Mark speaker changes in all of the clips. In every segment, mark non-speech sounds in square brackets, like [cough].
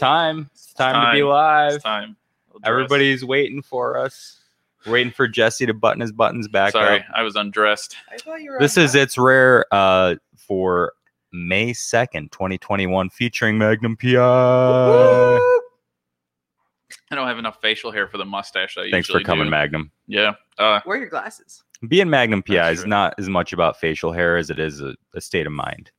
Speaker 1: time. It's time, to be
Speaker 2: time.
Speaker 1: live.
Speaker 2: It's time. We'll dress.
Speaker 1: Everybody's waiting for us. Waiting for Jesse to button his buttons back
Speaker 2: Sorry,
Speaker 1: up.
Speaker 2: I was undressed. [laughs]
Speaker 3: I thought you were.
Speaker 1: This
Speaker 3: on
Speaker 1: is It's Rare uh, for May 2nd, 2021, featuring Magnum
Speaker 3: Uh,
Speaker 1: PI.
Speaker 2: I don't have enough facial hair for the mustache. I
Speaker 1: Thanks for
Speaker 2: usually
Speaker 1: coming,
Speaker 2: do.
Speaker 1: Magnum.
Speaker 2: Yeah. Uh,
Speaker 3: that. Wear your glasses.
Speaker 1: Being Magnum PI
Speaker 2: That's
Speaker 1: is
Speaker 2: true.
Speaker 1: not as much about facial hair as it is a, a state of mind.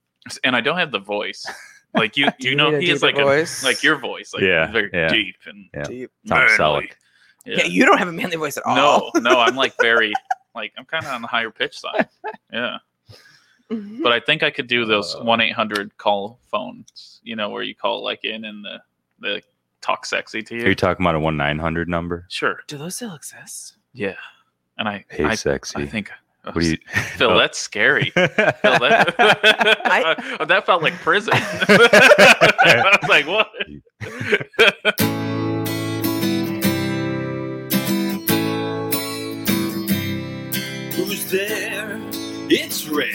Speaker 2: and I don't have
Speaker 1: [laughs]
Speaker 2: the voice. Like you, do you know he is like a,
Speaker 3: voice.
Speaker 2: like your voice, like
Speaker 1: Yeah,
Speaker 2: very
Speaker 1: yeah.
Speaker 2: deep and
Speaker 1: Yeah.
Speaker 3: Deep.
Speaker 1: Tom
Speaker 2: manly.
Speaker 1: Selleck.
Speaker 2: Yeah.
Speaker 3: Yeah. you don't have a manly voice at all.
Speaker 2: no,
Speaker 3: [laughs]
Speaker 2: no, I'm like very like I'm kind of on the higher pitch side. Yeah,
Speaker 3: No.
Speaker 2: but I think I could do those
Speaker 1: Uh.
Speaker 2: one eight hundred call phones. You know where you call like in and the the talk sexy to you.
Speaker 1: Are you talking about a 1 900 number?
Speaker 2: sure.
Speaker 3: Do those still exist?
Speaker 2: Yeah. And I
Speaker 1: Hey,
Speaker 2: I,
Speaker 1: sexy.
Speaker 2: I think
Speaker 1: what do you. [laughs]
Speaker 2: Phil,
Speaker 1: Oh.
Speaker 2: that's scary. Phil, [laughs] that, Uh, that felt
Speaker 1: [laughs]
Speaker 2: like prison. [laughs] I was like, what?
Speaker 4: Who's there? It's rare.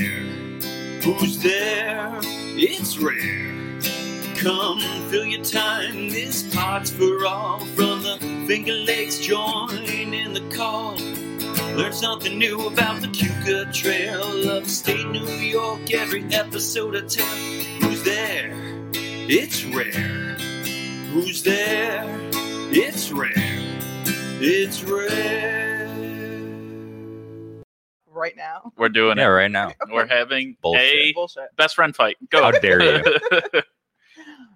Speaker 4: Who's there? It's rare. Come fill your time. This pot's for all. From the Finger Lakes, join in the call. Learn something new about the Cuca Trail, upstate New York. Every episode I tell. Who's there? It's rare. Who's there? It's rare. It's rare.
Speaker 3: Right now?
Speaker 2: We're doing
Speaker 1: yeah,
Speaker 2: it.
Speaker 1: right now.
Speaker 3: Okay.
Speaker 2: We're having
Speaker 1: Bullshit.
Speaker 2: a
Speaker 3: Bullshit.
Speaker 2: best friend fight. Go.
Speaker 1: How dare you?
Speaker 2: [laughs]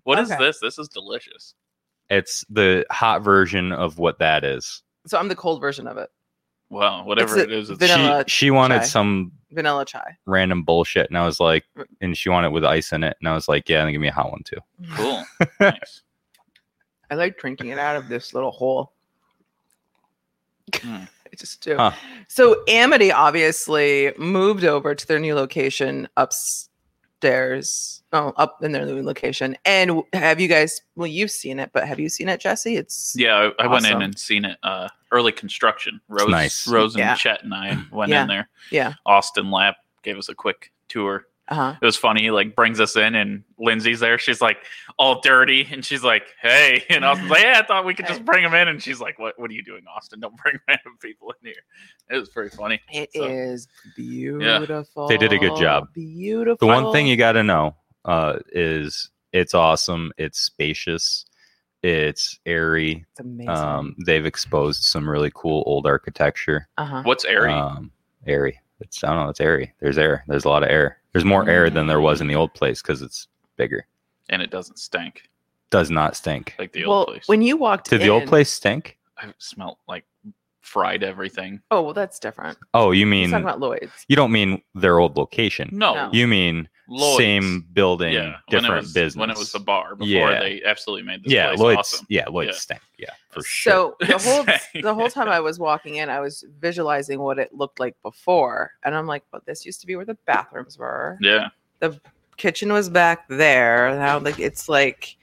Speaker 2: What is
Speaker 3: Okay.
Speaker 2: this? This is delicious.
Speaker 1: It's the hot version of what that is.
Speaker 3: So I'm the cold version of it.
Speaker 2: Wow, whatever
Speaker 3: a
Speaker 2: it is, it's
Speaker 1: She,
Speaker 3: vanilla- Uh,
Speaker 1: she wanted
Speaker 3: chai.
Speaker 1: some
Speaker 3: Vanilla chai.
Speaker 1: random bullshit, and I was like,
Speaker 3: R-
Speaker 1: and she wanted it with ice in it, and I was like, yeah, then give me a hot one too. [laughs]
Speaker 2: cool. Nice.
Speaker 3: I like drinking it out of this little hole.
Speaker 2: Hmm.
Speaker 3: [laughs] I just do.
Speaker 1: Huh.
Speaker 3: So Amity obviously moved over to their new location upstairs. Oh, up in their new location. And have you guys? Well, you've seen it, but have you seen it, Jesse? It's
Speaker 2: Yeah, I, I went in
Speaker 3: Awesome.
Speaker 2: and seen it. Uh, early construction. Rose,
Speaker 1: nice.
Speaker 2: Rose and
Speaker 3: Yeah.
Speaker 2: Chet and I went
Speaker 3: Yeah.
Speaker 2: in there.
Speaker 3: yeah.
Speaker 2: Austin Lap gave us a quick tour.
Speaker 3: Uh huh.
Speaker 2: it was funny. He like brings us in, and Lindsay's there. She's like all dirty, and she's like, "Hey," [laughs] and Austin's like, "Yeah, I thought we could just bring him in." And she's like, "What? What are you doing, Austin? Don't [laughs] bring random people in here." It was pretty funny.
Speaker 3: It
Speaker 2: So-
Speaker 3: is beautiful.
Speaker 1: They did a good job.
Speaker 3: Beautiful.
Speaker 1: The one thing you got to know uh, is it's awesome. It's spacious. It's airy.
Speaker 3: it's amazing.
Speaker 1: Um, they've exposed some really cool old architecture.
Speaker 3: uh huh.
Speaker 2: What's airy?
Speaker 1: Um, airy. It's I don't know. It's airy. There's air. There's a lot of air. There's more air than there was in the old place because it's bigger.
Speaker 2: and it doesn't stink
Speaker 1: Does not stink.
Speaker 2: like the
Speaker 3: well,
Speaker 2: old place.
Speaker 3: when you walked
Speaker 1: Did the old
Speaker 3: in-
Speaker 1: place stink?
Speaker 2: I smelt like fried everything.
Speaker 3: Oh well, that's different.
Speaker 1: Oh, you
Speaker 3: He's
Speaker 1: mean
Speaker 3: talking about Lloyd's.
Speaker 1: you don't mean their old location?
Speaker 2: No,
Speaker 3: No.
Speaker 1: You mean
Speaker 2: Lloyd's.
Speaker 1: same building,
Speaker 2: Yeah,
Speaker 1: different
Speaker 2: when it was,
Speaker 1: business.
Speaker 2: when it was the bar before
Speaker 1: Yeah.
Speaker 2: they absolutely made this
Speaker 1: yeah,
Speaker 2: place
Speaker 1: Lloyd's.
Speaker 2: awesome.
Speaker 1: Yeah, Lloyd's
Speaker 2: Yeah. Mm-hmm.
Speaker 1: stank. Yeah, for sure. [laughs]
Speaker 3: So the whole
Speaker 2: Same.
Speaker 3: the whole time I was walking in, I was visualizing what it looked like before, and I'm like, "Well, this used to be where the bathrooms were.
Speaker 2: Yeah,
Speaker 3: Kitchen was back there. Now, like, it's like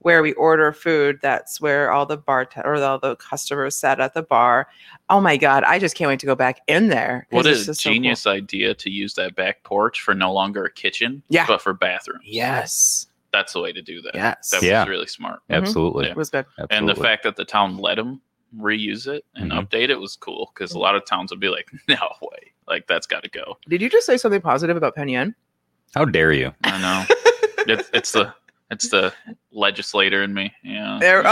Speaker 3: where we order food. That's where all the bar or all the customers sat at the bar. Oh my god, I just can't wait to go back in there. 'cause
Speaker 2: what
Speaker 3: it's
Speaker 2: a
Speaker 3: just so cool.
Speaker 2: genius idea to use that back porch for no longer a kitchen,
Speaker 3: Yeah.
Speaker 2: but for bathroom.
Speaker 3: Yes,
Speaker 2: That's the way to do that.
Speaker 3: yes,
Speaker 2: That
Speaker 1: Yeah.
Speaker 2: was really smart.
Speaker 3: Mhm.
Speaker 1: Absolutely.
Speaker 3: it Uh, was good.
Speaker 2: and
Speaker 1: Absolutely.
Speaker 2: the fact that the town let them reuse it and
Speaker 1: Mhm.
Speaker 2: update it was cool because a lot of towns would be like, [laughs] "No way, like that's got to go."
Speaker 3: Did you just say something positive about Penn Yen?
Speaker 1: How dare you?
Speaker 2: I know
Speaker 1: [laughs]
Speaker 2: it's, it's the it's the legislator in me. Yeah.
Speaker 3: There-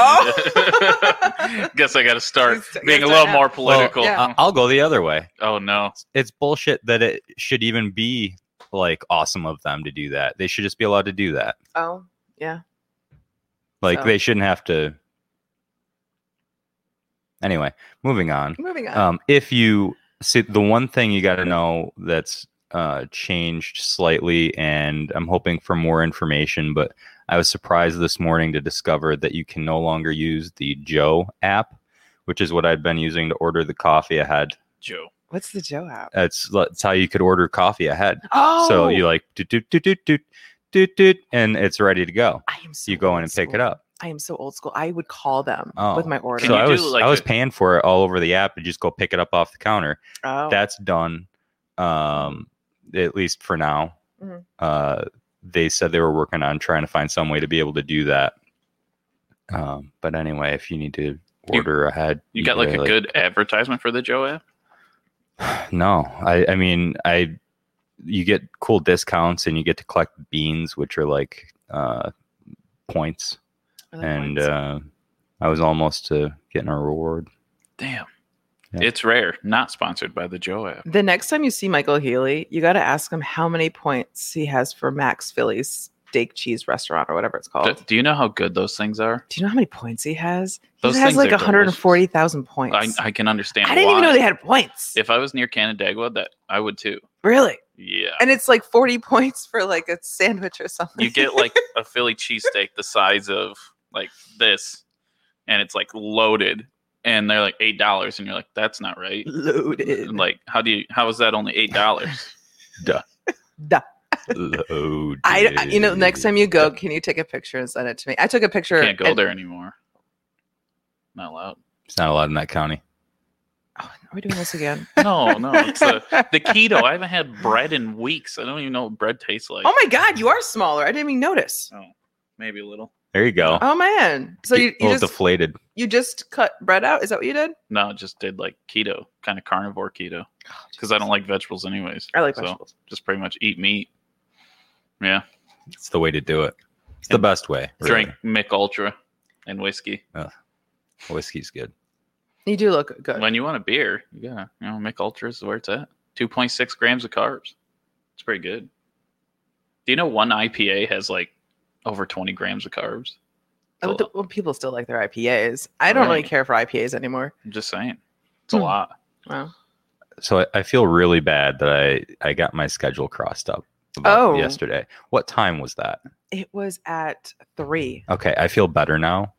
Speaker 3: oh!
Speaker 2: [laughs] Guess I got to start
Speaker 3: He's-
Speaker 2: being a
Speaker 3: he's
Speaker 2: little
Speaker 3: done
Speaker 2: more
Speaker 1: Well,
Speaker 2: political.
Speaker 3: Yeah.
Speaker 1: I- I'll go the other way.
Speaker 2: Oh no,
Speaker 1: It's bullshit that it should even be like awesome of them to do that. They should just be allowed to do that.
Speaker 3: Oh, yeah.
Speaker 1: Like
Speaker 3: So-
Speaker 1: they shouldn't have to. Anyway, moving on.
Speaker 3: Moving on.
Speaker 1: um, if you see the one thing you got to know that's uh, changed slightly, and I'm hoping for more information, but I was surprised this morning to discover that you can no longer use the Joe app, which is what I'd been using to order the coffee ahead.
Speaker 2: Joe.
Speaker 3: What's the Joe app?
Speaker 1: That's, that's how you could order coffee ahead.
Speaker 3: Oh,
Speaker 1: So you like doot doot doot doot doot doot doot, and it's ready to go.
Speaker 3: I am so
Speaker 1: You go in
Speaker 3: old
Speaker 1: and pick it
Speaker 3: school.
Speaker 1: up.
Speaker 3: I am so old school. I would call them
Speaker 1: Oh.
Speaker 3: with my order.
Speaker 2: Can
Speaker 1: So
Speaker 2: you
Speaker 1: I
Speaker 2: do
Speaker 1: was
Speaker 2: like
Speaker 1: I was
Speaker 2: a-
Speaker 1: paying for it all over the app and just go pick it up off the counter.
Speaker 3: oh.
Speaker 1: that's done um at least for now
Speaker 3: Mhm.
Speaker 1: uh they said they were working on trying to find some way to be able to do that Um, but anyway, if you need to
Speaker 2: You-
Speaker 1: order ahead,
Speaker 2: You got like
Speaker 1: gotta,
Speaker 2: a good advertisement for the Joe app.
Speaker 1: [sighs] No, I, I mean, I you get cool discounts and you get to collect beans, which are like uh, points. and uh, I was almost to getting a
Speaker 3: [laughs]
Speaker 1: reward.
Speaker 2: Damn.
Speaker 1: Yeah.
Speaker 2: It's rare. Not sponsored by the Joe app.
Speaker 3: the next time you see Michael Healy, you got to ask him how many points he has for Max Philly's steak cheese restaurant or whatever it's called.
Speaker 1: Oh.
Speaker 2: Do, do you know how good those things are?
Speaker 3: Do you know how many points he has? He
Speaker 2: Those
Speaker 3: has
Speaker 2: things
Speaker 3: like
Speaker 2: are
Speaker 3: 140,000 points.
Speaker 2: I, I can understand.
Speaker 3: I didn't
Speaker 2: why.
Speaker 3: even know they had points.
Speaker 2: If I was near Canandaigua, that I would too.
Speaker 3: really? [laughs]
Speaker 2: Yeah.
Speaker 3: And it's like 40 points for like a sandwich or something.
Speaker 2: you get like a Philly cheesesteak the size of like this, and it's like loaded, and they're like eight dollars, and you're like, that's not right.
Speaker 3: loaded.
Speaker 2: Like, how do you? How is that only eight
Speaker 3: [laughs]
Speaker 2: dollars?
Speaker 3: Duh.
Speaker 1: oh,
Speaker 3: I, I- you know, next time you go,
Speaker 1: dude.
Speaker 3: can you take a picture and send it to me? I took a picture.
Speaker 2: Can't go
Speaker 3: and-
Speaker 2: there anymore. Not allowed.
Speaker 1: it's not allowed in that county.
Speaker 3: Oh, are we doing
Speaker 2: [laughs]
Speaker 3: this again?
Speaker 2: No, no. Oh, It's
Speaker 3: [laughs]
Speaker 2: a, the keto. I haven't had bread in weeks. I don't even know what bread tastes like.
Speaker 3: oh my God, you are smaller. I didn't even notice.
Speaker 2: Maybe a little.
Speaker 1: There you go.
Speaker 3: Oh man. So
Speaker 1: a
Speaker 3: you, you,
Speaker 1: little
Speaker 3: just,
Speaker 1: deflated.
Speaker 3: you just cut bread out? Is that what you did?
Speaker 2: No, just did like keto, kind of carnivore keto, because I don't like vegetables anyways.
Speaker 3: I like
Speaker 2: So,
Speaker 3: vegetables.
Speaker 2: Just pretty much eat meat,
Speaker 1: It's the way to do it. It's the
Speaker 2: And
Speaker 1: best way. really.
Speaker 2: drink Mick Ultra, and whiskey.
Speaker 1: whiskey's good.
Speaker 3: You do look good.
Speaker 2: When you want a beer, you gotta, you know, Mick Ultra is where it's at. Two point six grams of carbs. It's pretty good. Do you know one IPA has like over twenty grams of carbs?
Speaker 3: Oh, the- well, people still like their IPAs. I don't really
Speaker 2: Right.
Speaker 3: care for IPAs anymore.
Speaker 2: I'm just saying, it's
Speaker 3: Hmm.
Speaker 2: a lot.
Speaker 3: Wow.
Speaker 1: So I, I feel really bad that I I got my schedule crossed up. about
Speaker 3: Oh.
Speaker 1: yesterday. What time was that?
Speaker 3: It was at three.
Speaker 1: Okay, I feel better now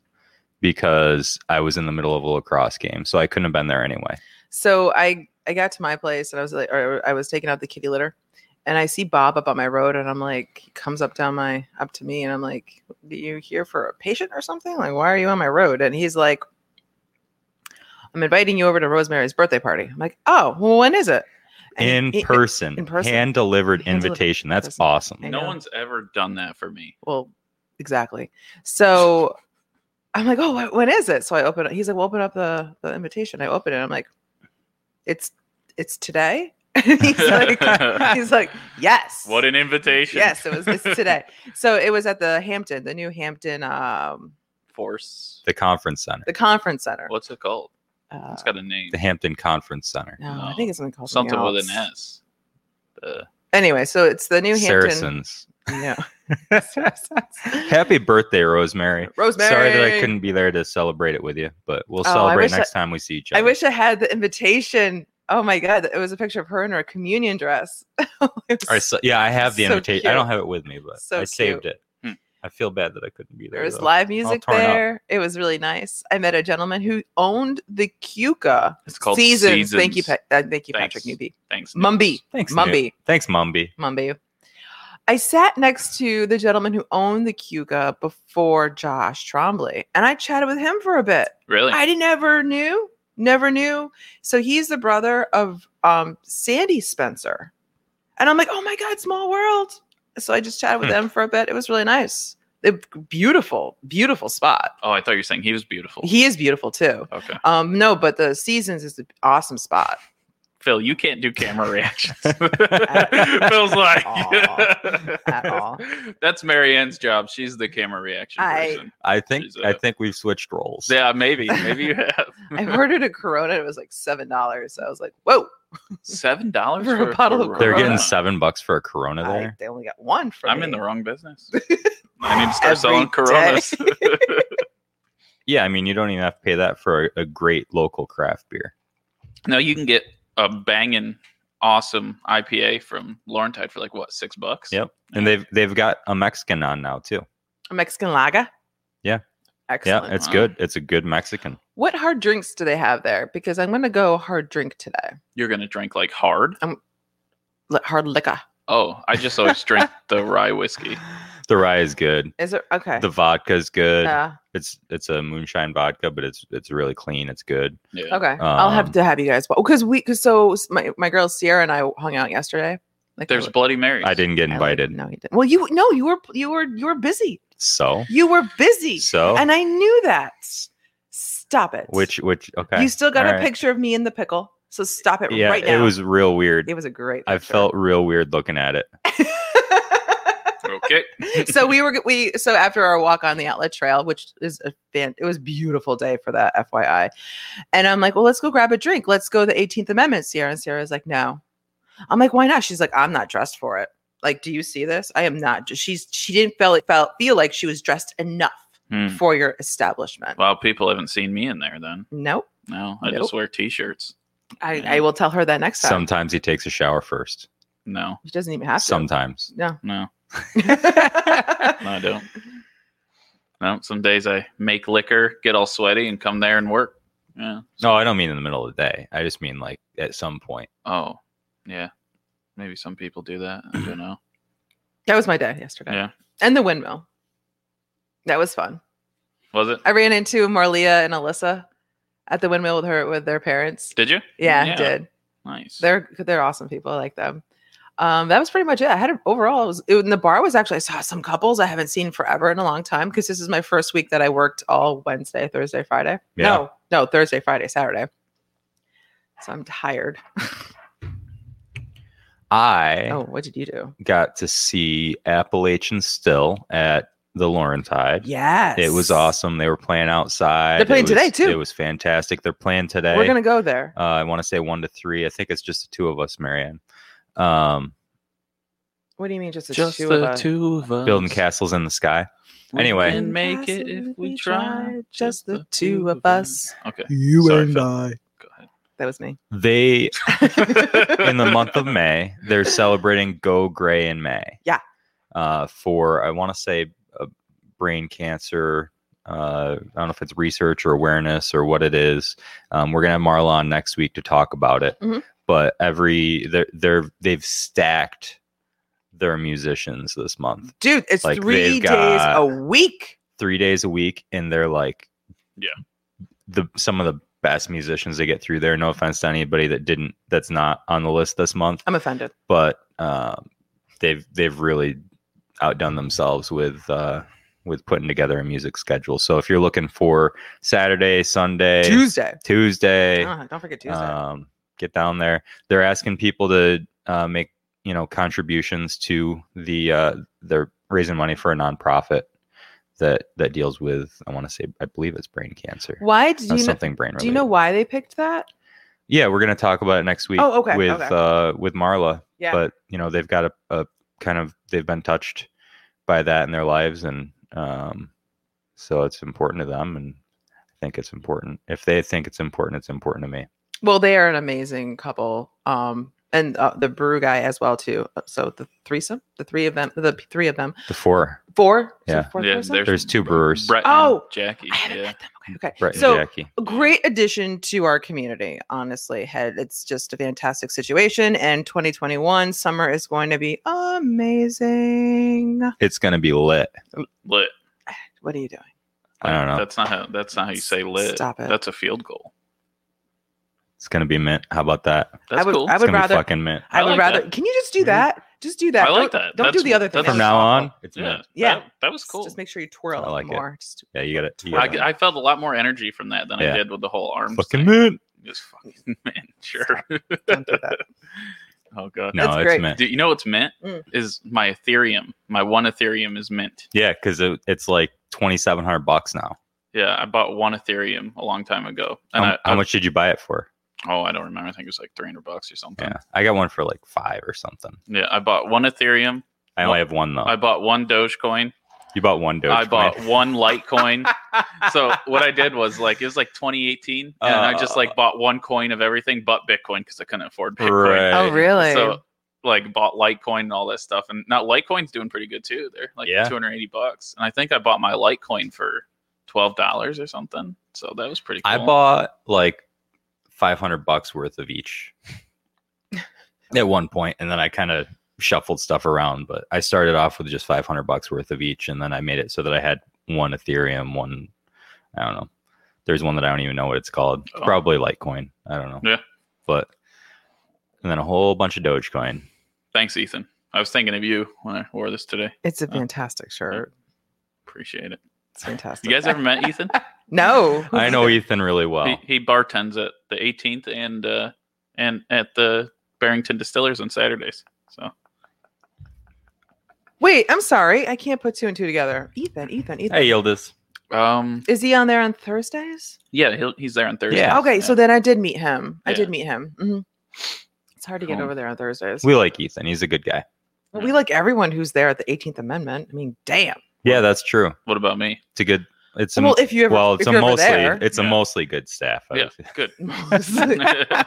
Speaker 1: because I was in the middle of a lacrosse game, so I couldn't have been there anyway.
Speaker 3: So I I got to my place and I was like, or I was taking out the kitty litter, and I see Bob up on my road, and I'm like, he comes up down my up to me, and I'm like, "Are you here for a patient or something? Like, why are you on my road?" And he's like, "I'm inviting you over to Rosemary's birthday party." I'm like, "Oh, well, when is it?"
Speaker 1: In
Speaker 3: he-
Speaker 1: person,
Speaker 3: in person.
Speaker 1: hand delivered
Speaker 3: Hand-delivered
Speaker 1: invitation. That's
Speaker 3: person.
Speaker 1: awesome.
Speaker 3: I
Speaker 2: No
Speaker 3: know.
Speaker 2: one's ever done that for me.
Speaker 3: Well, exactly. So I'm like, oh, wh- when is it? So I open it. He's like, well, open up the, the invitation. I open it. I'm like, it's it's today. [laughs] [laughs]
Speaker 2: [laughs]
Speaker 3: he's like, he's like, yes.
Speaker 2: What an invitation!
Speaker 3: yes, it was it's today. so it was at the Hampton, the new Hampton, um,
Speaker 2: [laughs] Force.
Speaker 1: The conference center,
Speaker 3: the conference center.
Speaker 2: What's it called?
Speaker 3: Uh,
Speaker 2: It's got a name.
Speaker 1: the Hampton Conference Center,
Speaker 3: no, I
Speaker 2: no.
Speaker 3: think it's something called
Speaker 2: Something with an
Speaker 3: else.
Speaker 2: S. The
Speaker 3: Anyway, so it's the new Hampton.
Speaker 1: Saracens.
Speaker 3: [laughs]
Speaker 2: [laughs]
Speaker 3: Yeah.
Speaker 1: Happy birthday, Rosemary.
Speaker 3: Rosemary.
Speaker 1: Sorry that I couldn't be there to celebrate it with you, but we'll
Speaker 3: Oh, I
Speaker 1: celebrate
Speaker 3: wish I-
Speaker 1: next time we see each other.
Speaker 3: I wish I had the invitation. Oh my god, it was a picture of her in her communion dress. [laughs] It was-
Speaker 1: All right, so, yeah, I have the
Speaker 3: So
Speaker 1: invitation. I
Speaker 3: cute.
Speaker 1: don't have it with me, but
Speaker 3: So
Speaker 1: I saved it.
Speaker 2: Hmm.
Speaker 1: I feel bad that I couldn't be there.
Speaker 3: there was
Speaker 1: though.
Speaker 3: live music
Speaker 1: torn up.
Speaker 3: there. It was really nice. I met a gentleman who owned the Cuca
Speaker 2: it's called
Speaker 3: seasons. Thank you,
Speaker 2: Seasons.
Speaker 3: pa- uh, thank you, Patrick
Speaker 2: Thanks.
Speaker 3: Newby,
Speaker 2: Thanks.
Speaker 3: Mumby,
Speaker 1: Thanks, Mumby.
Speaker 3: Mumby,
Speaker 1: Thanks, Mumby.
Speaker 3: Mumby. I sat next to the gentleman who owned the Cuca before Josh Trombley, and I chatted with him for a bit.
Speaker 2: Really?
Speaker 3: I never knew, never knew. So he's the brother of um, Sandy Spencer, and I'm like, oh my god, small world. So I just chatted with
Speaker 1: Hmm.
Speaker 3: them for a bit. It was really nice. They- beautiful, beautiful spot.
Speaker 2: oh, I thought you were saying he was beautiful.
Speaker 3: He is beautiful too.
Speaker 2: okay.
Speaker 3: Um, no, but the Seasons is an awesome spot.
Speaker 2: Phil, you can't do
Speaker 3: [laughs]
Speaker 2: camera reactions. [laughs] Phil's like,
Speaker 3: all. At all.
Speaker 2: [laughs] That's Marianne's job. She's the camera reaction
Speaker 3: I-
Speaker 2: person.
Speaker 1: I think
Speaker 2: She's
Speaker 1: I
Speaker 2: a-
Speaker 1: think we've switched roles.
Speaker 2: Yeah, maybe, maybe you have
Speaker 3: [laughs]
Speaker 2: [laughs]
Speaker 3: I ordered a Corona. It was like seven dollars. So I was like, whoa.
Speaker 2: seven dollars
Speaker 3: For a bottle of
Speaker 1: They're
Speaker 3: Corona. [laughs]
Speaker 1: getting seven bucks for a Corona
Speaker 3: I-
Speaker 1: there.
Speaker 3: they only got one for
Speaker 2: I'm in
Speaker 3: me.
Speaker 2: the wrong
Speaker 3: [laughs]
Speaker 2: business. I need to start
Speaker 3: Every
Speaker 2: selling
Speaker 3: day.
Speaker 2: Coronas.
Speaker 1: Yeah, I mean you don't even have to pay that for a, a great local craft beer.
Speaker 2: [laughs] no, you can get a banging, awesome IPA from Laurentide for like what six bucks?
Speaker 1: Yep. And they've they've got a Mexican on now too.
Speaker 3: A Mexican lager.
Speaker 1: Yeah.
Speaker 3: Excellent.
Speaker 1: Yeah, it's
Speaker 2: Wow.
Speaker 1: good. It's a good Mexican.
Speaker 3: what hard drinks do they have there? Because I'm going to go hard drink today.
Speaker 2: You're gonna drink like hard.
Speaker 3: Li- Hard liquor.
Speaker 2: Oh, I just always
Speaker 3: [laughs]
Speaker 2: drink the rye whiskey.
Speaker 3: [sighs]
Speaker 1: The rye is good.
Speaker 3: Is it okay?
Speaker 1: The vodka is good.
Speaker 3: Yeah.
Speaker 1: It's it's a moonshine vodka, but it's it's really clean. It's good.
Speaker 2: Yeah.
Speaker 3: Okay. I'll have
Speaker 1: Um,
Speaker 3: to have you guys. Because we, because so s- my, my girl Sierra and I hung out yesterday. Like
Speaker 2: There's
Speaker 3: I-
Speaker 2: Bloody Marys.
Speaker 1: I didn't get
Speaker 3: I like-
Speaker 1: invited.
Speaker 3: no, you didn't. Well, you no, you were you were you were busy.
Speaker 1: So,
Speaker 3: You were busy.
Speaker 1: so,
Speaker 3: And I knew that. Stop it.
Speaker 1: which, which, okay.
Speaker 3: you still got
Speaker 1: all
Speaker 3: a
Speaker 1: right.
Speaker 3: picture of me in the pickle. So stop it
Speaker 1: Yeah,
Speaker 3: right now.
Speaker 1: it was real weird.
Speaker 3: it was a great
Speaker 1: I
Speaker 3: picture. [laughs]
Speaker 1: felt real weird looking at it.
Speaker 2: Okay.
Speaker 3: so we were we so after our walk on the outlet trail which is a fan it was a beautiful day for that fyi and i'm like well let's go grab a drink let's go to the 18th amendment sierra and sarah's like no i'm like why not she's like i'm not dressed for it like do you see this i am not she's she didn't feel it felt feel like she was dressed enough
Speaker 2: Hmm.
Speaker 3: for your establishment
Speaker 2: Well, people haven't seen me in there then.
Speaker 3: nope
Speaker 2: No, I
Speaker 3: Nope.
Speaker 2: just wear t-shirts.
Speaker 3: I,
Speaker 2: Yeah.
Speaker 3: I will tell her that next time
Speaker 1: Sometimes he takes a shower first.
Speaker 2: No,
Speaker 3: she doesn't even have to
Speaker 1: Sometimes.
Speaker 2: [laughs]
Speaker 3: no [laughs]
Speaker 2: no, no,
Speaker 3: i
Speaker 2: I
Speaker 3: [laughs]
Speaker 2: don't. No, some days I make liquor, get all sweaty, and come there and work. Yeah.
Speaker 1: No, I don't mean in the middle of the day. I just mean like at some point.
Speaker 2: Oh, yeah. Maybe some people do that. I don't know.
Speaker 3: that was my day yesterday
Speaker 2: Yeah.
Speaker 3: and the windmill that was fun
Speaker 2: Was it?
Speaker 3: I ran into Marlia and Alyssa at the windmill with her with their parents.
Speaker 2: Did you?
Speaker 3: Yeah, I did.
Speaker 2: Nice.
Speaker 3: They're they're awesome people. I like them. Um, that was pretty much it. I had a, overall it was it, and the bar was actually I saw some couples I haven't seen forever in a long time because this is my first week that I worked all Wednesday, Thursday, Friday.
Speaker 1: Yeah.
Speaker 3: No, no Thursday, Friday, Saturday. So I'm tired.
Speaker 1: I
Speaker 3: Oh, what did you do?
Speaker 1: got to see Appalachian Still at the Laurentide.
Speaker 3: Yes,
Speaker 1: It was awesome. They were playing outside.
Speaker 3: They're playing
Speaker 1: It was-
Speaker 3: today, too.
Speaker 1: It was fantastic. They're playing today.
Speaker 3: We're gonna go there.
Speaker 1: uh, I want to say one to three. I think it's just the two of us, Marianne. Um,
Speaker 3: What do you mean, just the
Speaker 2: just
Speaker 3: two
Speaker 2: the
Speaker 3: of us?
Speaker 2: two of us.
Speaker 1: building castles in the sky.
Speaker 2: We
Speaker 1: Anyway.
Speaker 2: can make it if we try.
Speaker 3: Just the two of us.
Speaker 2: Okay.
Speaker 5: You
Speaker 2: Sorry,
Speaker 5: and
Speaker 2: Phil.
Speaker 5: I.
Speaker 2: Go ahead.
Speaker 3: That was me.
Speaker 1: They [laughs] in
Speaker 2: in
Speaker 1: the month of May, they're celebrating Go Gray in May.
Speaker 3: Yeah.
Speaker 1: Uh, for I want to say uh, brain cancer. Uh, I don't know if it's research or awareness or what it is. Um, we're gonna have Marla on next week to talk about it.
Speaker 3: Mhm.
Speaker 1: But every they're, they're they've stacked their musicians this month,
Speaker 3: [laughs] dude it's
Speaker 1: Like,
Speaker 3: three
Speaker 1: they've
Speaker 3: days a
Speaker 1: got-
Speaker 3: week
Speaker 1: three days a week, and they're like,
Speaker 2: Yeah.
Speaker 1: the some of the best musicians they get through there. No offense to anybody that didn't that's not on the list this month,
Speaker 3: i'm offended
Speaker 1: but um, they've they've really outdone themselves with uh, with putting together a music schedule. So if you're looking for Saturday, Sunday,
Speaker 3: tuesday
Speaker 1: Tuesday,
Speaker 3: Ah, don't forget tuesday
Speaker 1: um, get down there. They're asking people to uh, make you know contributions to the uh, they're raising money for a nonprofit that that deals with I want to say I believe it's brain cancer.
Speaker 3: why do
Speaker 1: Uh,
Speaker 3: you know,
Speaker 1: something brain related.
Speaker 3: do you know why they picked that
Speaker 1: Yeah, we're gonna talk about it next week.
Speaker 3: Oh, okay,
Speaker 1: With
Speaker 3: okay.
Speaker 1: uh with Marla.
Speaker 3: Yeah.
Speaker 1: But you know they've got a, a kind of they've been touched by that in their lives, and um, so it's important to them, and I think it's important. If they think it's important, it's important to me.
Speaker 3: well they are an amazing couple um and uh, the brew guy as well too Uh, so the threesome the three of them the p- three of them
Speaker 1: The four,
Speaker 3: four Is it
Speaker 1: Yeah.
Speaker 3: four
Speaker 2: Yeah,
Speaker 3: threesome?
Speaker 2: there's-
Speaker 1: there's two brewers, Brett,
Speaker 2: Brett and
Speaker 3: Oh,
Speaker 2: Jackie.
Speaker 3: I haven't
Speaker 2: Yeah.
Speaker 3: met them. Okay. okay.
Speaker 1: Brett
Speaker 3: so
Speaker 1: and Jackie.
Speaker 3: great addition to our community honestly head it's just a fantastic situation and 2021 summer is going to be amazing
Speaker 1: It's gonna be lit.
Speaker 2: Lit.
Speaker 3: what are you doing
Speaker 1: I don't know.
Speaker 2: That's not how that's not how you say lit.
Speaker 3: Stop it.
Speaker 2: That's a field goal.
Speaker 1: It's gonna be mint. How about that? It's
Speaker 2: That's
Speaker 3: I would-
Speaker 2: cool.
Speaker 3: I would-
Speaker 1: gonna
Speaker 3: rather-
Speaker 1: be fucking mint.
Speaker 3: I,
Speaker 2: I
Speaker 3: would
Speaker 2: like
Speaker 3: rather.
Speaker 2: that.
Speaker 3: Can you just do
Speaker 1: Mhm.
Speaker 3: that? Just do that.
Speaker 2: I like
Speaker 3: Don't-
Speaker 2: that.
Speaker 3: Don't
Speaker 2: That's-
Speaker 3: do the other thing.
Speaker 2: that's
Speaker 1: From
Speaker 3: That's
Speaker 1: now
Speaker 3: awful.
Speaker 1: on, it's
Speaker 2: yeah,
Speaker 1: mint.
Speaker 3: Yeah.
Speaker 2: That, that was cool.
Speaker 3: Just make sure you twirl
Speaker 1: I
Speaker 3: it
Speaker 1: like it.
Speaker 3: more. Just
Speaker 1: Yeah, you gotta. You
Speaker 2: I,
Speaker 1: gotta
Speaker 2: I felt a lot more energy from that than
Speaker 1: Yeah.
Speaker 2: I did with the whole arms.
Speaker 1: fucking
Speaker 2: thing.
Speaker 1: mint.
Speaker 2: Just fucking [laughs] man, sure.
Speaker 3: don't do that.
Speaker 2: [laughs] oh god.
Speaker 1: No,
Speaker 3: That's
Speaker 1: it's
Speaker 3: great.
Speaker 1: mint.
Speaker 2: Do you know what's mint?
Speaker 3: Mm.
Speaker 2: Is my Ethereum. My one Ethereum is mint.
Speaker 1: Yeah, because it, it's like twenty seven hundred bucks now.
Speaker 2: Yeah, I bought one Ethereum a long time ago. And
Speaker 1: How,
Speaker 2: I,
Speaker 1: how
Speaker 2: I-
Speaker 1: much did you buy it for?
Speaker 2: oh, I don't remember. I think it was like 300 bucks or something.
Speaker 1: Yeah, I got one for like five or something.
Speaker 2: Yeah, I bought one Ethereum.
Speaker 1: I
Speaker 2: Well,
Speaker 1: only have one though.
Speaker 2: I bought one Dogecoin.
Speaker 1: you bought one Dogecoin.
Speaker 2: I bought one Litecoin.
Speaker 1: [laughs]
Speaker 2: [laughs] so what I did was like it was like 2018, and I just
Speaker 1: Uh.
Speaker 2: like bought one coin of everything but Bitcoin because I couldn't afford Bitcoin.
Speaker 1: Right.
Speaker 3: Oh really?
Speaker 2: So like bought Litecoin and all that stuff, and now Litecoin's doing pretty good too. They're like
Speaker 1: Yeah.
Speaker 2: 280 bucks, and I think I bought my Litecoin for twelve dollars or something. So that was pretty. Cool.
Speaker 1: I bought like five hundred bucks worth of
Speaker 2: [laughs]
Speaker 1: each at one point, and then I kind of shuffled stuff around. But I started off with just five hundred bucks worth of each, and then I made it so that I had one Ethereum, one I don't know. There's one that I don't even know what it's called.
Speaker 2: Oh.
Speaker 1: Probably Litecoin. I don't know.
Speaker 2: Yeah.
Speaker 1: but and then a whole bunch of Dogecoin.
Speaker 2: Thanks, Ethan. I was thinking of you when I wore this today.
Speaker 3: it's a fantastic shirt.
Speaker 2: Appreciate it.
Speaker 3: It's
Speaker 2: uh,
Speaker 3: fantastic.
Speaker 2: mm, You
Speaker 1: [laughs]
Speaker 2: guys ever met Ethan?
Speaker 3: No.
Speaker 1: I know Ethan really well.
Speaker 2: He, he bartends at the 18th and uh, and at the Barrington Distillers on Saturdays. So
Speaker 3: Wait, I'm sorry. I can't put two and two together. Ethan, Ethan, Ethan.
Speaker 1: Hey, Yildiz.
Speaker 2: um
Speaker 3: Is he on there on Thursdays?
Speaker 2: yeah he'll, he's there on Thursday.
Speaker 1: Yeah.
Speaker 3: Okay, so then I did meet him. I
Speaker 2: Yeah.
Speaker 3: did meet him. hmm It's hard to get
Speaker 2: Cool.
Speaker 3: over there on Thursdays.
Speaker 1: We like Ethan. He's a good guy.
Speaker 3: Well, we like everyone who's there at the 18th Amendment. I mean, damn.
Speaker 1: Yeah, that's true.
Speaker 2: what about me?
Speaker 1: It's a good. It's a,
Speaker 3: well, if you ever,
Speaker 1: well, it's
Speaker 3: if
Speaker 1: a
Speaker 3: you're ever
Speaker 1: mostly
Speaker 3: there,
Speaker 1: it's a
Speaker 2: Yeah.
Speaker 1: mostly good staff. I
Speaker 2: Yeah,
Speaker 1: would-
Speaker 2: good.
Speaker 3: it's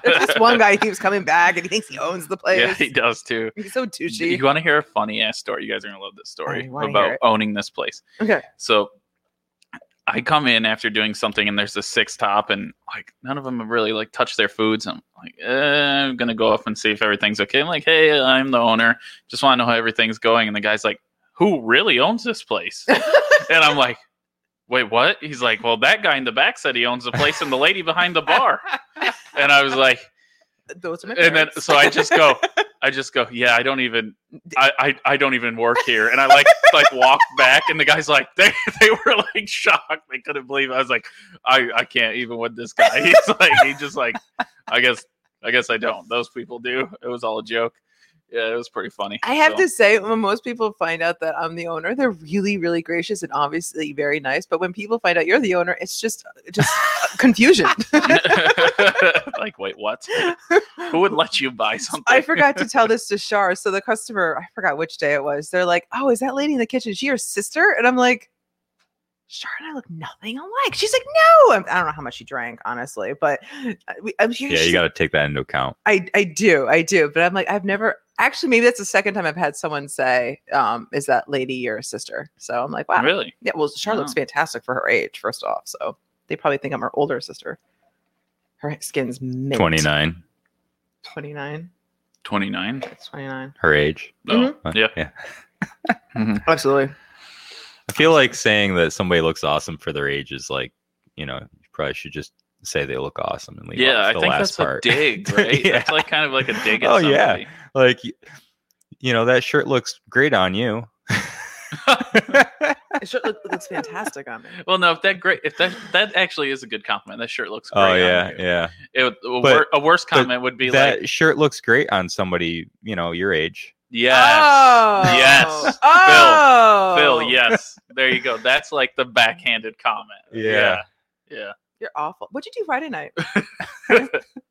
Speaker 3: just one guy keeps coming back and he thinks he owns the
Speaker 2: [laughs]
Speaker 3: place.
Speaker 2: Yeah, he does too.
Speaker 3: He's so
Speaker 2: You
Speaker 3: douchey.
Speaker 2: want to hear a funny ass story? You guys are gonna love this story
Speaker 3: I wanna hear
Speaker 2: about
Speaker 3: it.
Speaker 2: owning this place.
Speaker 3: Okay.
Speaker 2: So I come in after doing something, and there's a six top, and like none of them have really like touched their foods. I'm like, eh, I'm gonna go up and see if everything's okay. I'm like, hey, I'm the owner. Just want to know how everything's going. And the guy's like, who really owns this place? and I'm like, wait, what? He's like, well, that guy in the back said he owns the place, and the lady behind the bar. And I was like,
Speaker 3: Those are my
Speaker 2: and then
Speaker 3: parents.
Speaker 2: so I just go, I just go, yeah, I don't even, I, I, I don't even work here, and I like like walk back, and the guy's like, they, [laughs] they were like shocked, they couldn't believe. It. I was like, I, I can't even with this guy. [laughs] He's like, he just like, I guess, I guess I don't. Those people do. It was all a joke. Yeah, it was pretty funny.
Speaker 3: [laughs] I have
Speaker 2: So,
Speaker 3: to say, when most people find out that I'm the owner, they're really, really gracious and obviously very nice. But when people find out you're the owner, it's just
Speaker 2: [laughs]
Speaker 3: just confusion. [laughs]
Speaker 2: like, wait, what? Who would let you buy something?
Speaker 3: I forgot to tell this to Shar. So the customer, I forgot which day it was. They're like, "Oh, is that lady in the kitchen? Is she your sister?" And I'm like, "Shar and I look nothing alike." She's like, "No, I'm, I don't know how much she drank, honestly, but uh, we, I'm sure
Speaker 1: yeah,
Speaker 3: she's
Speaker 1: you got to take that into account.
Speaker 3: I I do, I do, but I'm like, I've never actually. Maybe that's the second time I've had someone say, um, "Is that lady your sister?" So I'm like, wow,
Speaker 2: Really?
Speaker 3: yeah. Well, Char looks
Speaker 2: Wow.
Speaker 3: fantastic for her age, first off. So they probably think I'm her older sister. Her skin's mint.
Speaker 1: Twenty nine,
Speaker 3: 29.
Speaker 2: Twenty nine?
Speaker 3: It's 29.
Speaker 1: her age.
Speaker 2: No.
Speaker 3: Mm-hmm.
Speaker 1: Uh,
Speaker 2: Oh, Yeah. Mm-hmm.
Speaker 1: yeah.
Speaker 3: Absolutely.
Speaker 1: I feel like saying that somebody looks awesome for their age is like, you know, you probably should just say they look awesome and leave
Speaker 2: Yeah,
Speaker 1: off
Speaker 2: I
Speaker 1: the
Speaker 2: think
Speaker 1: last
Speaker 2: that's
Speaker 1: part.
Speaker 2: a dig, right?
Speaker 1: Yeah.
Speaker 2: That's like kind of like a dig at
Speaker 1: Oh,
Speaker 2: somebody.
Speaker 1: yeah. [laughs] like, you know, that shirt looks great on you.
Speaker 3: It sure look, looks fantastic on me.
Speaker 2: Well, no, if that great, if that that actually is a good compliment. That shirt looks great.
Speaker 1: oh
Speaker 2: on
Speaker 1: yeah,
Speaker 2: you.
Speaker 1: yeah.
Speaker 2: It would- a,
Speaker 1: But-
Speaker 2: wor- a worse
Speaker 1: but
Speaker 2: comment would be
Speaker 1: that
Speaker 2: like,
Speaker 1: shirt looks great on somebody, you know, your age.
Speaker 2: [laughs]
Speaker 1: [laughs]
Speaker 2: "Yes,
Speaker 3: Oh.
Speaker 2: Yes.
Speaker 3: Oh.
Speaker 2: Phil, yes." There you go. That's like the backhanded comment.
Speaker 1: Yeah.
Speaker 2: yeah,
Speaker 3: You're awful. What'd you do Friday night?
Speaker 2: yeah.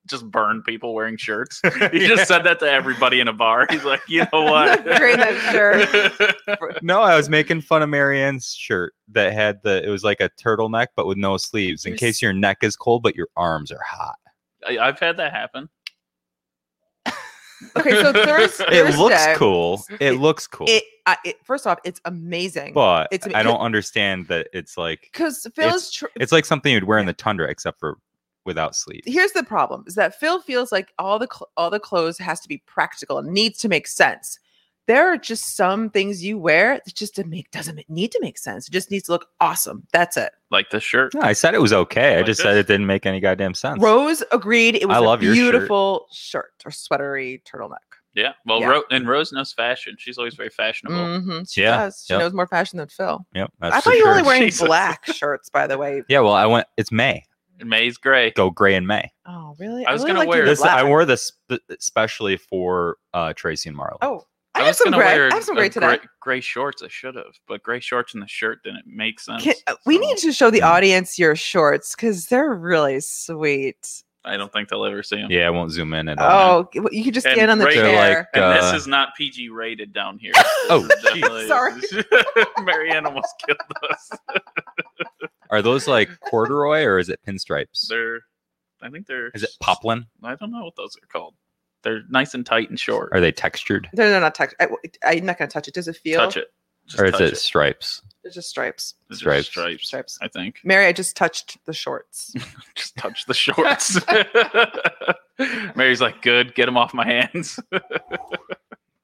Speaker 2: just burn people
Speaker 1: [laughs]
Speaker 2: wearing shirts. He just said that to everybody in a bar. He's like, "You know what?
Speaker 3: [laughs] Great, that
Speaker 2: [laughs] shirt."
Speaker 1: No, I was making fun of Marianne's shirt that had the it was like a turtleneck but with no sleeves in
Speaker 3: You're
Speaker 1: case your neck is cold but your arms are hot.
Speaker 2: I've had that happen.
Speaker 3: Okay, so Thurs- Thursday.
Speaker 1: [laughs] It looks cool. It
Speaker 3: It-
Speaker 1: looks cool.
Speaker 3: It, uh, it first off, it's amazing.
Speaker 1: but
Speaker 3: it's am-
Speaker 1: I don't understand that it's like
Speaker 3: Because Phil's tr-
Speaker 1: it's like something you'd wear in the tundra except for without sleeves.
Speaker 3: here's the problem is that Phil feels like all the cl- all the clothes has to be practical and needs to make sense. There are just some things you wear that just to make doesn't ma- need to make sense. It just needs to look awesome. That's it.
Speaker 2: Like this shirt.
Speaker 1: No, I said it was okay. I
Speaker 2: Like
Speaker 1: just said
Speaker 2: this.
Speaker 1: it didn't make any goddamn sense.
Speaker 3: Rose agreed. It was
Speaker 1: I love
Speaker 3: a
Speaker 1: your shirt.
Speaker 3: beautiful shirt. or sweatery turtleneck.
Speaker 2: Yeah. Well,
Speaker 3: Yeah.
Speaker 2: Ro- and Rose knows fashion. She's always very fashionable.
Speaker 3: Mhm, She
Speaker 1: Yeah,
Speaker 3: does. She
Speaker 1: yep.
Speaker 3: knows more fashion than Phil.
Speaker 1: Yep.
Speaker 3: I
Speaker 1: That's
Speaker 3: thought
Speaker 1: for
Speaker 3: you were only
Speaker 1: sure.
Speaker 2: [laughs]
Speaker 3: wearing
Speaker 2: Jesus.
Speaker 3: black shirts, by the way.
Speaker 1: Yeah, well, I went it's May.
Speaker 2: And May's gray.
Speaker 1: Go gray in May.
Speaker 3: Oh, really?
Speaker 2: I was
Speaker 3: really
Speaker 2: gonna
Speaker 3: liked
Speaker 2: wear-
Speaker 3: your
Speaker 1: This I
Speaker 3: black.
Speaker 1: wore this sp- especially for uh Tracy and Marla.
Speaker 3: Oh, I,
Speaker 2: I
Speaker 3: have
Speaker 2: was
Speaker 3: some
Speaker 2: gonna
Speaker 3: gray.
Speaker 2: wear
Speaker 3: I have some
Speaker 2: a
Speaker 3: gray today.
Speaker 2: Gray, gray shorts. I should have, but gray shorts and the shirt didn't make sense.
Speaker 3: Can, uh, we
Speaker 2: so
Speaker 3: need to show the
Speaker 1: Mm.
Speaker 3: audience your shorts because they're really sweet.
Speaker 2: I don't think they'll ever see them.
Speaker 1: Yeah, I won't zoom in at all.
Speaker 3: Oh, g- well, you could just
Speaker 2: And
Speaker 3: stand on the
Speaker 2: right-
Speaker 1: They're
Speaker 3: chair.
Speaker 1: like,
Speaker 2: And this
Speaker 1: uh,
Speaker 2: is not PG rated down
Speaker 3: [laughs]
Speaker 2: here.
Speaker 1: Oh,
Speaker 2: This is
Speaker 1: geez.
Speaker 2: definitely- [laughs]
Speaker 3: Sorry.
Speaker 2: Marianne almost killed us.
Speaker 1: Are those
Speaker 3: [laughs]
Speaker 1: like corduroy or is it pinstripes?
Speaker 2: They're, I think they're.
Speaker 1: Is it poplin?
Speaker 2: I don't know what those are called. They're nice and tight and short.
Speaker 1: Are they textured
Speaker 3: No, no, not touch. I, am not gonna touch it. Does it feel?
Speaker 2: touch it. Just
Speaker 1: or is
Speaker 2: touch
Speaker 1: it stripes?
Speaker 3: It's just stripes.
Speaker 2: It's just
Speaker 1: stripes?
Speaker 2: stripes.
Speaker 3: Stripes.
Speaker 2: I think.
Speaker 3: Mary, I just touched
Speaker 2: [laughs]
Speaker 3: the shorts.
Speaker 2: Just touch the shorts. [laughs] Mary's like, good, get them off my hands.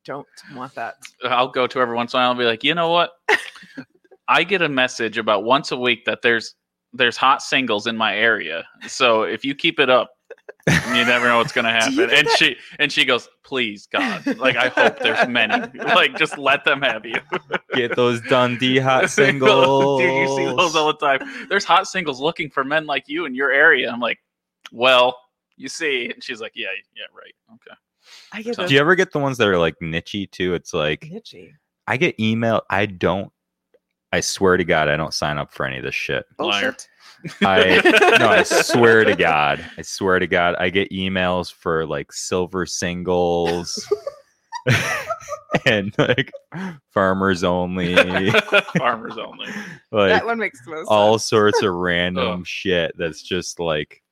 Speaker 3: Don't want that.
Speaker 2: I'll go to every once in a while and be like, you know [laughs] what? I get a message about once a week that there's there's hot singles in my area. So if you keep it up, You never know what's [laughs] gonna
Speaker 3: Do you
Speaker 2: happen.
Speaker 3: get
Speaker 2: And she and she goes, please God, like I hope [laughs] there's many. Like just let them have you.
Speaker 1: Get those Dundee
Speaker 2: [laughs]
Speaker 1: hot singles.
Speaker 2: Dude, you see those all the time. There's hot singles looking for men like you in your area. I'm like, well, you see. And she's like, yeah, yeah, right. Okay.
Speaker 3: I get
Speaker 2: So-
Speaker 3: those
Speaker 1: Do you ever get the ones that are like nichey too? It's like
Speaker 3: itchy.
Speaker 1: I get email. I don't. I swear to God, I don't sign up for any of this shit.
Speaker 2: Liar.
Speaker 3: Bullshit.
Speaker 1: I no, I swear to God, I swear to God, I get emails for like silver singles [laughs] and like farmers
Speaker 2: [laughs]
Speaker 1: only,
Speaker 2: Farmers only.
Speaker 1: like
Speaker 3: that one makes the most
Speaker 1: all
Speaker 3: sense.
Speaker 1: sorts
Speaker 2: [laughs]
Speaker 1: of random shit. That's just like,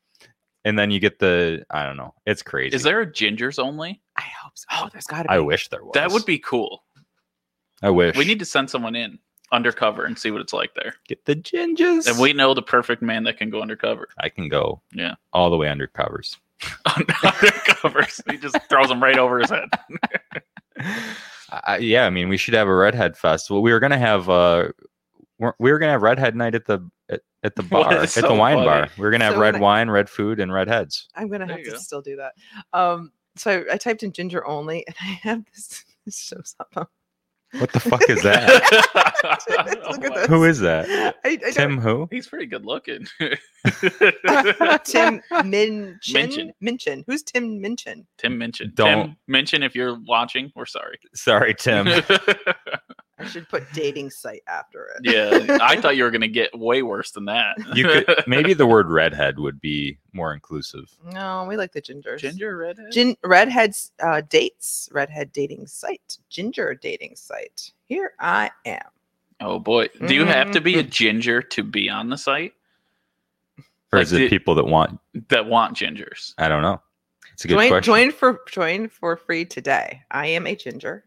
Speaker 1: and then you get the I don't know. It's crazy.
Speaker 2: Is there a gingers only?
Speaker 3: I hope so. Oh, there's got to be.
Speaker 1: I wish there was.
Speaker 2: That would be cool.
Speaker 1: I wish
Speaker 2: We need to send someone in undercover and see what it's like there.
Speaker 1: get the gingers.
Speaker 2: And we know the perfect man that can go undercover. [laughs]
Speaker 1: I can go.
Speaker 2: Yeah.
Speaker 1: All the way under covers.
Speaker 2: undercover. [laughs] So he just throws them right over
Speaker 1: [laughs]
Speaker 2: his head.
Speaker 1: I, yeah, I mean, we should have a redhead festival. We were gonna have uh, we're- we were gonna have redhead night at the at, at
Speaker 2: [laughs]
Speaker 1: the
Speaker 2: What
Speaker 1: bar at
Speaker 2: is so
Speaker 1: the wine
Speaker 2: funny?
Speaker 1: bar. We are gonna have
Speaker 3: So
Speaker 1: red
Speaker 3: nice.
Speaker 1: wine, red food, and redheads.
Speaker 3: I'm gonna
Speaker 2: There
Speaker 3: have
Speaker 2: you
Speaker 3: to
Speaker 2: go.
Speaker 3: still do that. Um, so I, I typed in ginger only, and [laughs] I have this. This shows up. on-
Speaker 1: What the fuck
Speaker 3: [laughs]
Speaker 1: is
Speaker 2: [laughs]
Speaker 1: that?
Speaker 3: Look at
Speaker 2: my-
Speaker 3: this.
Speaker 1: who is that?
Speaker 2: Uh,
Speaker 3: I, [laughs] I don't-
Speaker 1: Tim who?
Speaker 2: He's pretty good looking. [laughs]
Speaker 3: [laughs] Tim Minchin.
Speaker 2: Minchin.
Speaker 3: Minchin. Who's Tim Minchin?
Speaker 2: Tim Minchin. Tim
Speaker 1: Don't-
Speaker 2: Minchin, if you're watching, we're sorry.
Speaker 1: Sorry, Tim.
Speaker 3: I should put dating site after it.
Speaker 2: [laughs] yeah, I thought you were gonna get way worse than that.
Speaker 1: you could
Speaker 2: [laughs]
Speaker 1: [laughs] maybe the word redhead would be more inclusive.
Speaker 3: No, we like the gingers.
Speaker 2: ginger redhead.
Speaker 3: Gin- redheads uh, dates. Redhead dating site. Ginger dating site. Here I am.
Speaker 2: oh boy, do you have to be a ginger to be on the site
Speaker 1: Or
Speaker 2: Like
Speaker 1: is it
Speaker 2: the-
Speaker 1: people that want?
Speaker 2: that want gingers?
Speaker 1: I don't know. It's a good
Speaker 3: Join,
Speaker 1: question.
Speaker 3: join for join for free today. I am a ginger.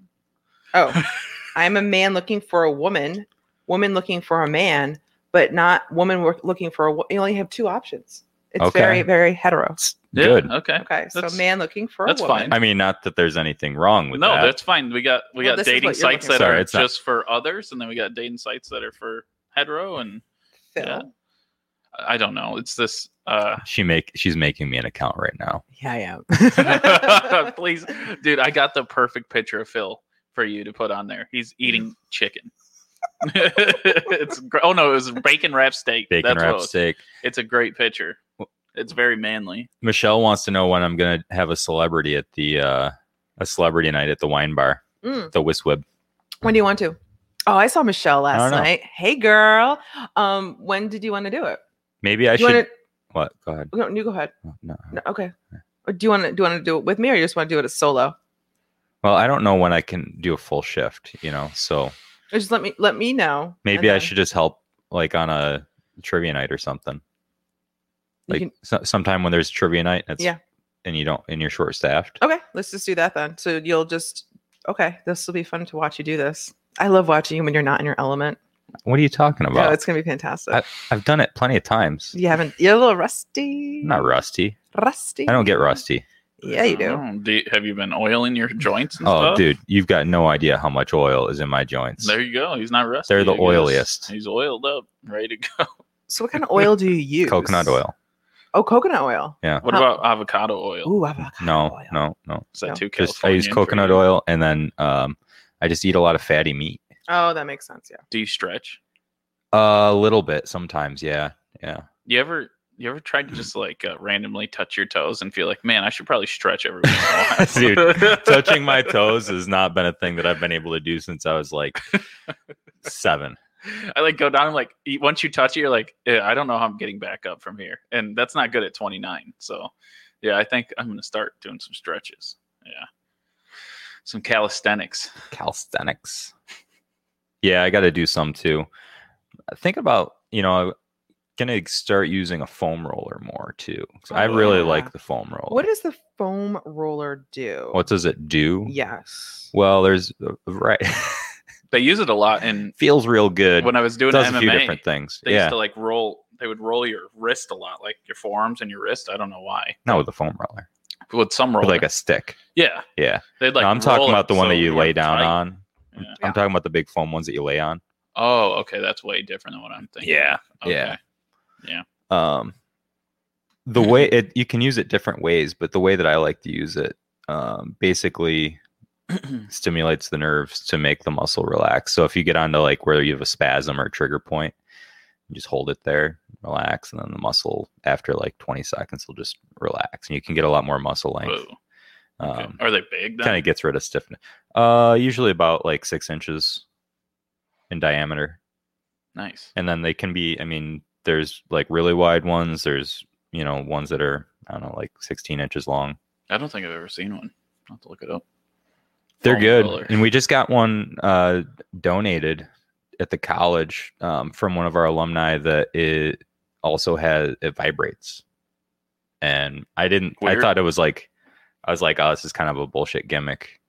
Speaker 3: Oh,
Speaker 1: [laughs]
Speaker 3: I am a man looking for a woman. Woman looking for a man, but not woman wo- looking for a. wo- You only have two options. It's
Speaker 1: Okay.
Speaker 3: very very hetero.
Speaker 2: Yeah,
Speaker 1: Good.
Speaker 2: Okay.
Speaker 3: Okay, so
Speaker 2: That's-
Speaker 3: man looking for
Speaker 2: that's
Speaker 3: a woman.
Speaker 2: fine.
Speaker 1: I mean, not that there's anything wrong with
Speaker 2: no,
Speaker 1: that.
Speaker 2: that's fine. We got we
Speaker 3: Well,
Speaker 2: got
Speaker 3: this is
Speaker 2: dating
Speaker 3: what you're
Speaker 2: sites
Speaker 3: looking
Speaker 2: that
Speaker 1: for.
Speaker 2: are
Speaker 1: Sorry, it's not-
Speaker 2: just for others, and then we got dating sites that are for hetero, and
Speaker 3: Phil.
Speaker 2: Yeah. I don't know. It's this.
Speaker 1: [laughs]
Speaker 2: uh [laughs]
Speaker 1: she make she's making me an account right now.
Speaker 3: Yeah, I am.
Speaker 1: [laughs]
Speaker 2: Please, dude, I got the perfect picture of Phil for you to put on there. He's eating chicken. [laughs] it's gr- oh no, it was bacon wrap steak.
Speaker 1: Bacon
Speaker 2: That's what it
Speaker 1: wrap
Speaker 2: was.
Speaker 1: steak.
Speaker 2: It's a great picture. It's very manly.
Speaker 1: Michelle wants to know when I'm gonna have a celebrity at the uh a celebrity night at the wine bar,
Speaker 3: [laughs] Mm.
Speaker 1: the Wiswib.
Speaker 3: When do you want to? Oh, I saw Michelle
Speaker 1: I
Speaker 3: last
Speaker 1: don't know.
Speaker 3: night. Hey, girl. Um, when did you want to do it?
Speaker 1: Maybe I
Speaker 3: do you
Speaker 1: should.
Speaker 3: want
Speaker 1: What? Go ahead.
Speaker 3: to? No, you go ahead.
Speaker 1: No, no.
Speaker 3: No, okay. Or do you want to do you want to do it with me, or you just want to do it as solo?
Speaker 1: Well, I don't know when I can do a full shift. You know, so
Speaker 3: Or just let me let me know.
Speaker 1: maybe
Speaker 3: and
Speaker 1: I
Speaker 3: then
Speaker 1: should just help, like on a trivia night or something.
Speaker 3: you
Speaker 1: Like
Speaker 3: can-
Speaker 1: so- sometime when there's trivia night, it's,
Speaker 3: Yeah.
Speaker 1: and you don't, and you're short staffed.
Speaker 3: okay, let's just do that then. So you'll just okay. This will be fun to watch you do this. I love watching you when you're not in your element.
Speaker 1: What are you talking about?
Speaker 3: No, it's gonna be fantastic.
Speaker 1: I've done it plenty of times.
Speaker 3: you haven't. You're a little rusty.
Speaker 1: I'm not rusty.
Speaker 3: rusty.
Speaker 1: I don't get rusty.
Speaker 3: Yeah, you do.
Speaker 2: Oh, do you- have you been oiling your joints? And
Speaker 1: Oh,
Speaker 2: stuff?
Speaker 1: dude, you've got no idea how much oil is in my joints.
Speaker 2: There you go. He's not rusty.
Speaker 1: They're the
Speaker 2: I guess.
Speaker 1: oiliest.
Speaker 2: He's oiled up, ready to go.
Speaker 3: So what kind of oil do you use?
Speaker 1: Coconut oil.
Speaker 3: Oh, coconut oil.
Speaker 2: What
Speaker 3: Huh.
Speaker 2: about avocado oil?
Speaker 3: Ooh, avocado
Speaker 1: [sighs] No,
Speaker 3: oil.
Speaker 1: no, no.
Speaker 2: Is that
Speaker 3: no.
Speaker 2: too
Speaker 1: Just I use
Speaker 2: Californian for
Speaker 1: coconut
Speaker 2: you?
Speaker 1: oil, and then um, I just eat a lot of fatty meat.
Speaker 3: Oh, that makes sense. Yeah.
Speaker 2: Do you stretch?
Speaker 1: A little bit sometimes, yeah, yeah.
Speaker 2: You ever you ever tried to just like uh, randomly touch your toes and feel like, man, I should probably stretch every once
Speaker 1: [laughs]
Speaker 2: in a while.
Speaker 1: Dude, Touching
Speaker 2: [laughs]
Speaker 1: my toes has not been a thing that I've been able to do since I was like seven.
Speaker 2: I like go down. I'm like, y- once you touch it, you're like, "Eh, I don't know how I'm getting back up from here, and that's not good at 29. So, yeah, I think I'm gonna start doing some stretches. Yeah, some calisthenics.
Speaker 1: Calisthenics. Yeah, I got to do some too. Think about you know, gonna start using a foam roller more too. 'cause I
Speaker 3: Oh,
Speaker 1: really
Speaker 3: yeah.
Speaker 1: like the foam roller.
Speaker 3: What does the foam roller do?
Speaker 1: Oh. what does it do?
Speaker 3: Yes.
Speaker 1: Well, there's uh, right. [laughs]
Speaker 2: They use it a lot, and
Speaker 1: Feels real good.
Speaker 2: when I was doing
Speaker 1: does a few
Speaker 2: MMA,
Speaker 1: different things.
Speaker 2: they
Speaker 1: yeah.
Speaker 2: used to like roll. They would roll your wrist a lot, like your forearms and your wrist. I don't know why.
Speaker 1: Not with a foam roller.
Speaker 2: With some
Speaker 1: With
Speaker 2: roll,
Speaker 1: like a stick.
Speaker 2: yeah,
Speaker 1: Yeah.
Speaker 2: they'd like.
Speaker 1: no, I'm
Speaker 2: roll
Speaker 1: talking
Speaker 2: it
Speaker 1: about the one
Speaker 2: so
Speaker 1: that you
Speaker 2: you're
Speaker 1: lay down
Speaker 2: tight.
Speaker 1: on. I'm-
Speaker 2: Yeah.
Speaker 1: I'm talking about the big foam ones that you lay on.
Speaker 2: Oh, okay, that's way different than what I'm thinking.
Speaker 1: Yeah,
Speaker 2: Okay.
Speaker 1: yeah. Um, the way it you can use it different ways, but the way that I like to use it um, basically
Speaker 2: [clears throat]
Speaker 1: stimulates the nerves to make the muscle relax. So if you get onto like where you have a spasm or a trigger point, you just hold it there, relax, and then the muscle after like 20 seconds will just relax, and you can get a lot more muscle length.
Speaker 2: Whoa. Okay.
Speaker 1: Um,
Speaker 2: Are they big? Then?
Speaker 1: kind of gets rid of stiffness. Uh, usually about like six inches in diameter,
Speaker 2: nice.
Speaker 1: and then they can be. I mean, there's like really wide ones. There's you know ones that are I don't know like 16 inches long.
Speaker 2: I don't think I've ever seen one. I'll have to look it up.
Speaker 1: They're
Speaker 2: Foam
Speaker 1: good,
Speaker 2: roller.
Speaker 1: and we just got one uh, donated at the college um, from one of our alumni that it also has it vibrates. And I didn't. I
Speaker 2: Weird.
Speaker 1: thought it was like I was like, oh, this is kind of a bullshit gimmick.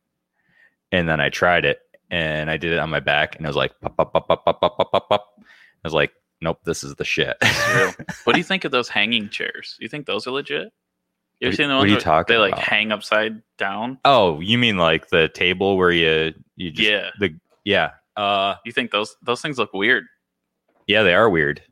Speaker 1: And then I tried it, and I did it on my back, and it was like pop, pop, pop, pop, pop, pop, pop, pop, pop. I was like, nope, this is the shit.
Speaker 2: Real. what do you think of those hanging chairs? You think those are legit? You ever
Speaker 1: What-
Speaker 2: seen the
Speaker 1: what
Speaker 2: ones
Speaker 1: are you
Speaker 2: where
Speaker 1: talking
Speaker 2: they like
Speaker 1: about?
Speaker 2: hang upside down?
Speaker 1: [laughs] oh, you mean like the table where you you just
Speaker 2: Yeah.
Speaker 1: the yeah uh
Speaker 2: You think those those things look weird?
Speaker 1: yeah they are weird.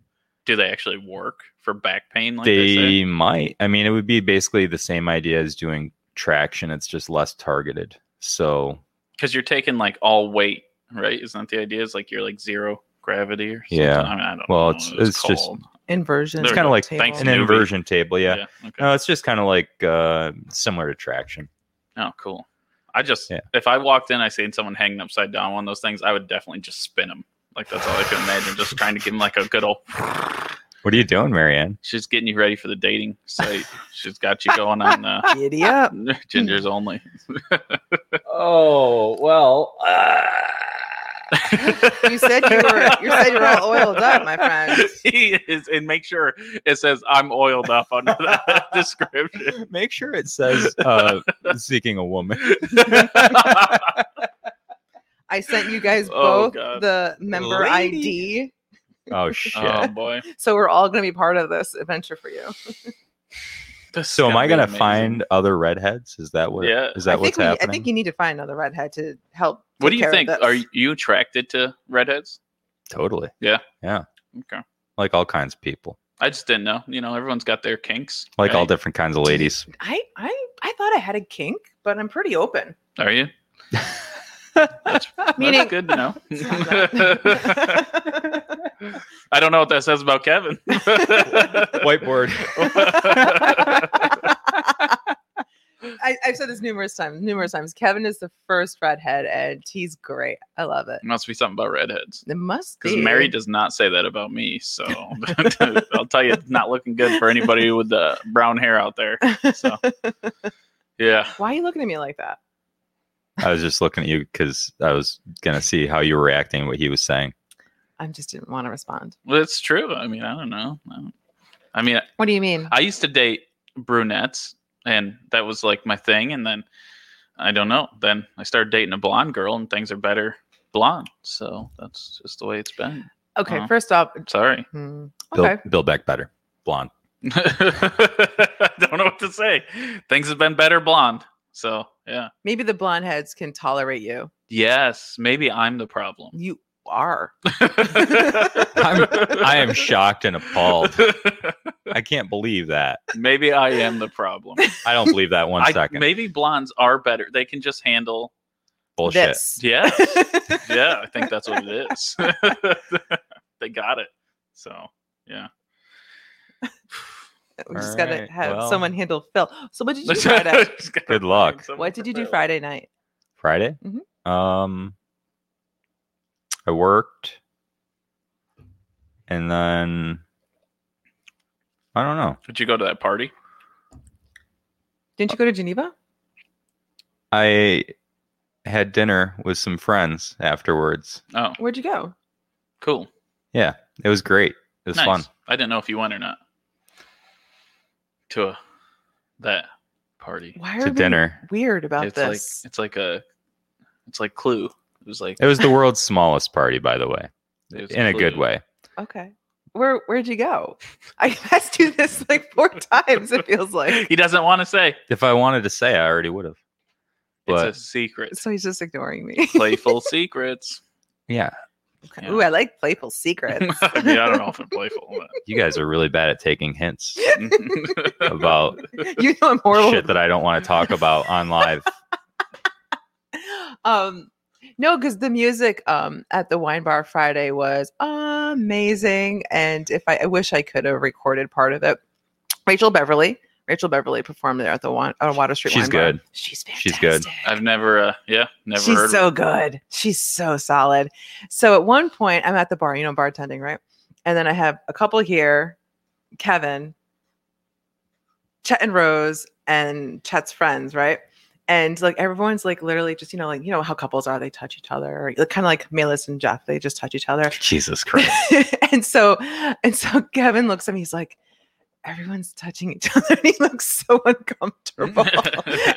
Speaker 2: Do they actually work for back pain? Like they, say?
Speaker 1: they might. I mean, it would be basically the same idea as doing traction. It's just less targeted. So
Speaker 2: because you're taking like all weight, right? Isn't that the idea? Is like you're like zero gravity or something.
Speaker 1: Yeah.
Speaker 2: I mean, I don't
Speaker 1: Well,
Speaker 2: know
Speaker 1: it's-
Speaker 2: what
Speaker 1: it's just-
Speaker 2: called.
Speaker 3: Inversion.
Speaker 2: It's
Speaker 1: kinda like
Speaker 3: table.
Speaker 2: thanks
Speaker 1: an
Speaker 2: Newbie.
Speaker 1: inversion table, yeah.
Speaker 2: Okay.
Speaker 1: No, it's just kind of like uh, similar to traction.
Speaker 2: oh, cool. I just
Speaker 1: Yeah.
Speaker 2: if I walked in, I seen someone hanging upside down one of those things, I would definitely just spin them. Like that's all I could imagine. just trying to give them like a good old.
Speaker 1: What are you doing,
Speaker 2: [laughs]
Speaker 1: Marianne?
Speaker 2: She's getting you ready for the dating site. She's got you going on uh, [laughs]
Speaker 3: Giddy up.
Speaker 1: [laughs]
Speaker 2: gingers only. [laughs]
Speaker 1: Oh well.
Speaker 3: uh, You said you were. You said you were all oiled up, my friend.
Speaker 2: he is, and make sure it says I'm oiled up under that [laughs] description.
Speaker 1: Make sure it says uh, seeking a
Speaker 2: [laughs]
Speaker 1: woman.
Speaker 3: I sent you guys
Speaker 2: Oh,
Speaker 3: both
Speaker 2: God.
Speaker 3: the member
Speaker 1: Lady.
Speaker 3: ID,
Speaker 1: Oh shit.
Speaker 2: Oh boy.
Speaker 3: so we're all going to be part of this adventure for you.
Speaker 2: This is
Speaker 1: so am I
Speaker 2: be
Speaker 1: gonna
Speaker 2: amazing.
Speaker 1: find other redheads? Is that what?
Speaker 2: Yeah.
Speaker 1: Is
Speaker 3: I
Speaker 1: that
Speaker 3: think
Speaker 1: what's
Speaker 3: we,
Speaker 1: happening?
Speaker 3: I think you need to find another redhead to help.
Speaker 2: What
Speaker 3: take
Speaker 2: do
Speaker 3: care
Speaker 2: you
Speaker 3: of
Speaker 2: think?
Speaker 3: this.
Speaker 2: Are you attracted to redheads?
Speaker 1: totally.
Speaker 2: Okay.
Speaker 1: Like all kinds of people.
Speaker 2: I just didn't know. You know, everyone's got their kinks.
Speaker 1: Like all
Speaker 2: right?
Speaker 1: different kinds of
Speaker 2: [laughs]
Speaker 1: ladies.
Speaker 3: I I I thought I had a kink, but I'm pretty open.
Speaker 2: Are you? That's
Speaker 3: Meaning-
Speaker 2: good to
Speaker 3: [laughs]
Speaker 2: know.
Speaker 3: Stop that.
Speaker 2: [laughs] I don't know what that says about Kevin.
Speaker 3: [laughs]
Speaker 2: [laughs]
Speaker 1: Whiteboard.
Speaker 3: I, I've said this numerous times, numerous times. Kevin is the first redhead, and he's great. I love it.
Speaker 2: must be something about redheads.
Speaker 3: It must
Speaker 2: Because
Speaker 3: be
Speaker 2: Mary does not say that about me, so [laughs] I'll tell you, it's not looking good for anybody with the brown hair out there.
Speaker 3: [laughs]
Speaker 2: So, yeah,
Speaker 3: Why are you looking at me like that?
Speaker 1: I was just looking at you because I was gonna see how you were reacting to what he was saying.
Speaker 3: I just didn't want to respond.
Speaker 2: well, it's true. I mean, I don't know. I, don't- I mean,
Speaker 3: What do you mean?
Speaker 2: I used to date brunettes, and that was like my thing. And then I don't know. Then I started dating a blonde girl, and things are better blonde. So that's just the way it's been.
Speaker 3: okay,
Speaker 2: uh-huh.
Speaker 3: first off,
Speaker 2: Sorry. [laughs]
Speaker 3: hmm,
Speaker 1: Bill,
Speaker 3: okay.
Speaker 1: Bill Beck better. Blonde.
Speaker 2: don't know what to say. Things have been better blonde. So yeah.
Speaker 3: Maybe the blonde heads can tolerate you.
Speaker 2: Yes, maybe I'm the problem.
Speaker 3: You are.
Speaker 1: I'm, I
Speaker 2: [laughs]
Speaker 1: am shocked and appalled. I can't believe that.
Speaker 2: maybe I am the problem.
Speaker 1: I don't believe that one
Speaker 2: I-
Speaker 1: second.
Speaker 2: maybe blondes are better. They can just handle.
Speaker 1: Bullshit.
Speaker 3: This.
Speaker 2: Yeah, yeah. I think that's what it is. [laughs] they got it. So yeah.
Speaker 3: [laughs] we just
Speaker 1: All
Speaker 3: gotta
Speaker 1: right,
Speaker 3: have
Speaker 1: well.
Speaker 3: someone handle Phil. So what did you
Speaker 1: [laughs]
Speaker 3: do Friday?
Speaker 2: [laughs] Just gotta
Speaker 1: Good luck.
Speaker 2: find someone
Speaker 3: what did you do
Speaker 2: for
Speaker 3: Friday night?
Speaker 1: Friday.
Speaker 3: Mhm.
Speaker 1: Um, I worked, and then I don't know.
Speaker 2: Did you go to that party?
Speaker 3: Didn't you go to Geneva?
Speaker 1: I had dinner with some friends afterwards.
Speaker 2: Oh,
Speaker 3: Where'd you go?
Speaker 2: cool.
Speaker 1: Yeah, it was great. It was
Speaker 2: nice.
Speaker 1: fun.
Speaker 2: I didn't know if you went or not to a, that party.
Speaker 3: Why
Speaker 1: To
Speaker 3: are we
Speaker 1: dinner.
Speaker 3: weird about
Speaker 2: it's
Speaker 3: this?
Speaker 2: like it's like a it's like Clue. It was like
Speaker 1: It was the world's smallest party, by the way,
Speaker 2: it was
Speaker 1: in a good
Speaker 2: Clue.
Speaker 1: way.
Speaker 3: okay. Where where'd you go? I [laughs] asked you this like four times, it feels like.
Speaker 2: He doesn't want to say.
Speaker 1: If I wanted to say, I already would have. But
Speaker 2: it's a secret. [laughs]
Speaker 3: [laughs] So he's just ignoring me.
Speaker 2: Playful secrets.
Speaker 1: yeah,
Speaker 3: Okay.
Speaker 2: Yeah.
Speaker 3: [laughs] Ooh, I like playful secrets.
Speaker 1: [laughs]
Speaker 2: I mean, I don't know if I'm playful.
Speaker 1: You guys are really bad at taking hints
Speaker 2: But...
Speaker 3: [laughs]
Speaker 2: [laughs]
Speaker 1: about [laughs]
Speaker 3: you know I'm horrible.
Speaker 1: shit that I don't want to talk about on live.
Speaker 3: [laughs] um no because the music um at the wine bar friday was amazing and if i, I wish i could have recorded part of it rachel beverly rachel beverly performed there at the Wa- uh, water street
Speaker 1: She's
Speaker 3: Wine Bar.
Speaker 1: good.
Speaker 3: she's fantastic.
Speaker 1: She's good.
Speaker 2: I've never, uh, yeah, never heard
Speaker 3: She's
Speaker 2: of
Speaker 3: so
Speaker 2: it.
Speaker 3: good. She's so solid. So at one point, I'm at the bar, you know, bartending, right? And then I have a couple here, Kevin, Chet and Rose, and Chet's friends, right? And like everyone's like literally just, you know, like, you know how couples are, they touch each other, or kind of like Melis and Jeff, they just touch each other.
Speaker 1: [laughs]
Speaker 3: [laughs]
Speaker 1: Jesus Christ.
Speaker 3: and so and so Kevin looks at me, he's like, everyone's touching each [laughs] other. And he looks so
Speaker 2: [laughs]
Speaker 3: uncomfortable.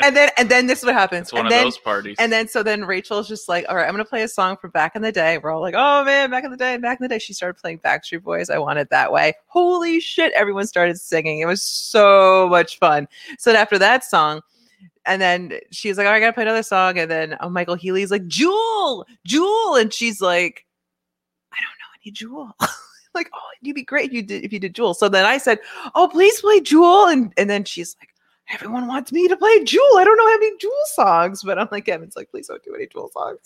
Speaker 3: and then and then this is what happens.
Speaker 2: It's one
Speaker 3: and
Speaker 2: of
Speaker 3: then
Speaker 2: those parties.
Speaker 3: and then so then Rachel's just like, all right, I'm gonna play a song from back in the day. We're all like, oh man, back in the day, back in the day. She started playing Backstreet Boys. I want it that way. Holy shit! Everyone started singing. It was so much fun. So then after that song, and then she's like, all right, I gotta play another song. And then oh, Michael Healy's like, Jewel, Jewel, and she's like, I don't know any Jewel. [laughs] like, oh, you'd be great if you did if you did Jewel. So then I said, oh, please play Jewel, and and then she's like. Everyone wants me to play Jewel. I don't know how many Jewel songs, but I'm like, Evan's like, please don't do any Jewel songs.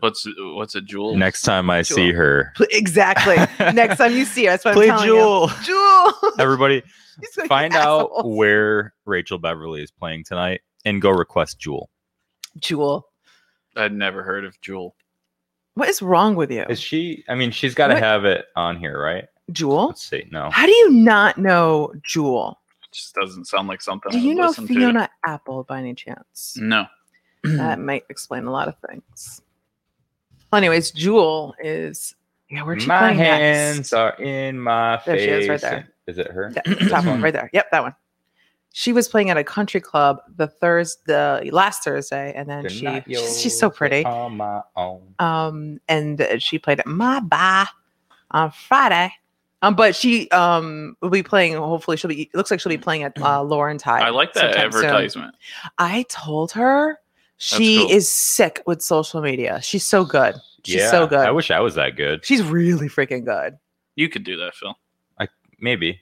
Speaker 2: what's what's a jewel?
Speaker 1: [laughs] Next time I see [laughs] her,
Speaker 3: exactly. Next time you see her, that's what
Speaker 1: play
Speaker 3: I'm telling
Speaker 1: [laughs] Jewel.
Speaker 3: you. Jewel. [laughs]
Speaker 1: [laughs] Everybody,
Speaker 3: She's like,
Speaker 1: find out
Speaker 3: "Assholes."
Speaker 1: where Rachel Beverly is playing tonight and go request Jewel.
Speaker 3: Jewel.
Speaker 2: I'd never heard of jewel.
Speaker 3: What is wrong with you,
Speaker 1: Is she? I mean, she's got to
Speaker 3: What?
Speaker 1: have it on here, right?
Speaker 3: Jewel?
Speaker 1: Let's see. No.
Speaker 3: How do you not know Jewel?
Speaker 2: It just doesn't sound like something.
Speaker 3: Do
Speaker 2: I
Speaker 3: you
Speaker 2: would
Speaker 3: know
Speaker 2: listen to.
Speaker 3: Fiona Apple by any chance?
Speaker 2: No.
Speaker 3: That might explain a lot of things. Well, anyways, Jewel is yeah. Where'd she
Speaker 1: My
Speaker 3: play
Speaker 1: hands
Speaker 3: next?
Speaker 1: are in my
Speaker 3: There
Speaker 1: face.
Speaker 3: she is, right there.
Speaker 1: Is it her?
Speaker 3: That- the top one right there. Yep, that one. She was playing at a country club the Thursday, the last Thursday, and then
Speaker 1: They're
Speaker 3: she
Speaker 1: not
Speaker 3: she's, she's so
Speaker 1: yours, they're
Speaker 3: pretty.
Speaker 1: On my own.
Speaker 3: um, and uh, she played at my bar on Friday. Um, but she um will be playing. Hopefully, she'll be. It looks like she'll be playing
Speaker 1: [clears throat]
Speaker 3: at uh, Lauren Tide.
Speaker 2: I like that
Speaker 3: sometime soon.
Speaker 2: advertisement.
Speaker 3: I told her she
Speaker 2: cool.
Speaker 3: is sick with social media. She's so good. She's so good.
Speaker 1: I wish I was that good.
Speaker 3: She's really freaking good.
Speaker 2: You could do that, Phil.
Speaker 1: Maybe.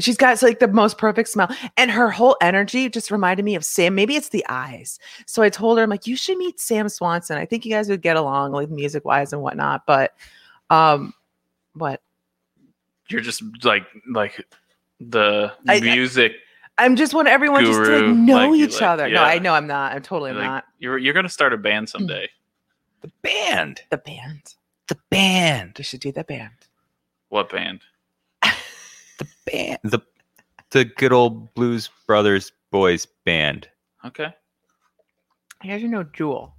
Speaker 3: She's got like the most perfect smile, and her whole energy just reminded me of Sam. Maybe it's the eyes. So I told her, I'm like, you should meet Sam Swanson. I think you guys would get along, like music wise and whatnot. But, um, what
Speaker 2: You're just like like the
Speaker 3: I- I-
Speaker 2: music.
Speaker 3: I'm just want everyone just to
Speaker 2: Guru,
Speaker 3: like, know
Speaker 2: like, you
Speaker 3: each
Speaker 2: like-
Speaker 3: other. No,
Speaker 2: yeah.
Speaker 3: I know I'm not. I'm totally
Speaker 2: Like-
Speaker 3: not
Speaker 2: you're you're gonna start a band
Speaker 3: Hmm.
Speaker 2: someday.
Speaker 1: The band.
Speaker 3: the band.
Speaker 1: The band.
Speaker 3: We should do the band.
Speaker 2: What band?
Speaker 1: Band. The the good old Blues Brothers boys band.
Speaker 2: Okay,
Speaker 3: You guys should know Jewel.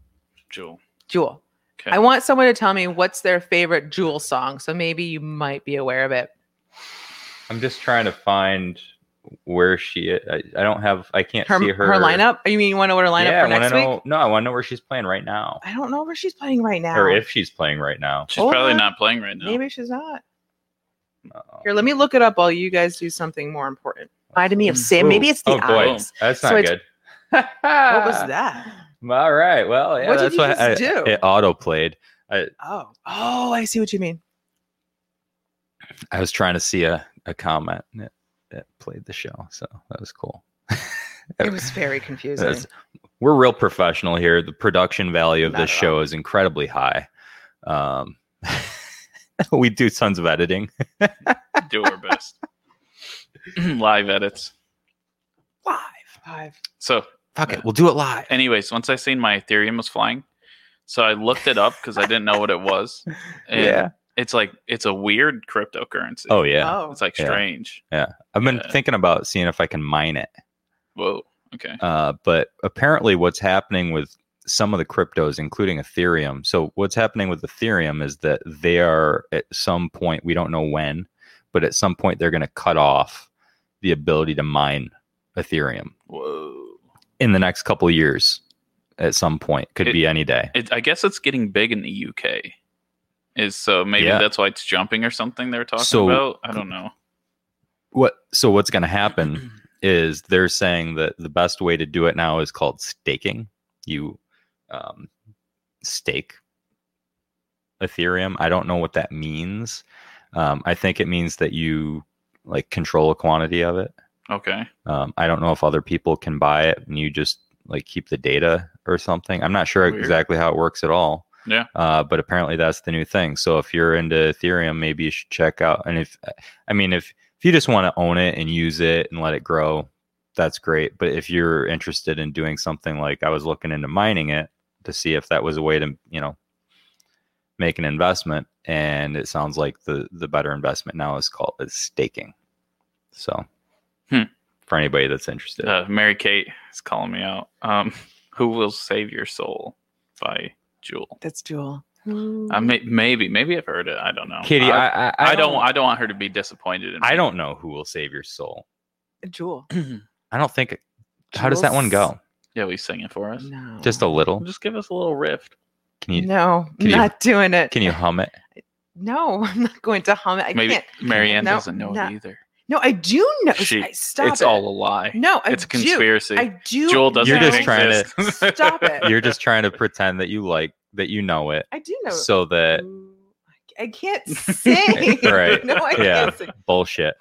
Speaker 2: Jewel.
Speaker 3: Jewel.
Speaker 2: Okay.
Speaker 3: I want someone to tell me what's their favorite Jewel song. So maybe you might be aware of it.
Speaker 1: I'm just trying to find where she is. I, I don't have. I can't
Speaker 3: Her
Speaker 1: see
Speaker 3: her,
Speaker 1: her
Speaker 3: lineup. You mean you want to know what her lineup
Speaker 1: yeah,
Speaker 3: for
Speaker 1: I wanna
Speaker 3: next week?
Speaker 1: know. No, I want to know where she's playing right now,
Speaker 3: I don't know where she's playing right now.
Speaker 1: or if she's playing right now.
Speaker 2: She's
Speaker 3: Hold
Speaker 2: probably
Speaker 3: on.
Speaker 2: not playing right now.
Speaker 3: Maybe she's not.
Speaker 1: No.
Speaker 3: Here, let me look it up while you guys do something more important. Reminded me of Sam.
Speaker 1: Ooh.
Speaker 3: Maybe it's the
Speaker 1: oh, boy.
Speaker 3: eyes.
Speaker 1: That's
Speaker 3: So
Speaker 1: not
Speaker 3: it's-
Speaker 1: good. [laughs] what
Speaker 3: What
Speaker 1: Uh.
Speaker 3: was that?
Speaker 1: All right. Well, yeah,
Speaker 3: What did
Speaker 1: that's
Speaker 3: you
Speaker 1: what
Speaker 3: just
Speaker 1: I,
Speaker 3: do?
Speaker 1: it auto played.
Speaker 3: Oh, oh, I see what you mean.
Speaker 1: I was trying to see a, a comment and it, it played the show. So that was cool. [laughs]
Speaker 3: It was very confusing.
Speaker 1: That's- We're real professional here. The production value of
Speaker 3: Not
Speaker 1: this
Speaker 3: at
Speaker 1: show is incredibly high. Um, [laughs] we do tons of editing.
Speaker 2: Do our
Speaker 3: [laughs]
Speaker 2: best. [clears throat] Live edits.
Speaker 3: Live, live.
Speaker 2: So,
Speaker 1: Fuck it. We'll do it live.
Speaker 2: anyways, once I seen my Ethereum was flying, so I looked it up because I didn't know what it was. And
Speaker 1: Yeah.
Speaker 2: It's like it's a weird cryptocurrency.
Speaker 1: Oh, yeah.
Speaker 3: Oh,
Speaker 2: It's like
Speaker 1: Yeah.
Speaker 2: strange.
Speaker 1: I've been
Speaker 2: yeah.
Speaker 1: thinking about seeing if I can mine it.
Speaker 2: Whoa. Okay.
Speaker 1: Uh, but apparently, what's happening with some of the cryptos, including Ethereum. So, what's happening with Ethereum is that they are at some point, we don't know when, but at some point, they're going to cut off the ability to mine Ethereum
Speaker 2: Whoa.
Speaker 1: in the next couple of years. At some point, could
Speaker 2: It-
Speaker 1: be any day.
Speaker 2: It, I guess it's getting big in the UK. Is so maybe
Speaker 1: Yeah.
Speaker 2: that's why it's jumping or something they're talking
Speaker 1: So-
Speaker 2: about. I don't know.
Speaker 1: What? So, what's going to happen is they're saying that the best way to do it now is called staking. You um, stake Ethereum. I don't know what that means. Um, I think it means that you like control a quantity of it.
Speaker 2: Okay.
Speaker 1: Um, I don't know if other people can buy it and you just like keep the data or something. I'm not sure
Speaker 2: Weird.
Speaker 1: exactly how it works at all.
Speaker 2: Yeah.
Speaker 1: Uh, but apparently that's the new thing. So if you're into Ethereum, maybe you should check out. And if, I mean, if if you just want to own it and use it and let it grow, that's great. But if you're interested in doing something like I was looking into mining it to see if that was a way to, you know, make an investment, and it sounds like the the better investment now is called is staking. So,
Speaker 2: Hmm.
Speaker 1: for anybody that's interested,
Speaker 2: Uh, Mary Kate is calling me out. Um, [laughs] Who Will Save Your Soul by Jewel.
Speaker 3: That's Jewel.
Speaker 2: I may, maybe, maybe I've heard it. I don't know.
Speaker 1: Katie, I
Speaker 2: I,
Speaker 1: I,
Speaker 2: I don't, I don't want her to be disappointed. In
Speaker 1: I
Speaker 2: me.
Speaker 1: don't know who will save your soul.
Speaker 3: Jewel.
Speaker 1: [clears throat] I don't think. How does that one
Speaker 3: Jewel's-
Speaker 1: go?
Speaker 2: Yeah, will you sing it for us?
Speaker 3: No.
Speaker 1: Just a little.
Speaker 2: Just give us a little riff.
Speaker 1: Can you
Speaker 3: No,
Speaker 1: Can you-
Speaker 3: not doing it.
Speaker 1: can you hum it?
Speaker 3: No, [laughs] I'm not going to hum it. I
Speaker 2: Maybe
Speaker 3: can't.
Speaker 2: Marianne
Speaker 3: No,
Speaker 2: doesn't know
Speaker 3: not-
Speaker 2: it either.
Speaker 3: No, I do know.
Speaker 2: She-
Speaker 3: I- Stop
Speaker 2: it's
Speaker 3: it.
Speaker 2: all a lie.
Speaker 3: No, I
Speaker 2: it's a
Speaker 3: do.
Speaker 2: conspiracy.
Speaker 3: I do.
Speaker 2: Jewel doesn't.
Speaker 1: You're just
Speaker 2: even
Speaker 1: trying to-
Speaker 2: exist.
Speaker 3: Stop it.
Speaker 1: [laughs] You're just trying to pretend that you like that you know
Speaker 2: [laughs]
Speaker 1: it,
Speaker 3: I do know.
Speaker 1: so
Speaker 2: Mm.
Speaker 1: that
Speaker 3: Ooh,
Speaker 1: [laughs]
Speaker 3: I can't sing.
Speaker 1: Right.
Speaker 3: [laughs] No, I
Speaker 1: Yeah.
Speaker 3: can't sing.
Speaker 1: bullshit.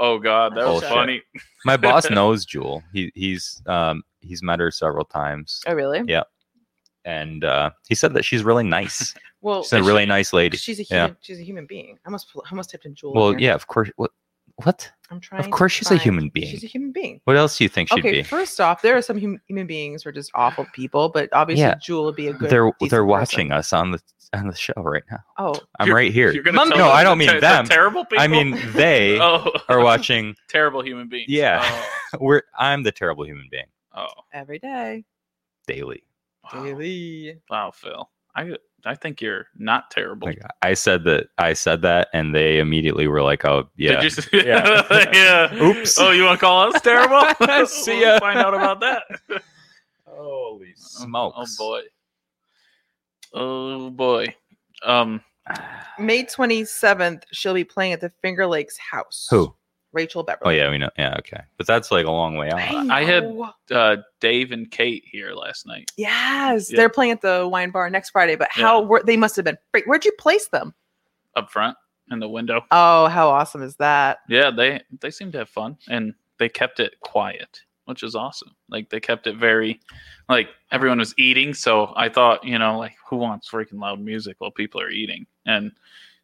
Speaker 2: Oh God, that was
Speaker 1: Bullshit.
Speaker 2: funny.
Speaker 1: My
Speaker 2: [laughs]
Speaker 1: boss knows Jewel. He he's um he's met her several times,
Speaker 3: Oh, really?
Speaker 1: and uh, he said that she's really
Speaker 2: [laughs]
Speaker 1: nice.
Speaker 2: Oh,
Speaker 3: Well, uh,
Speaker 1: She's a really nice lady.
Speaker 3: she's a
Speaker 1: yeah.
Speaker 3: human, she's a human being. I almost, I almost typed in Jewel.
Speaker 1: Well,
Speaker 3: here.
Speaker 1: yeah, of course. What what?
Speaker 3: I'm trying.
Speaker 1: Of
Speaker 3: to
Speaker 1: course, she's a
Speaker 3: find-
Speaker 1: human being.
Speaker 3: She's a human being.
Speaker 1: What else do you think she'd
Speaker 3: okay,
Speaker 1: be?
Speaker 3: first off, there are some hum- human beings who are just awful people, but obviously
Speaker 1: Yeah.
Speaker 3: Jewel would be a good.
Speaker 1: They're they're
Speaker 3: decent
Speaker 1: watching
Speaker 3: person.
Speaker 1: us on the on the show right now.
Speaker 3: Oh,
Speaker 1: [laughs] I'm
Speaker 2: You're-
Speaker 1: right here.
Speaker 2: You're gonna
Speaker 3: Mom-
Speaker 2: tell
Speaker 3: No,
Speaker 2: us
Speaker 1: I
Speaker 2: the
Speaker 1: don't mean
Speaker 2: ter- the
Speaker 1: them.
Speaker 2: terrible people.
Speaker 1: I mean, they
Speaker 2: [laughs] oh,
Speaker 1: are watching.
Speaker 2: terrible human beings.
Speaker 1: Yeah. We're I'm the terrible human being [laughs]
Speaker 2: Oh,
Speaker 3: every day,
Speaker 1: daily.
Speaker 2: oh. Wow.
Speaker 3: daily.
Speaker 2: Wow, Phil. I I think you're not terrible.
Speaker 1: Like I said that I said that, and they immediately were like, "Oh yeah,
Speaker 2: Did you s-
Speaker 1: Yeah.
Speaker 2: [laughs] yeah.
Speaker 1: Oops.
Speaker 2: Oh, you want
Speaker 1: [laughs]
Speaker 2: to call us terrible? [laughs]
Speaker 1: See
Speaker 2: We'll
Speaker 1: ya.
Speaker 2: find out
Speaker 1: [laughs]
Speaker 2: about that.
Speaker 1: Holy
Speaker 2: Smoke.
Speaker 1: smokes!
Speaker 2: Oh boy. Oh boy. Um.
Speaker 3: May 27th, she'll be playing at the Finger Lakes house.
Speaker 1: Who?
Speaker 3: Rachel Beverly.
Speaker 1: Oh yeah, we know. Yeah, okay, but that's like a long way out.
Speaker 3: I,
Speaker 2: I had-
Speaker 3: know.
Speaker 2: Uh, Dave and Kate here last night.
Speaker 3: Yes,
Speaker 2: Yeah.
Speaker 3: they're playing at the wine bar next Friday. But how
Speaker 2: Yeah.
Speaker 3: were they? Must have been. Wait, Where'd you place them?
Speaker 2: up front in the window.
Speaker 3: Oh, how awesome is that?
Speaker 2: Yeah, they they seem to have fun and they kept it quiet, which is awesome. Like they kept it very like everyone was eating, so I thought, you know, like who wants freaking loud music while people are eating? And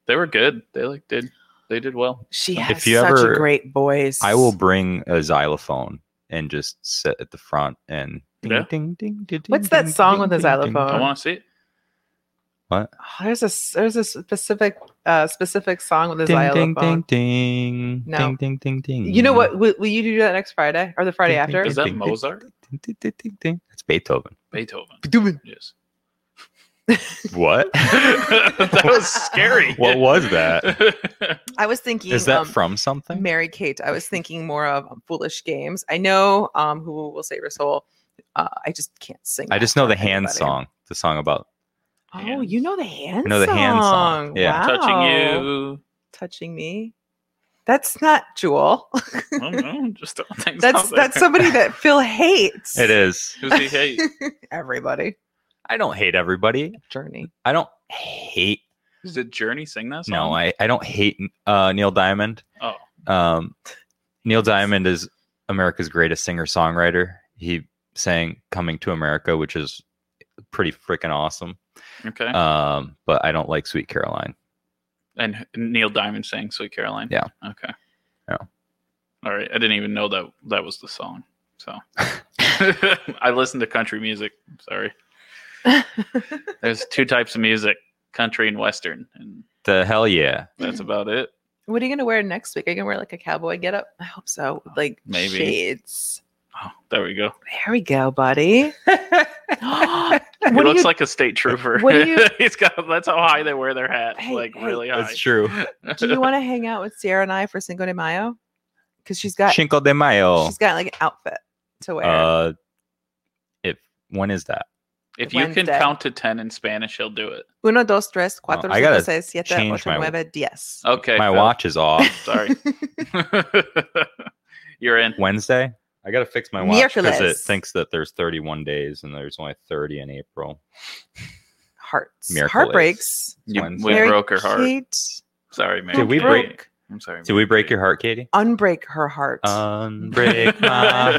Speaker 2: they were good. They like did they did well.
Speaker 1: If
Speaker 3: She has
Speaker 1: you
Speaker 3: such
Speaker 1: ever-
Speaker 3: a great voice.
Speaker 1: I will bring a xylophone and just sit at the front and. Ding,
Speaker 2: Yeah.
Speaker 1: ding, ding, ding,
Speaker 3: What's
Speaker 1: ding,
Speaker 3: that
Speaker 1: ding,
Speaker 3: song
Speaker 1: ding,
Speaker 3: with the
Speaker 1: ding,
Speaker 3: xylophone?
Speaker 2: I
Speaker 1: ding.
Speaker 2: want to see it.
Speaker 3: Oh, there's a s- there's a specific uh specific song with a
Speaker 1: Ding,
Speaker 3: xylophone.
Speaker 1: ding, ding, ding,
Speaker 3: No.
Speaker 1: ding, ding, ding, ding.
Speaker 3: You know what? Will, will you do that next Friday or the Friday
Speaker 1: Ding,
Speaker 3: after?
Speaker 1: ding,
Speaker 2: Is that
Speaker 1: ding, ding,
Speaker 2: Mozart?
Speaker 1: ding, ding, ding, ding, ding. That's Beethoven.
Speaker 2: Beethoven.
Speaker 3: Beethoven.
Speaker 2: Yes.
Speaker 3: [laughs]
Speaker 1: What?
Speaker 2: [laughs] that was scary.
Speaker 1: What was that?
Speaker 3: I was thinking.
Speaker 1: Is that
Speaker 3: um,
Speaker 1: from something?
Speaker 3: Mary Kate? I was thinking more of um, Foolish Games. I know um who will save your soul. Uh, I just can't sing.
Speaker 1: I
Speaker 3: that
Speaker 1: just know
Speaker 3: for
Speaker 1: the hand
Speaker 3: anybody.
Speaker 1: song. The song about
Speaker 3: Oh, you know the hand.
Speaker 1: know the hand song, yeah.
Speaker 2: [laughs] Touching
Speaker 3: Wow.
Speaker 2: you.
Speaker 3: touching me. That's not
Speaker 1: [laughs]
Speaker 3: Jewel. [laughs]
Speaker 2: I don't know, just throwing things out
Speaker 3: That's
Speaker 2: there.
Speaker 3: that's somebody that Phil hates.
Speaker 1: it is.
Speaker 2: Who's he hate?
Speaker 3: [laughs] Everybody.
Speaker 1: I don't hate everybody.
Speaker 3: Journey.
Speaker 1: I don't hate.
Speaker 2: Did Journey sing that song?
Speaker 1: No, I, I don't hate uh, Neil Diamond.
Speaker 2: Oh.
Speaker 1: Um, Neil Diamond is America's greatest singer songwriter. He sang "Coming to America," which is pretty freaking awesome.
Speaker 2: Okay.
Speaker 1: Um, but I don't like "Sweet Caroline."
Speaker 2: and Neil Diamond sang "Sweet Caroline."
Speaker 1: Yeah.
Speaker 2: Okay.
Speaker 1: Yeah.
Speaker 2: All right. I didn't even know that that was the song. So
Speaker 1: [laughs]
Speaker 2: [laughs] I listen to country music.
Speaker 3: [laughs]
Speaker 2: Sorry. There's two types of music: country and western, and
Speaker 1: The hell yeah!
Speaker 2: that's about it.
Speaker 3: What are you gonna wear next week? Are you gonna wear like a cowboy getup? I hope so. with, Like
Speaker 2: Maybe.
Speaker 3: shades.
Speaker 2: Oh, there we go.
Speaker 3: There we
Speaker 1: [laughs]
Speaker 3: go, buddy. [gasps] what
Speaker 2: He
Speaker 3: do
Speaker 2: looks
Speaker 3: you-
Speaker 2: like a state trooper.
Speaker 3: what do you-
Speaker 2: [laughs] He's got. That's how high they wear their hats.
Speaker 3: Hey,
Speaker 2: like
Speaker 3: hey.
Speaker 2: really high.
Speaker 1: That's true.
Speaker 2: [laughs]
Speaker 1: [laughs]
Speaker 3: do you want to hang out with Sierra and I for Cinco de Mayo? Because she's got
Speaker 1: Cinco de Mayo.
Speaker 3: she's got like an outfit to wear.
Speaker 1: Uh, if when is that?
Speaker 2: if you can
Speaker 3: Wednesday.
Speaker 2: count to ten in Spanish, he'll do it.
Speaker 3: Uno, dos, tres, cuatro,
Speaker 1: oh, I gotta
Speaker 3: cinco, seis, siete,
Speaker 1: change
Speaker 3: ocho,
Speaker 1: my- Oh,
Speaker 3: nueve, diez.
Speaker 2: Okay.
Speaker 1: My
Speaker 2: Phil.
Speaker 1: watch is off.
Speaker 2: [laughs] Sorry. [laughs] You're in.
Speaker 1: Wednesday. I gotta fix my watch because it
Speaker 3: Miércoles.
Speaker 1: thinks that there's 31 days and there's only 30 in April.
Speaker 3: [laughs] hearts.
Speaker 1: Miracle
Speaker 3: Heartbreaks.
Speaker 2: You-
Speaker 1: Wednesday.
Speaker 2: we
Speaker 3: Mary
Speaker 2: broke her heart.
Speaker 3: Kate
Speaker 2: Sorry, Mary.
Speaker 1: Did we
Speaker 2: Kate.
Speaker 1: break-
Speaker 2: I'm sorry.
Speaker 1: Did we break your heart, Katie?
Speaker 3: Unbreak her heart.
Speaker 1: Uh-huh.
Speaker 2: [laughs]
Speaker 1: Unbreak my
Speaker 3: Uh-huh.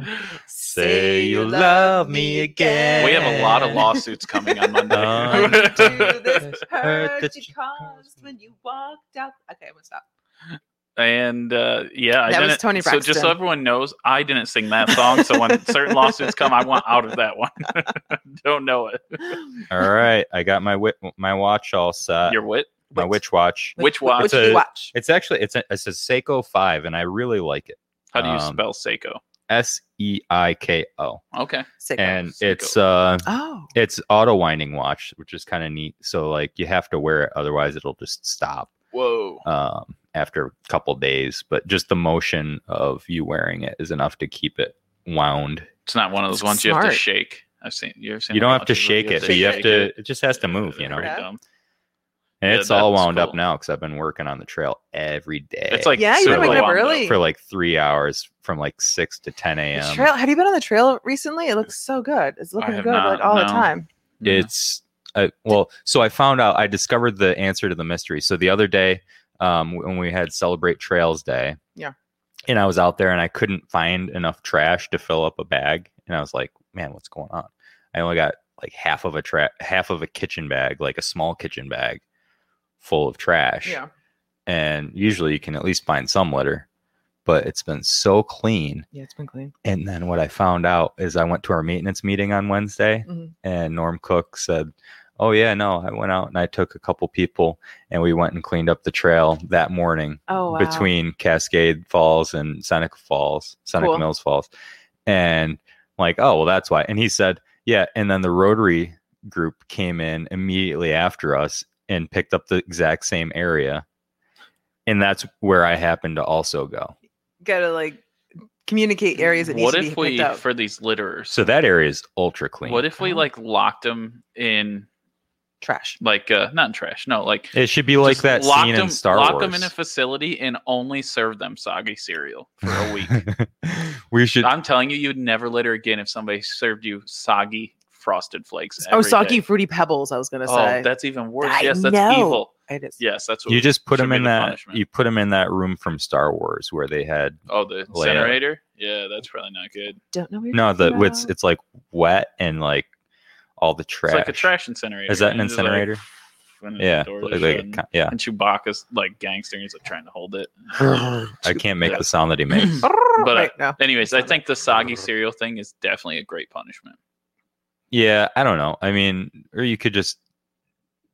Speaker 1: [laughs] heart. Say you love me again.
Speaker 2: We have a lot of
Speaker 3: [laughs]
Speaker 2: lawsuits coming on
Speaker 1: Um,
Speaker 2: [laughs]
Speaker 3: to
Speaker 2: Monday.
Speaker 3: this hurt that you caused when you walked out. Okay, I'm gonna stop.
Speaker 2: and uh, yeah, I
Speaker 3: That was
Speaker 2: didn't-
Speaker 3: Tony
Speaker 2: So just so
Speaker 3: Braxton.
Speaker 2: everyone knows, I didn't sing that song. So
Speaker 3: [laughs]
Speaker 2: when certain lawsuits come, I want out of that one. [laughs] Don't know it.
Speaker 1: All right, I got my wit- my watch all set.
Speaker 2: Your wit?
Speaker 1: my witch watch.
Speaker 2: Which watch?
Speaker 3: [gasps] Which
Speaker 1: It's a-
Speaker 3: watch?
Speaker 1: It's actually it's a, it's a Seiko five, and I really like it.
Speaker 2: How do you
Speaker 1: um,
Speaker 2: spell Seiko?
Speaker 1: S E I K O,
Speaker 2: Okay.
Speaker 3: Sick.
Speaker 1: and
Speaker 2: Seiko.
Speaker 1: it's uh
Speaker 3: oh,
Speaker 1: it's auto winding watch, which is kind of neat. So like you have to wear it, otherwise it'll just stop
Speaker 2: Whoa.
Speaker 1: um, after a couple days. But just the motion of you wearing it is enough to keep it wound.
Speaker 2: It's not one of those
Speaker 3: It's
Speaker 2: ones you have
Speaker 3: smart.
Speaker 2: to shake. I've seen you ever seen
Speaker 1: You don't
Speaker 2: the
Speaker 1: have to
Speaker 2: watches where
Speaker 1: shake it, but you have
Speaker 2: shake
Speaker 1: to.
Speaker 2: it?
Speaker 1: It just has to move, you know.
Speaker 2: Pretty
Speaker 3: Yeah.
Speaker 2: dumb.
Speaker 1: And
Speaker 2: Yeah,
Speaker 1: it's all
Speaker 2: that's
Speaker 1: wound up
Speaker 2: cool.
Speaker 1: now because I've been working on the trail every day.
Speaker 2: It's like
Speaker 3: Eh, yeah, you've been
Speaker 1: so
Speaker 2: super
Speaker 3: waking up
Speaker 2: long, though.
Speaker 3: early.
Speaker 1: for like three hours from like six to ten
Speaker 3: The
Speaker 1: a.m.
Speaker 3: trail. Have you been on the trail recently? It looks so good. It's looking
Speaker 2: have
Speaker 3: good
Speaker 2: not,
Speaker 3: like all the
Speaker 2: no.
Speaker 3: time.
Speaker 1: It's uh, well, so I found out I discovered the answer to the mystery. So the other day, um, when we had Celebrate Trails Day,
Speaker 3: Yeah.
Speaker 1: and I was out there and I couldn't find enough trash to fill up a bag, and I was like, man, what's going on? I only got like half of a tra- half of a kitchen bag, like a small kitchen bag, full of trash. and usually you can at least find some litter but it's been so clean
Speaker 3: yeah, it's been clean.
Speaker 1: and then what i found out is i went to our maintenance meeting on wednesday
Speaker 3: Mhm.
Speaker 1: and norm cook said oh yeah no i went out and i took a couple people and we went and cleaned up the trail that morning
Speaker 3: Oh, wow.
Speaker 1: between cascade falls and seneca falls seneca
Speaker 3: Cool.
Speaker 1: mills falls and like oh well that's why and he said yeah and then the rotary group came in immediately after us and picked up the exact same area and that's where i happened to also go
Speaker 3: gotta like communicate areas that
Speaker 2: what
Speaker 3: needs
Speaker 2: if
Speaker 3: to be
Speaker 2: we
Speaker 3: picked up.
Speaker 2: for these litterers?
Speaker 1: so that area is ultra clean
Speaker 2: What if we
Speaker 3: Oh.
Speaker 2: like locked them in
Speaker 3: Trash.
Speaker 2: like uh not in trash? No, like
Speaker 1: it should be like
Speaker 2: just
Speaker 1: that
Speaker 2: locked
Speaker 1: scene
Speaker 2: them,
Speaker 1: in star
Speaker 2: lock
Speaker 1: wars
Speaker 2: them in a facility and only serve them soggy cereal for
Speaker 1: [laughs]
Speaker 2: a week.
Speaker 1: we should
Speaker 2: I'm telling you, you'd never litter again if somebody served you soggy frosted flakes.
Speaker 3: Oh,
Speaker 2: every
Speaker 3: soggy
Speaker 2: day.
Speaker 3: fruity pebbles. I was gonna
Speaker 2: Oh,
Speaker 3: say.
Speaker 2: that's even worse.
Speaker 3: I
Speaker 2: yes, that's
Speaker 3: know.
Speaker 2: evil.
Speaker 3: it is.
Speaker 2: Yes, that's what
Speaker 1: you just put
Speaker 2: should
Speaker 1: them
Speaker 2: be
Speaker 1: in
Speaker 2: the
Speaker 1: that
Speaker 2: punishment.
Speaker 1: you put them in that room from star wars where they had
Speaker 2: Oh, the
Speaker 1: Lay out.
Speaker 2: incinerator. Yeah, that's probably not good.
Speaker 3: Don't know. What you're
Speaker 1: no the
Speaker 3: talking
Speaker 1: it's
Speaker 3: about.
Speaker 1: it's like wet and like all the trash
Speaker 2: It's like a trash incinerator.
Speaker 1: Is that an
Speaker 2: and it's just like,
Speaker 1: incinerator?
Speaker 2: when the
Speaker 1: yeah
Speaker 2: doors
Speaker 1: like,
Speaker 2: are
Speaker 1: like a
Speaker 2: shut and-
Speaker 1: co- yeah
Speaker 2: [laughs] and Chewbacca's like gangster. and He's like trying to hold it.
Speaker 1: i can't make
Speaker 2: Yeah.
Speaker 1: the sound that he
Speaker 3: [clears throat]
Speaker 1: makes [clears throat]
Speaker 2: but, uh,
Speaker 3: Wait, no.
Speaker 2: Anyways, I think the soggy cereal thing is definitely a great punishment.
Speaker 1: yeah i don't know i mean or you could just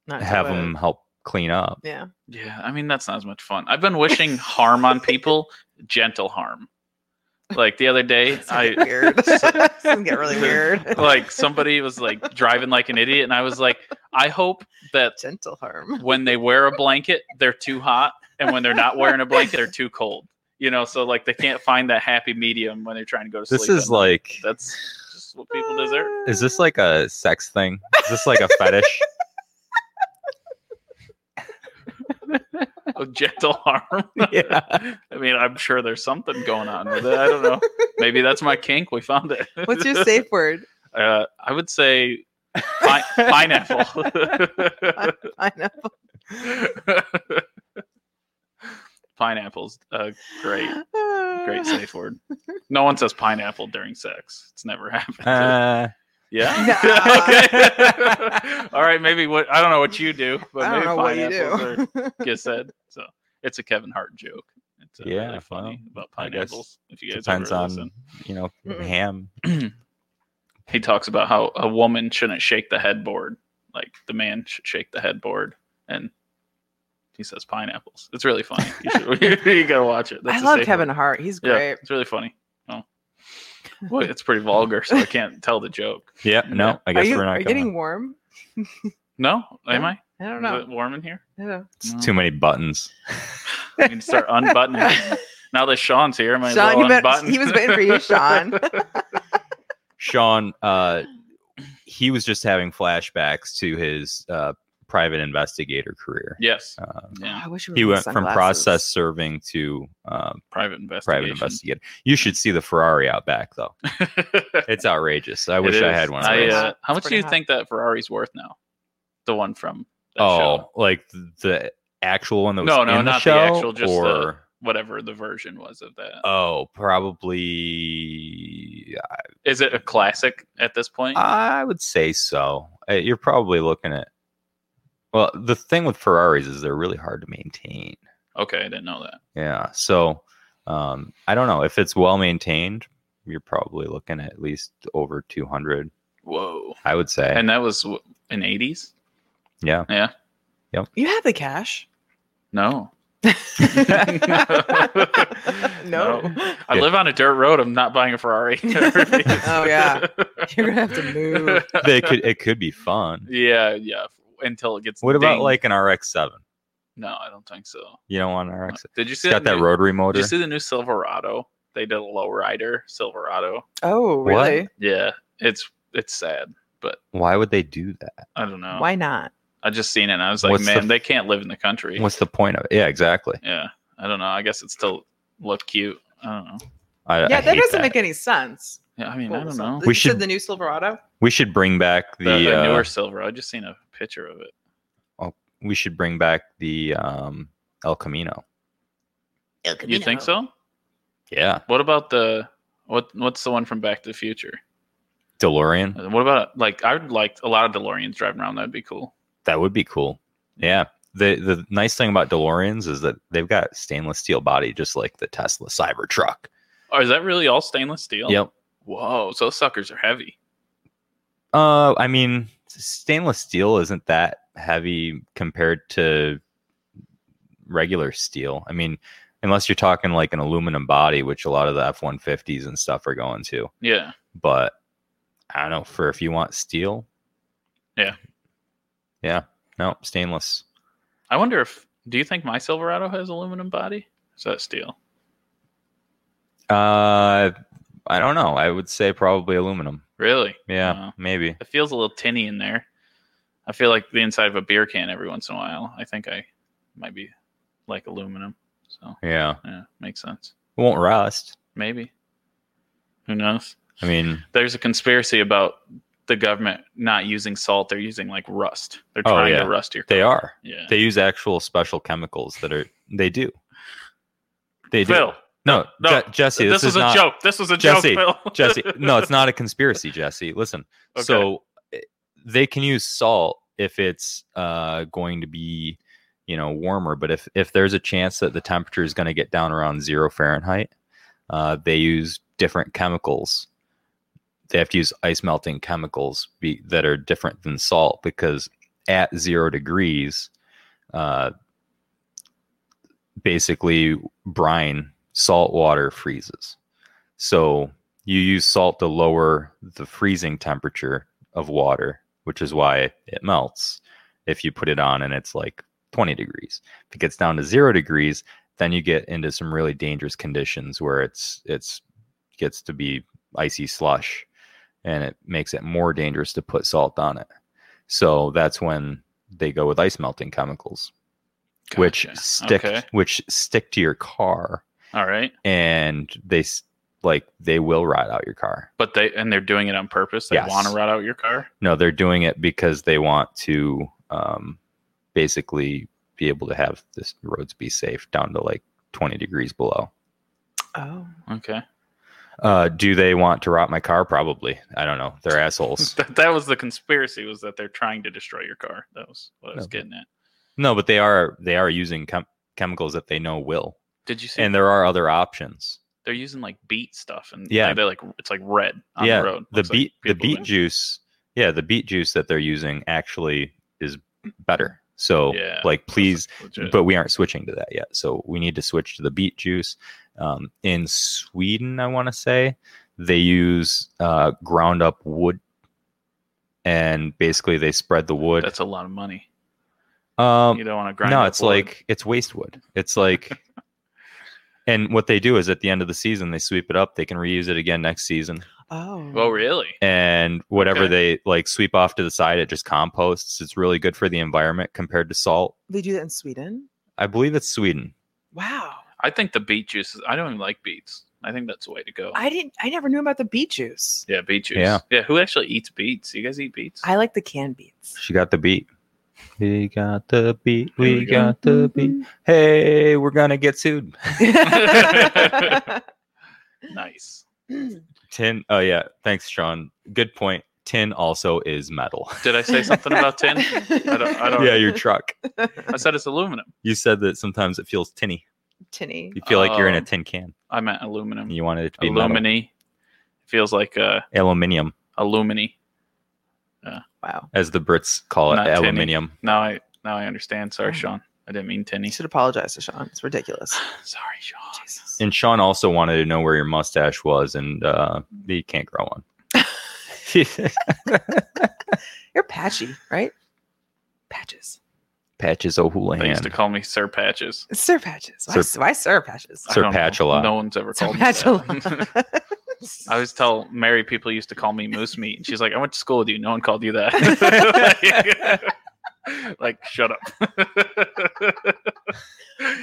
Speaker 3: Not so
Speaker 1: have
Speaker 3: bad.
Speaker 1: them help clean up
Speaker 3: Yeah.
Speaker 2: Yeah, I mean that's not as much fun. I've been wishing harm on people, gentle harm. Like the other
Speaker 3: [laughs]
Speaker 2: day,
Speaker 3: It's gonna get
Speaker 2: I [laughs]
Speaker 3: weird. It's gonna get really
Speaker 1: [laughs]
Speaker 3: weird.
Speaker 2: like somebody was like driving like an idiot, and I was like, I hope that
Speaker 3: Gentle harm.
Speaker 2: when they wear a blanket, they're too hot, and when they're not wearing a blanket, they're too cold. You know, so like they can't find that happy medium when they're trying to go to
Speaker 1: this
Speaker 2: sleep.
Speaker 1: is
Speaker 2: at night.
Speaker 1: like
Speaker 2: that's just what people deserve.
Speaker 1: is this like a sex thing is this
Speaker 2: [laughs]
Speaker 1: like a fetish
Speaker 2: Oh, gentle harm.
Speaker 1: [laughs] yeah
Speaker 2: I mean, I'm sure there's something going on with it. I don't know. Maybe that's my kink. We found it.
Speaker 3: [laughs] What's your safe word?
Speaker 2: [laughs] Uh, I would say pi- pineapple. [laughs]
Speaker 3: I know.
Speaker 2: Pineapples, uh, great,
Speaker 3: [laughs]
Speaker 2: great
Speaker 3: safe.
Speaker 2: safe word. No one says pineapple during sex. It's never happened.
Speaker 1: uh,
Speaker 2: yeah.
Speaker 1: [laughs]
Speaker 3: Nah.
Speaker 2: okay. [laughs] All right. Maybe what I don't know what you do, but
Speaker 3: I
Speaker 2: maybe
Speaker 3: don't know what you
Speaker 2: pineapples
Speaker 3: do. [laughs]
Speaker 2: Are, get said. So it's a Kevin Hart joke. It's uh,
Speaker 1: Yeah,
Speaker 2: really funny about
Speaker 1: I guess
Speaker 2: pineapples. If you guys
Speaker 1: depends
Speaker 2: ever
Speaker 1: on
Speaker 2: listen.
Speaker 1: you know
Speaker 3: Mm-mm.
Speaker 1: ham
Speaker 2: he talks about how a woman shouldn't shake the headboard like the man should shake the headboard and he says pineapples it's really funny you,
Speaker 3: [laughs]
Speaker 2: should, [laughs] you gotta watch it
Speaker 3: I
Speaker 2: a
Speaker 3: love
Speaker 2: safe
Speaker 3: Kevin
Speaker 2: one.
Speaker 3: Hart. He's
Speaker 2: yeah
Speaker 3: great.
Speaker 2: it's really funny
Speaker 3: [laughs]
Speaker 2: oh well it's pretty vulgar so i can't tell the joke
Speaker 1: yeah
Speaker 2: Yeah.
Speaker 1: no i
Speaker 3: are
Speaker 1: guess
Speaker 3: you,
Speaker 1: we're
Speaker 3: are
Speaker 1: not
Speaker 3: you
Speaker 1: gonna-
Speaker 3: getting warm?
Speaker 2: no am i
Speaker 3: I don't
Speaker 2: Is
Speaker 3: know.
Speaker 2: it warm in here
Speaker 3: I don't know.
Speaker 1: it's too many buttons
Speaker 2: i can start unbuttoning
Speaker 3: [laughs]
Speaker 2: now that sean's here my
Speaker 3: Sean,
Speaker 2: little
Speaker 3: you bet-
Speaker 2: unbutton.
Speaker 3: he was waiting for you, Sean.
Speaker 1: Sean, uh, he was just having flashbacks to his uh, private investigator career.
Speaker 2: [laughs] Yes.
Speaker 1: Uh,
Speaker 2: Yeah.
Speaker 3: I wish we
Speaker 1: he
Speaker 3: were
Speaker 1: went
Speaker 3: wearing
Speaker 1: from
Speaker 3: sunglasses.
Speaker 1: process serving to uh,
Speaker 2: Private
Speaker 1: private
Speaker 2: investigation.
Speaker 1: investigator. You should see the Ferrari out back though.
Speaker 2: [laughs]
Speaker 1: It's outrageous. I wish I
Speaker 2: is.
Speaker 1: had one of
Speaker 2: I,
Speaker 1: those.
Speaker 2: uh,
Speaker 3: It's
Speaker 2: how much do
Speaker 3: pretty
Speaker 2: you
Speaker 3: hot.
Speaker 2: think that Ferrari's worth now? The one from that
Speaker 1: oh,
Speaker 2: show.
Speaker 1: like th- the actual one that was
Speaker 2: No, no,
Speaker 1: in the
Speaker 2: not the
Speaker 1: show,
Speaker 2: actual, just the-
Speaker 1: or
Speaker 2: whatever the version was of that. Is
Speaker 1: oh, probably.
Speaker 2: it a classic at this point?
Speaker 3: Uh,
Speaker 1: I would say so. Uh, You're probably looking at. Well, the thing with Ferraris is they're really hard to maintain.
Speaker 2: okay, I didn't know that.
Speaker 1: Yeah, so um, I don't know if it's well maintained. You're probably looking at at least over 200.
Speaker 2: Whoa.
Speaker 1: I would say.
Speaker 2: And that was w- in 80s?
Speaker 1: yeah.
Speaker 3: You have
Speaker 1: [laughs]
Speaker 3: the cash. [laughs]
Speaker 2: No.
Speaker 3: no.
Speaker 2: I
Speaker 1: Yeah.
Speaker 2: live on a dirt road. I'm not buying a Ferrari.
Speaker 3: [laughs] Oh,
Speaker 2: [laughs]
Speaker 3: yeah. You're gonna have to move.
Speaker 1: [laughs] they could. It could be fun.
Speaker 2: [laughs] Yeah, yeah. Until it gets.
Speaker 1: What about
Speaker 2: dinged.
Speaker 1: like an RX-7?
Speaker 2: No, I don't think so.
Speaker 1: You don't want an RX.
Speaker 2: Did you
Speaker 1: It's
Speaker 2: see
Speaker 1: got that
Speaker 2: new-
Speaker 1: rotary
Speaker 2: Did
Speaker 1: motor.
Speaker 2: you see the new Silverado? They did a lowrider Silverado.
Speaker 3: Oh,
Speaker 1: What?
Speaker 3: really?
Speaker 2: Yeah, it's it's sad.
Speaker 1: Why would they do that?
Speaker 2: I don't know.
Speaker 3: Why not?
Speaker 2: I just seen it. and I was like,
Speaker 1: What's the
Speaker 2: man,
Speaker 1: f-
Speaker 2: they can't live in the country.
Speaker 1: What's the point of it? Yeah, exactly.
Speaker 2: Yeah, I don't know. I guess it still looked cute. I don't know.
Speaker 1: I,
Speaker 3: yeah, that doesn't make any sense.
Speaker 2: Yeah, I mean,
Speaker 3: What
Speaker 2: I
Speaker 3: was
Speaker 2: don't
Speaker 3: that?
Speaker 2: know.
Speaker 3: You
Speaker 1: We
Speaker 3: said
Speaker 1: should-
Speaker 3: the new Silverado.
Speaker 1: We should bring back the.
Speaker 2: The, the
Speaker 1: uh,
Speaker 2: newer silver. I just seen a picture of it.
Speaker 1: we should bring back the um, El Camino.
Speaker 2: You think so?
Speaker 1: Yeah,
Speaker 2: What about the what? What's the one from Back to the Future? Uh,
Speaker 1: DeLorean.
Speaker 2: What about like I would like a lot of DeLoreans driving around. That'd be cool.
Speaker 1: That would be cool. Yeah. The the nice thing about DeLoreans is that they've got stainless steel body, just like the Tesla Cybertruck.
Speaker 2: Oh, is that really all stainless steel?
Speaker 1: Yep.
Speaker 2: Whoa, so those suckers are heavy.
Speaker 1: Uh, I mean, stainless steel isn't that heavy compared to regular steel. I mean, unless you're talking like an aluminum body, which a lot of the F 150s and stuff are going to.
Speaker 2: Yeah.
Speaker 1: But I don't know, for if you want steel.
Speaker 2: Yeah.
Speaker 1: Yeah. No, stainless.
Speaker 2: I wonder if do you think my Silverado has aluminum body? Is that steel?
Speaker 1: Uh, I don't know. I would say probably aluminum.
Speaker 2: Really?
Speaker 1: Yeah,
Speaker 2: Wow.
Speaker 1: maybe.
Speaker 2: It feels a little tinny in there. I feel like the inside of a beer can every once in a while. I think I might be like aluminum. So
Speaker 1: Yeah,
Speaker 2: yeah, makes sense.
Speaker 1: it won't rust.
Speaker 2: Maybe. Who knows?
Speaker 1: I mean,
Speaker 2: There's a conspiracy about the government not using salt. They're using like rust. They're
Speaker 1: Oh,
Speaker 2: trying
Speaker 1: yeah.
Speaker 2: to rust your
Speaker 1: they are.
Speaker 2: yeah.
Speaker 1: They use actual special chemicals that are. They do. They do.
Speaker 2: Phil,
Speaker 1: no,
Speaker 2: no,
Speaker 1: Je- Jesse, this,
Speaker 2: this, was
Speaker 1: is not
Speaker 2: a joke. This was a
Speaker 1: Jesse,
Speaker 2: joke, Phil.
Speaker 1: Jesse. No,
Speaker 2: [laughs]
Speaker 1: it's not a conspiracy, Jesse. Listen.
Speaker 2: Okay.
Speaker 1: So eh, they can use salt if it's uh, going to be, you know, warmer. But if if there's a chance that the temperature is going to get down around zero Fahrenheit, uh, they use different chemicals. They have to use ice melting chemicals be, that are different than salt because at zero degrees, uh, basically brine salt water freezes. So you use salt to lower the freezing temperature of water, which is why it melts. If you put it on and it's like 20 degrees, if it gets down to zero degrees, then you get into some really dangerous conditions where it's it's gets to be icy slush, and it makes it more dangerous to put salt on it. So that's when they go with ice melting chemicals, which
Speaker 2: Gotcha.
Speaker 1: stick
Speaker 2: Okay.
Speaker 1: which stick to your car
Speaker 2: All right.
Speaker 1: and they s- like they will ride out your car.
Speaker 2: But they and they're doing it on purpose. They
Speaker 1: Yes.
Speaker 2: want to rot out your car.
Speaker 1: No, they're doing it because they want to um, basically be able to have this roads be safe down to like 20 degrees below.
Speaker 3: Oh,
Speaker 1: [laughs]
Speaker 2: Okay,
Speaker 1: Uh, do they want to rot my car? Probably. I don't know. They're
Speaker 2: [laughs]
Speaker 1: assholes.
Speaker 2: that, that was the conspiracy was that they're trying to destroy your car. That was what I was
Speaker 1: No.
Speaker 2: getting at.
Speaker 1: no, but they are they are using chem- chemicals that they know will,
Speaker 2: Did you see?
Speaker 1: and there are other options.
Speaker 2: they're using like beet stuff and
Speaker 1: Yeah.
Speaker 2: yeah, they're like it's like red on
Speaker 1: yeah,
Speaker 2: the road.
Speaker 1: the
Speaker 2: Looks like
Speaker 1: beet the
Speaker 2: people
Speaker 1: beet
Speaker 2: went-
Speaker 1: juice. Yeah, the beet juice that they're using actually is better. So
Speaker 2: Yeah,
Speaker 1: like,
Speaker 2: that's,
Speaker 1: please
Speaker 2: legit.
Speaker 1: but we aren't switching to that yet. So we need to switch to the beet juice. Um, in Sweden, I want to say they use uh, ground up wood, and basically they spread the wood.
Speaker 2: that's a lot of money.
Speaker 1: um,
Speaker 2: you don't want to grind.
Speaker 1: no,
Speaker 2: up
Speaker 1: it's
Speaker 2: wood. [laughs]
Speaker 1: like it's waste wood. It's like And what they do is at the end of the season, they sweep it up. They can reuse it again next season.
Speaker 3: Oh.
Speaker 2: Well, really?
Speaker 1: And whatever
Speaker 2: Okay.
Speaker 1: they like sweep off to the side, it just composts. It's really good for the environment compared to salt.
Speaker 3: they do that in Sweden?
Speaker 1: I believe it's Sweden.
Speaker 3: Wow.
Speaker 2: I think the beet juice. Is, I don't even like beets. I think that's the way to go.
Speaker 3: I didn't I never knew about the beet juice.
Speaker 2: yeah, beet juice.
Speaker 1: Yeah.
Speaker 2: yeah. Who actually eats beets? You guys eat beets?
Speaker 3: I like the canned beets.
Speaker 1: She got the beat. We got the beat. We, got the beat. Hey, we're gonna get sued.
Speaker 2: nice.
Speaker 1: Tin. Oh yeah. Thanks, Sean. Good point. Tin also is metal.
Speaker 2: Did I say something about
Speaker 3: [laughs]
Speaker 2: tin? I don't. I don't.
Speaker 1: yeah, your truck.
Speaker 2: I said it's aluminum.
Speaker 1: You said that sometimes it feels tinny.
Speaker 3: [laughs] Tinny.
Speaker 1: You feel like you're in a
Speaker 2: Um,
Speaker 1: tin can.
Speaker 2: I meant aluminum.
Speaker 1: You wanted it to be metal.
Speaker 2: Alumini. Feels like uh,
Speaker 1: Aluminium,
Speaker 2: alumini.
Speaker 3: Wow.
Speaker 1: as the Brits call it.
Speaker 2: Not tinny.
Speaker 1: aluminium.
Speaker 2: Now I now I understand. Sorry,
Speaker 3: Oh.
Speaker 2: Sean. I didn't mean
Speaker 3: You
Speaker 2: tinny.
Speaker 3: should apologize to Sean. It's
Speaker 2: [sighs]
Speaker 3: ridiculous.
Speaker 2: Sorry, Sean.
Speaker 3: Jesus.
Speaker 1: And Sean also wanted to know where your mustache was, and uh, he can't grow one.
Speaker 3: You're patchy, right? Patches.
Speaker 1: [laughs] Patches O'Houlihan.
Speaker 2: They used to call me Sir Patches.
Speaker 3: Sir patches. Why
Speaker 1: Sir-
Speaker 3: why sir patches?
Speaker 2: I
Speaker 1: Sir
Speaker 2: don't know.
Speaker 1: Patchola.
Speaker 2: No one's ever
Speaker 3: Sir
Speaker 2: called me that.
Speaker 3: [laughs] patchola.
Speaker 2: [laughs] I always tell Mary people used to call me Moose Meat, and she's like, "I went to school with you. No one called you that." [laughs] like, shut up. [laughs]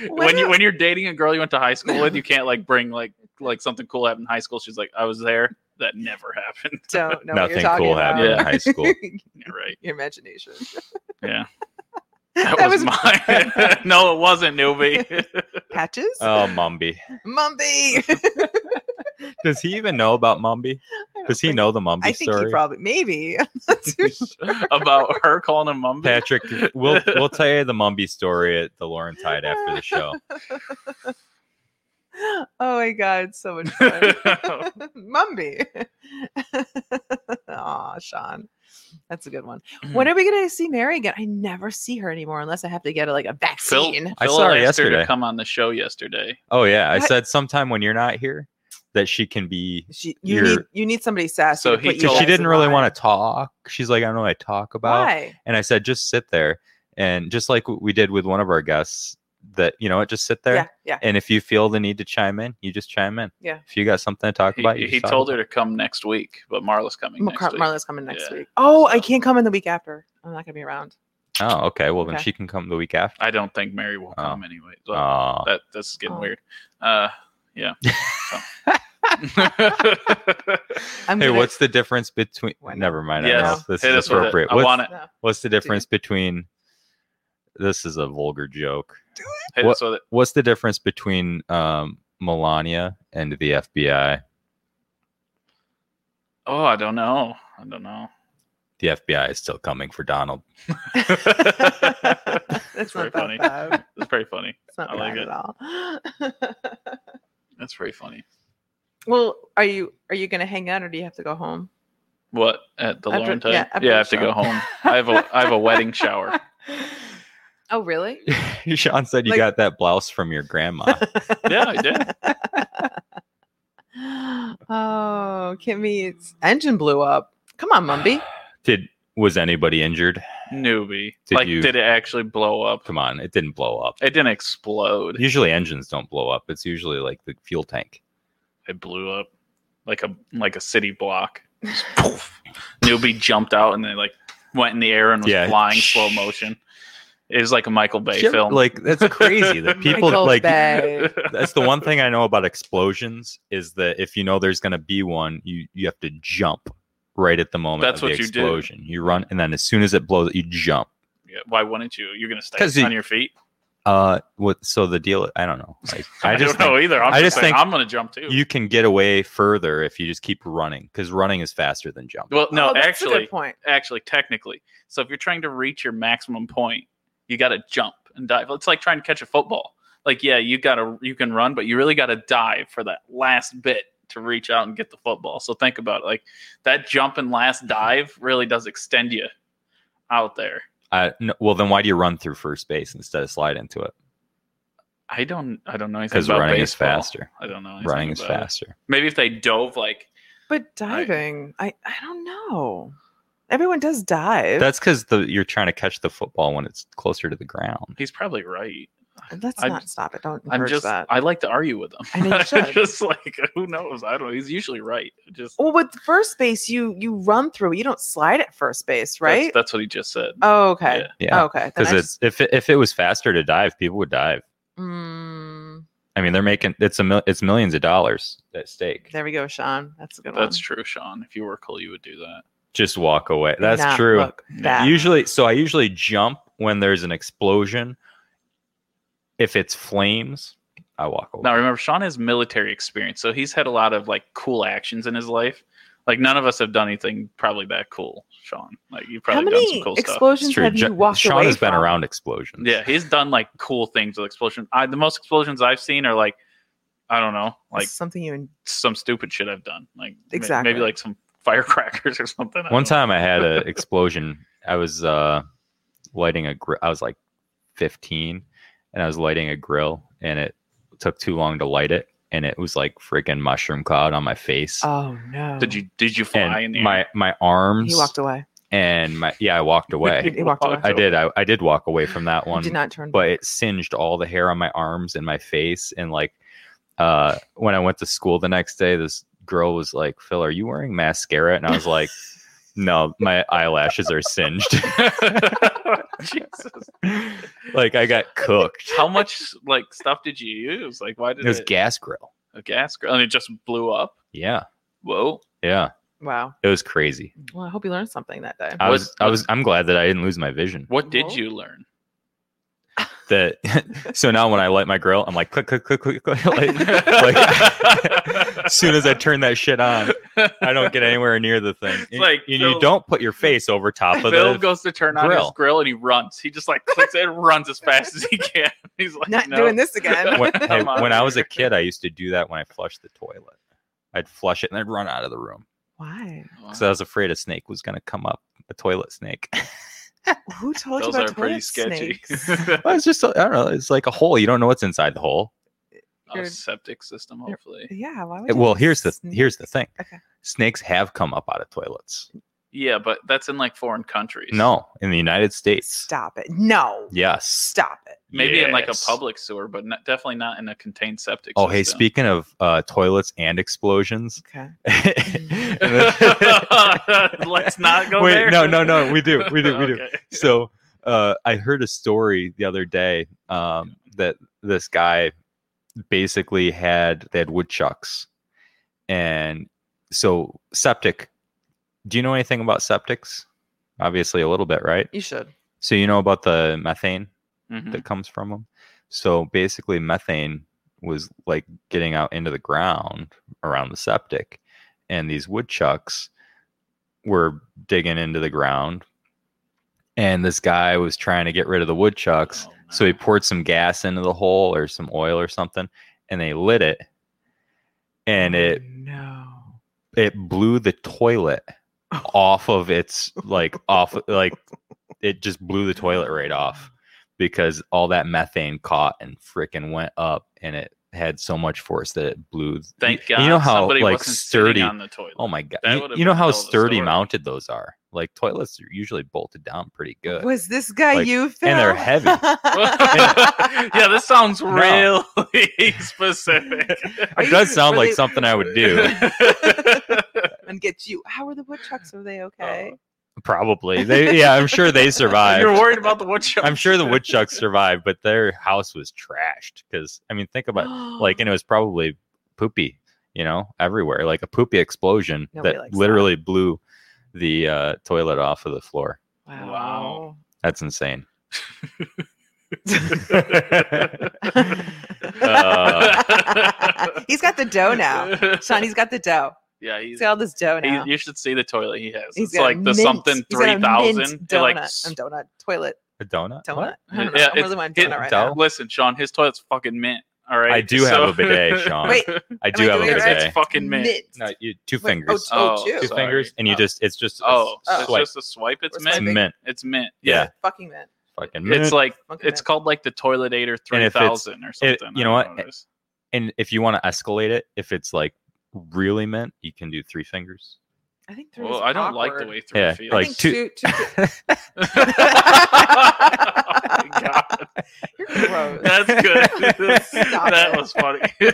Speaker 2: when you
Speaker 3: not?
Speaker 2: when you're dating a girl you went to high school with, you can't like bring like like something cool happened in high school. She's like, "I was there. That never happened."
Speaker 3: [laughs] don't know what
Speaker 1: Nothing
Speaker 3: you're talking
Speaker 1: cool
Speaker 3: about.
Speaker 1: happened in high school.
Speaker 2: Yeah, right.
Speaker 3: [laughs] Your imagination. [laughs]
Speaker 2: Yeah,
Speaker 3: That,
Speaker 2: that, was, mine. [laughs] no, it wasn't,
Speaker 3: [laughs]
Speaker 2: newbie.
Speaker 3: patches.
Speaker 1: Oh, Mumby.
Speaker 3: [laughs] Mumby. I
Speaker 1: Does he even know about Mumby?
Speaker 3: don't
Speaker 1: Does he
Speaker 3: think-
Speaker 1: know the Mumby
Speaker 3: I think
Speaker 1: story?
Speaker 3: he probably [laughs] maybe.
Speaker 1: [laughs]
Speaker 2: About her calling him mumby.
Speaker 1: Patrick, we'll we'll tell you the Mumby story at the Laurentide after the
Speaker 3: [laughs]
Speaker 1: show.
Speaker 3: oh my god, it's so much
Speaker 2: [laughs]
Speaker 1: [laughs]
Speaker 3: fun. [laughs] Mumby. [laughs] Aw, Sean. That's a good one. When
Speaker 2: Mm.
Speaker 3: are we gonna see Mary again? I never see her anymore unless I have to get like a
Speaker 2: Phil,
Speaker 3: vaccine.
Speaker 1: I
Speaker 2: Phil
Speaker 1: saw her
Speaker 2: asked her
Speaker 1: yesterday.
Speaker 2: to come on the show yesterday.
Speaker 1: Oh yeah, I
Speaker 3: What?
Speaker 1: said sometime when you're not here that she can be.
Speaker 3: She, you
Speaker 1: You're-
Speaker 3: need you need somebody sassy.
Speaker 2: So
Speaker 3: to
Speaker 2: he
Speaker 3: put you
Speaker 1: Because she
Speaker 3: guys
Speaker 1: didn't
Speaker 3: in
Speaker 1: really
Speaker 3: line.
Speaker 1: want to talk. She's like, I don't know what I talk about.
Speaker 3: Why?
Speaker 1: And I said, just sit there, and just like we did with one of our guests, that you know what, just sit there.
Speaker 3: Yeah, yeah.
Speaker 1: And if you feel the need to chime in, you just chime in.
Speaker 3: Yeah.
Speaker 1: If you got something to talk
Speaker 2: He,
Speaker 1: about, you
Speaker 2: he told her to come next week, but Marla's coming
Speaker 3: Mar-
Speaker 2: next week.
Speaker 3: Marla's coming next
Speaker 2: Yeah.
Speaker 3: week. Oh, I
Speaker 2: So-
Speaker 3: can't come in the week after. I'm not gonna be around.
Speaker 1: Oh, okay. Well, then
Speaker 3: Okay.
Speaker 1: she can come the week after.
Speaker 2: I don't think Mary will
Speaker 1: Oh.
Speaker 2: come anyway. So
Speaker 1: Oh,
Speaker 2: That this is getting
Speaker 3: Oh.
Speaker 2: weird. Uh,
Speaker 1: [laughs]
Speaker 2: yeah. So. [laughs]
Speaker 3: I'm
Speaker 1: hey,
Speaker 3: gonna-
Speaker 1: what's the difference between?
Speaker 3: Why not?
Speaker 1: Never mind. I
Speaker 2: Yes,
Speaker 1: don't know if this
Speaker 2: hit
Speaker 1: is
Speaker 2: us with it.
Speaker 1: appropriate.
Speaker 2: I
Speaker 1: What's,
Speaker 2: want it. [laughs]
Speaker 3: No. [laughs]
Speaker 1: what's the difference between? This is a vulgar joke.
Speaker 2: Hit
Speaker 1: What-
Speaker 2: us with it.
Speaker 1: What's the difference between um, Melania and the FBI?
Speaker 2: Oh, I don't know. I don't know.
Speaker 1: The FBI is still coming for Donald.
Speaker 3: That's
Speaker 2: very
Speaker 3: not that
Speaker 2: funny.
Speaker 3: bad.
Speaker 2: It's pretty funny.
Speaker 3: It's not
Speaker 2: I like
Speaker 3: bad
Speaker 2: it.
Speaker 3: at all. [laughs]
Speaker 2: That's pretty funny.
Speaker 3: well, are you are you gonna hang out or do you have to go home?
Speaker 2: What at the
Speaker 3: After-
Speaker 2: Lauren
Speaker 3: yeah,
Speaker 2: Yeah,
Speaker 3: after
Speaker 2: yeah,
Speaker 3: the
Speaker 2: I have to
Speaker 3: show.
Speaker 2: go
Speaker 3: [laughs]
Speaker 2: home. I have a I have a wedding shower.
Speaker 3: Oh, really?
Speaker 1: [laughs] Sean said you
Speaker 3: Like-
Speaker 1: got that blouse from your [laughs] grandma.
Speaker 2: Yeah, I did.
Speaker 3: [laughs] oh, Kimmy's engine blew up. Come
Speaker 2: [sighs]
Speaker 3: on, Mumby.
Speaker 1: Did was anybody injured?
Speaker 2: Newbie.
Speaker 1: Did
Speaker 2: like,
Speaker 1: you-
Speaker 2: did it actually blow up?
Speaker 1: Come on, it didn't blow up.
Speaker 2: It didn't explode.
Speaker 1: Usually engines don't blow up. It's usually like the fuel tank.
Speaker 2: it blew up like a like a city block.
Speaker 1: [laughs]
Speaker 2: Just poof. Newbie jumped out and they like went in the air and was
Speaker 1: Yeah.
Speaker 2: flying slow motion. It was like a Michael Bay
Speaker 1: Jim-
Speaker 2: film.
Speaker 1: Like that's crazy.
Speaker 2: [laughs]
Speaker 1: that people
Speaker 3: Michael
Speaker 1: like
Speaker 3: Bay.
Speaker 1: that's the one thing I know about explosions is that if you know there's going to be one, you you have to jump right at the moment.
Speaker 2: That's
Speaker 1: of the
Speaker 2: what you do.
Speaker 1: explosion. You run, and then as soon as it blows, you jump.
Speaker 2: Yeah, Why wouldn't you? You're gonna stay
Speaker 1: 'Cause you-
Speaker 2: on your feet.
Speaker 1: Uh, what? So the deal? I don't know.
Speaker 2: [laughs]
Speaker 1: Like, I, just think
Speaker 2: don't know either. I'm
Speaker 1: I
Speaker 2: just
Speaker 1: just
Speaker 2: saying
Speaker 1: think
Speaker 2: I'm gonna jump too.
Speaker 1: you can get away further if you just keep running because running is faster than jumping.
Speaker 2: well, [laughs] no,
Speaker 3: Oh, that's a
Speaker 2: actually,
Speaker 3: good point.
Speaker 2: actually, technically. So if you're trying to reach your maximum point, you got to jump and dive. It's like trying to catch a football. Like, yeah, you gotta you can run, but you really got to dive for that last bit to reach out and get the football. So think about it. Like that jump and last dive really does extend you out there.
Speaker 1: I, no, well, then why do you run through first base instead of slide into it?
Speaker 2: I don't I don't know anything
Speaker 1: Because
Speaker 2: about
Speaker 1: running is
Speaker 2: baseball.
Speaker 1: faster.
Speaker 2: I don't know. anything
Speaker 1: Running is
Speaker 2: about it.
Speaker 1: faster.
Speaker 2: Maybe if they dove like
Speaker 3: But diving, I, I don't know. Everyone does dive.
Speaker 1: That's because the you're trying to catch the football when it's closer to the ground.
Speaker 2: he's probably right.
Speaker 3: Let's
Speaker 2: I'm-
Speaker 3: not stop it. Don't
Speaker 2: I'm
Speaker 3: encourage
Speaker 2: just
Speaker 3: that.
Speaker 2: I like to argue with him. [laughs]
Speaker 3: I know you should.
Speaker 2: just like who knows? I don't. know. He's usually right. It Just
Speaker 3: well, with first base, you you run through. You don't slide at first base,
Speaker 2: that's-
Speaker 3: right?
Speaker 2: That's, what he just said.
Speaker 3: oh, okay.
Speaker 2: Yeah.
Speaker 1: Yeah,
Speaker 3: Oh, okay. Then
Speaker 1: because
Speaker 3: I
Speaker 1: it's if it, if it was faster to dive, people would dive.
Speaker 3: just- Mm,
Speaker 1: I mean, they're making it's a mil- it's millions of dollars at stake.
Speaker 3: there we go, Sean. That's a good one.
Speaker 2: That's true, Sean. If you were cool, you would do that.
Speaker 1: Just walk away.
Speaker 3: Do
Speaker 1: That's
Speaker 3: not
Speaker 1: true.
Speaker 3: look back.
Speaker 1: Usually, so I usually jump when there's an explosion. If it's flames, I walk away.
Speaker 2: Now remember, Sean has military experience, so he's had a lot of like cool actions in his life. Like none of us have done anything probably that cool, Sean. Like you've
Speaker 3: How
Speaker 2: probably done
Speaker 3: many
Speaker 2: some cool stuff.
Speaker 1: It's
Speaker 3: explosions
Speaker 1: true.
Speaker 3: have
Speaker 1: Jo-
Speaker 3: you walked
Speaker 1: Sean
Speaker 3: away
Speaker 1: has been
Speaker 3: from?
Speaker 1: around explosions.
Speaker 2: Yeah, he's done like cool things with explosions. I, the most explosions I've seen are like, I don't know, like
Speaker 3: It's something you.
Speaker 2: some stupid shit I've done. Like ma-
Speaker 3: Exactly.
Speaker 2: maybe like some firecrackers [laughs] or something. I
Speaker 1: One
Speaker 2: don't know.
Speaker 1: time I had
Speaker 2: [laughs]
Speaker 1: an explosion. I was uh, lighting a grill. I was like 15 and I was lighting a grill and it took too long to light it. And it was like freaking mushroom cloud on my face.
Speaker 3: Oh no!
Speaker 2: Did you did you fly in
Speaker 1: and
Speaker 2: the air?
Speaker 1: my, my arms
Speaker 3: He walked away.
Speaker 1: and my, yeah, I
Speaker 3: [laughs]
Speaker 1: walked away.
Speaker 3: He walked away.
Speaker 1: I did. I, I did walk away from that
Speaker 3: He
Speaker 1: one.
Speaker 3: did not turn.
Speaker 1: but it singed all the hair on my arms and my face. And like, uh, when I went to school the next day, this girl was like, "Phil, are you wearing mascara?" And I was
Speaker 3: [laughs]
Speaker 1: like, "No, my eyelashes are singed."
Speaker 2: [laughs]
Speaker 1: [laughs]
Speaker 2: Jesus.
Speaker 1: like I got cooked.
Speaker 2: How much like stuff did you use? Like why did
Speaker 3: [laughs]
Speaker 1: It was
Speaker 2: it-
Speaker 1: gas grill.
Speaker 2: a gas grill and it just blew up?
Speaker 1: Yeah,
Speaker 2: Whoa.
Speaker 1: yeah,
Speaker 3: wow.
Speaker 1: it was crazy.
Speaker 3: Well, I hope you learned something that day.
Speaker 1: I
Speaker 2: What-
Speaker 1: was, I was, I'm glad that I didn't lose my vision.
Speaker 2: What did
Speaker 3: Whoa.
Speaker 2: you learn?
Speaker 1: That [laughs] so now when I light my grill, I'm like click, click, click, click, click. [laughs] Like, [laughs]
Speaker 3: [laughs]
Speaker 1: um, as soon as I turn that shit
Speaker 2: [laughs]
Speaker 1: on, I don't get anywhere near the thing.
Speaker 2: It's
Speaker 1: And-
Speaker 2: like
Speaker 1: and
Speaker 2: Phil-
Speaker 1: you don't put your face over top of
Speaker 2: Phil
Speaker 1: the
Speaker 2: goes [laughs] to turn on his
Speaker 1: grill.
Speaker 2: grill and he runs. He just like clicks it and runs as
Speaker 1: [laughs]
Speaker 2: fast as he can. He's like,
Speaker 3: Not
Speaker 2: no. [laughs]
Speaker 3: doing this again. [laughs]
Speaker 1: when,
Speaker 2: Come
Speaker 1: hey,
Speaker 2: on.
Speaker 1: when I was a kid, I used to do that when I flushed the toilet. I'd flush it and I'd run out of the room
Speaker 3: Why?
Speaker 1: because I was afraid a snake was going to come up, a toilet snake. [laughs]
Speaker 3: Who told you
Speaker 2: Those
Speaker 3: about
Speaker 2: are pretty
Speaker 3: toilet
Speaker 2: sketchy.
Speaker 3: snakes?
Speaker 2: [laughs]
Speaker 3: [laughs]
Speaker 1: Well, it's just, I don't know, it's like a hole. You don't know what's inside the hole.
Speaker 2: A septic system, hopefully.
Speaker 3: yeah. Why would?
Speaker 1: It-
Speaker 3: you
Speaker 1: well,
Speaker 3: have
Speaker 1: here's the
Speaker 3: snakes?
Speaker 1: here's the thing.
Speaker 3: Okay.
Speaker 1: Snakes have come up out of toilets.
Speaker 2: Yeah, but that's in like foreign countries.
Speaker 1: No, in the United States.
Speaker 3: Stop it! No.
Speaker 1: Yes.
Speaker 3: Stop it.
Speaker 2: Maybe in like a
Speaker 1: Yes.
Speaker 2: public sewer, but not, definitely not in a contained septic
Speaker 1: Oh, hey,
Speaker 2: system.
Speaker 1: speaking of uh, toilets and explosions.
Speaker 3: Okay.
Speaker 2: [laughs] Mm-hmm. Let's not go
Speaker 1: Wait,
Speaker 2: there.
Speaker 1: no, no, no, we do, we do, we do.
Speaker 2: Okay.
Speaker 1: [laughs] so uh, I heard a story the other day um, that this guy basically had they had woodchucks, and so septic. Do you know anything about septics? Obviously, a little bit, right?
Speaker 3: You should.
Speaker 1: So you know about the methane
Speaker 2: Mhm.
Speaker 1: that comes from them. So basically, methane was like getting out into the ground around the septic, and these woodchucks were digging into the ground. And this guy was trying to get rid of the woodchucks,
Speaker 2: Oh,
Speaker 1: so he
Speaker 2: no.
Speaker 1: poured some gas into the hole or some oil or something, and they lit it, and it
Speaker 3: Oh, No.
Speaker 1: it blew the toilet off of its like off like it just blew the toilet right off because all that methane caught and frickin' went up and it had so much force that it blew. th-
Speaker 2: Thank
Speaker 1: you-
Speaker 2: God.
Speaker 1: You know how
Speaker 2: somebody
Speaker 1: like
Speaker 2: wasn't sitting
Speaker 1: sturdy.
Speaker 2: on the toilet. [laughs]
Speaker 1: Oh my god!
Speaker 2: That
Speaker 1: You,
Speaker 2: would've
Speaker 1: you know
Speaker 2: been
Speaker 1: how
Speaker 2: hell of a
Speaker 1: sturdy
Speaker 2: story.
Speaker 1: mounted those are. Like toilets are usually bolted down pretty good.
Speaker 3: [laughs] Was this guy
Speaker 1: Like,
Speaker 3: you? Phil?
Speaker 1: and they're
Speaker 3: [laughs]
Speaker 1: heavy.
Speaker 2: yeah, this sounds
Speaker 1: No.
Speaker 2: really [laughs] specific.
Speaker 3: Are
Speaker 1: It does
Speaker 3: you
Speaker 1: sound like
Speaker 3: really-
Speaker 1: something I would
Speaker 2: [laughs]
Speaker 1: do.
Speaker 3: [laughs] and get you. How are the woodchucks? Are they
Speaker 2: Oh,
Speaker 3: okay?
Speaker 1: Probably. They yeah, I'm sure they survived.
Speaker 2: You're worried about the woodchuck.
Speaker 1: I'm sure the
Speaker 2: [laughs]
Speaker 1: woodchucks survived, but their house was trashed because I mean, think about
Speaker 3: [gasps]
Speaker 1: like and it was probably poopy you know everywhere like a poopy explosion
Speaker 3: Nobody
Speaker 1: that
Speaker 3: likes that.
Speaker 1: literally blew the uh, toilet off of the floor
Speaker 3: wow.
Speaker 1: that's insane
Speaker 2: Uh.
Speaker 3: [laughs] he's got the dough now. Sean, he's got the dough.
Speaker 2: yeah,
Speaker 3: He's
Speaker 2: he's,
Speaker 3: got all this dough
Speaker 2: he-
Speaker 3: now.
Speaker 2: you should see the toilet he has.
Speaker 3: He's
Speaker 2: it's
Speaker 3: got
Speaker 2: like the
Speaker 3: mint-
Speaker 2: something
Speaker 3: he's got a
Speaker 2: three
Speaker 3: mint
Speaker 2: thousand. It like
Speaker 3: donut.
Speaker 2: s-
Speaker 3: I'm donut toilet
Speaker 1: a donut
Speaker 3: donut.
Speaker 1: What?
Speaker 3: I don't know.
Speaker 2: Yeah,
Speaker 3: I'm really
Speaker 2: it's-
Speaker 3: want
Speaker 2: it-
Speaker 3: donut right
Speaker 1: dough?
Speaker 3: now.
Speaker 2: Listen, Sean, his toilet's fucking mint. All right.
Speaker 1: I do have a
Speaker 2: [laughs]
Speaker 1: bidet, Sean.
Speaker 3: Wait,
Speaker 1: i
Speaker 3: I
Speaker 1: do have a
Speaker 3: doing it right?
Speaker 1: bidet
Speaker 2: It's fucking mint.
Speaker 3: Mint.
Speaker 1: no you two
Speaker 3: Wait,
Speaker 1: fingers
Speaker 3: Oh, oh,
Speaker 2: two
Speaker 3: two.
Speaker 1: two
Speaker 2: sorry.
Speaker 1: fingers and you
Speaker 3: Oh.
Speaker 1: just it's just a
Speaker 2: Oh,
Speaker 1: s-
Speaker 2: it's
Speaker 1: swipe.
Speaker 2: just a swipe. It's
Speaker 3: We're
Speaker 1: it's
Speaker 2: mint.
Speaker 3: swiping.
Speaker 1: mint
Speaker 2: It's mint.
Speaker 1: Yeah.
Speaker 2: Yeah.
Speaker 3: fucking mint.
Speaker 1: fucking
Speaker 2: It's
Speaker 1: mint.
Speaker 2: like
Speaker 3: Fucking
Speaker 2: it's
Speaker 3: mint.
Speaker 2: called like the Toiletator
Speaker 1: And
Speaker 2: three
Speaker 1: if it's-
Speaker 2: thousand or something.
Speaker 1: you
Speaker 2: I
Speaker 1: know
Speaker 2: don't
Speaker 1: what?
Speaker 2: it is.
Speaker 1: and if you want to escalate it if it's like really mint you can do three fingers
Speaker 3: I think three.
Speaker 2: Well,
Speaker 3: is
Speaker 2: I don't like the
Speaker 3: awkward.
Speaker 2: way three
Speaker 1: Yeah,
Speaker 2: feels.
Speaker 3: I
Speaker 1: like
Speaker 3: think
Speaker 1: two-
Speaker 3: two. two
Speaker 2: oh my God.
Speaker 3: You're gross.
Speaker 1: [laughs]
Speaker 2: [laughs] That's
Speaker 3: [laughs]
Speaker 2: good.
Speaker 3: Stop
Speaker 2: [laughs] that
Speaker 3: it.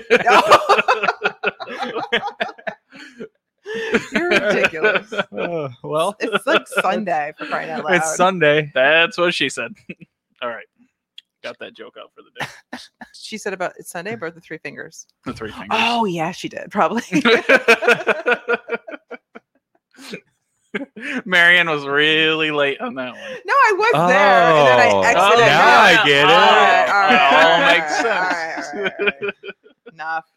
Speaker 2: was funny.
Speaker 3: [laughs]
Speaker 2: [laughs]
Speaker 3: You're ridiculous.
Speaker 1: Uh, well,
Speaker 3: It's like Sunday for crying out loud.
Speaker 1: it's Sunday.
Speaker 2: That's what she said. [laughs] All right. Got that joke out for the day.
Speaker 3: she said about it's Sunday, but the three fingers.
Speaker 2: The [laughs] three fingers.
Speaker 3: Oh yeah, she did probably.
Speaker 2: [laughs] Marion was really late on that one.
Speaker 3: [laughs] No, I was there, and then
Speaker 1: Oh.
Speaker 3: I exited.
Speaker 1: Oh, now I get it.
Speaker 2: It all
Speaker 3: All right, all right, all right,
Speaker 2: makes
Speaker 3: all
Speaker 2: sense.
Speaker 3: right, all right, all
Speaker 1: [laughs]
Speaker 3: right. Enough.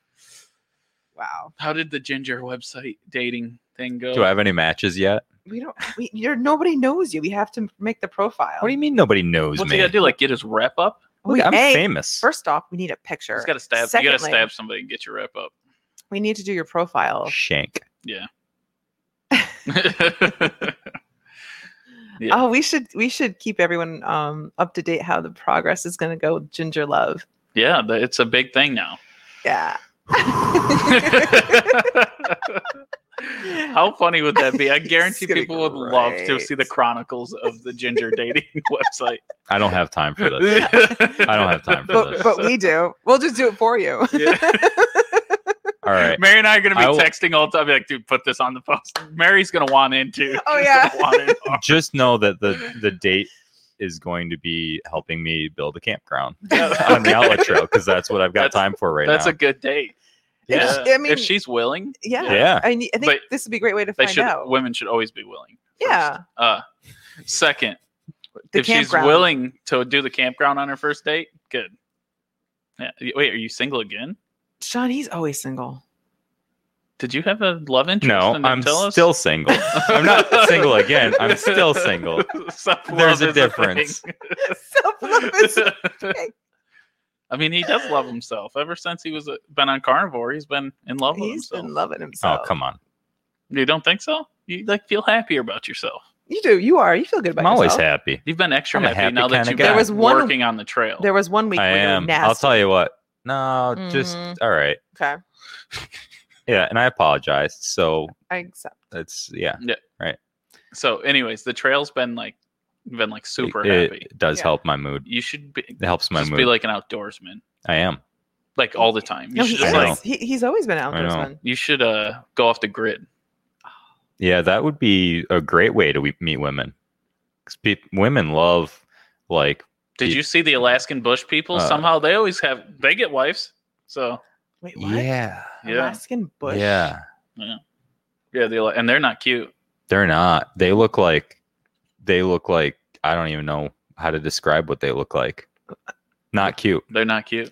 Speaker 3: Wow,
Speaker 2: How did the ginger website dating thing go?
Speaker 1: Do I have any matches yet?
Speaker 3: we don't. We, you're nobody knows you. We have to make the profile.
Speaker 1: What do you mean nobody knows
Speaker 2: What's
Speaker 1: me?
Speaker 2: he gotta do? Like get his rep up?
Speaker 1: Look,
Speaker 3: We,
Speaker 1: I'm
Speaker 3: A,
Speaker 1: famous.
Speaker 3: First off, we need a picture.
Speaker 2: He's gotta stab you gotta
Speaker 3: Secondly,
Speaker 2: stab somebody and get your rep up. [laughs]
Speaker 3: We need to do your profile.
Speaker 1: Shank.
Speaker 2: Yeah.
Speaker 3: Oh, we should we should keep everyone um up to date how the progress is going to go. With Ginger love.
Speaker 2: yeah, th- it's a big thing now.
Speaker 3: [laughs] Yeah.
Speaker 2: [laughs] How funny would that be? I guarantee
Speaker 3: gonna be
Speaker 2: people would love to
Speaker 3: great.
Speaker 2: see the chronicles of the
Speaker 3: [laughs]
Speaker 2: ginger dating [laughs] website.
Speaker 1: I don't have time for
Speaker 2: [laughs]
Speaker 1: this.
Speaker 2: I
Speaker 1: I don't have time for
Speaker 3: but
Speaker 1: this.
Speaker 3: but we do. We'll just do it for you.
Speaker 2: [laughs]
Speaker 1: All right.
Speaker 2: Mary and I are gonna be
Speaker 1: I will-
Speaker 2: texting all the time. Be like, dude, put this on the post. Mary's gonna want in too.
Speaker 3: Oh,
Speaker 2: She's
Speaker 3: yeah.
Speaker 2: gonna
Speaker 3: [laughs]
Speaker 2: want in hard.
Speaker 1: Just know that the the date is going to be helping me build a campground
Speaker 2: Yeah.
Speaker 1: on the outlet trail because that's what I've got
Speaker 2: That's-
Speaker 1: time for right
Speaker 2: That's
Speaker 1: now.
Speaker 2: a good date.
Speaker 1: Yeah.
Speaker 2: Yeah.
Speaker 3: I mean-
Speaker 2: if she's willing,
Speaker 3: Yeah.
Speaker 1: yeah.
Speaker 3: I, ne- I think
Speaker 2: But
Speaker 3: this would be a great way to
Speaker 2: they
Speaker 3: find
Speaker 2: should.
Speaker 3: out.
Speaker 2: Women should always be willing.
Speaker 3: yeah.
Speaker 2: Uh, second,
Speaker 3: The
Speaker 2: if
Speaker 3: campground.
Speaker 2: she's willing to do the campground on her first date, good. Yeah. Wait, are you single again?
Speaker 3: Sean, he's always single.
Speaker 2: Did you have a love interest?
Speaker 1: No,
Speaker 2: and didn't
Speaker 1: I'm
Speaker 2: tell us?
Speaker 1: still single. I'm not
Speaker 2: [laughs]
Speaker 1: single again. I'm still single. Oh,
Speaker 2: Self-love
Speaker 1: There's a
Speaker 2: is
Speaker 1: difference.
Speaker 2: thing.
Speaker 3: [laughs] Self-love is-
Speaker 2: I mean, he does love himself. Ever since he was a, been on carnivore, he's been in [laughs] love with
Speaker 3: He's
Speaker 2: himself.
Speaker 3: been loving
Speaker 1: Oh,
Speaker 3: himself.
Speaker 1: come on.
Speaker 2: You don't think so? You like feel happier about yourself.
Speaker 3: You do. You are. You feel good about
Speaker 1: I'm always
Speaker 3: yourself.
Speaker 1: happy.
Speaker 2: You've been extra
Speaker 1: I'm a
Speaker 2: happy,
Speaker 1: happy
Speaker 2: now that
Speaker 1: kinda
Speaker 2: you've
Speaker 1: guy.
Speaker 2: been
Speaker 3: There was one-
Speaker 2: working on the trail.
Speaker 3: There was one week
Speaker 1: I
Speaker 3: where you were
Speaker 1: am.
Speaker 3: nasty.
Speaker 1: I'll tell you what. No, just
Speaker 3: Mhm.
Speaker 2: Mm-hmm.
Speaker 1: all right.
Speaker 3: Okay.
Speaker 1: [laughs] Yeah, and I apologize. So
Speaker 3: I accept.
Speaker 1: it's yeah,
Speaker 2: so, anyways, the trail's been like been like super
Speaker 1: it,
Speaker 2: happy.
Speaker 1: it does
Speaker 3: Yeah.
Speaker 1: help my mood.
Speaker 2: You should be
Speaker 1: It helps my
Speaker 2: just
Speaker 1: mood.
Speaker 2: be like an outdoorsman,
Speaker 1: I am.
Speaker 2: like all the time. You
Speaker 3: No,
Speaker 2: should
Speaker 3: he
Speaker 2: just
Speaker 1: I know.
Speaker 2: like
Speaker 3: is. He, he's always been out
Speaker 1: I
Speaker 3: there.
Speaker 1: know.
Speaker 3: son.
Speaker 2: you should uh go off the grid.
Speaker 1: Yeah, that would be a great way to we- meet women. 'Cause peop women love like
Speaker 2: Did
Speaker 1: Ye-
Speaker 2: you see the Alaskan bush people?
Speaker 1: Uh,
Speaker 2: Somehow they always have they get wives. So
Speaker 3: Wait, what?
Speaker 1: yeah,
Speaker 2: Yeah.
Speaker 3: Alaskan bush.
Speaker 1: yeah.
Speaker 2: yeah, they and they're not cute.
Speaker 1: They're not. They look like they look like I don't even know how to describe what they look like. Not cute.
Speaker 2: They're not cute.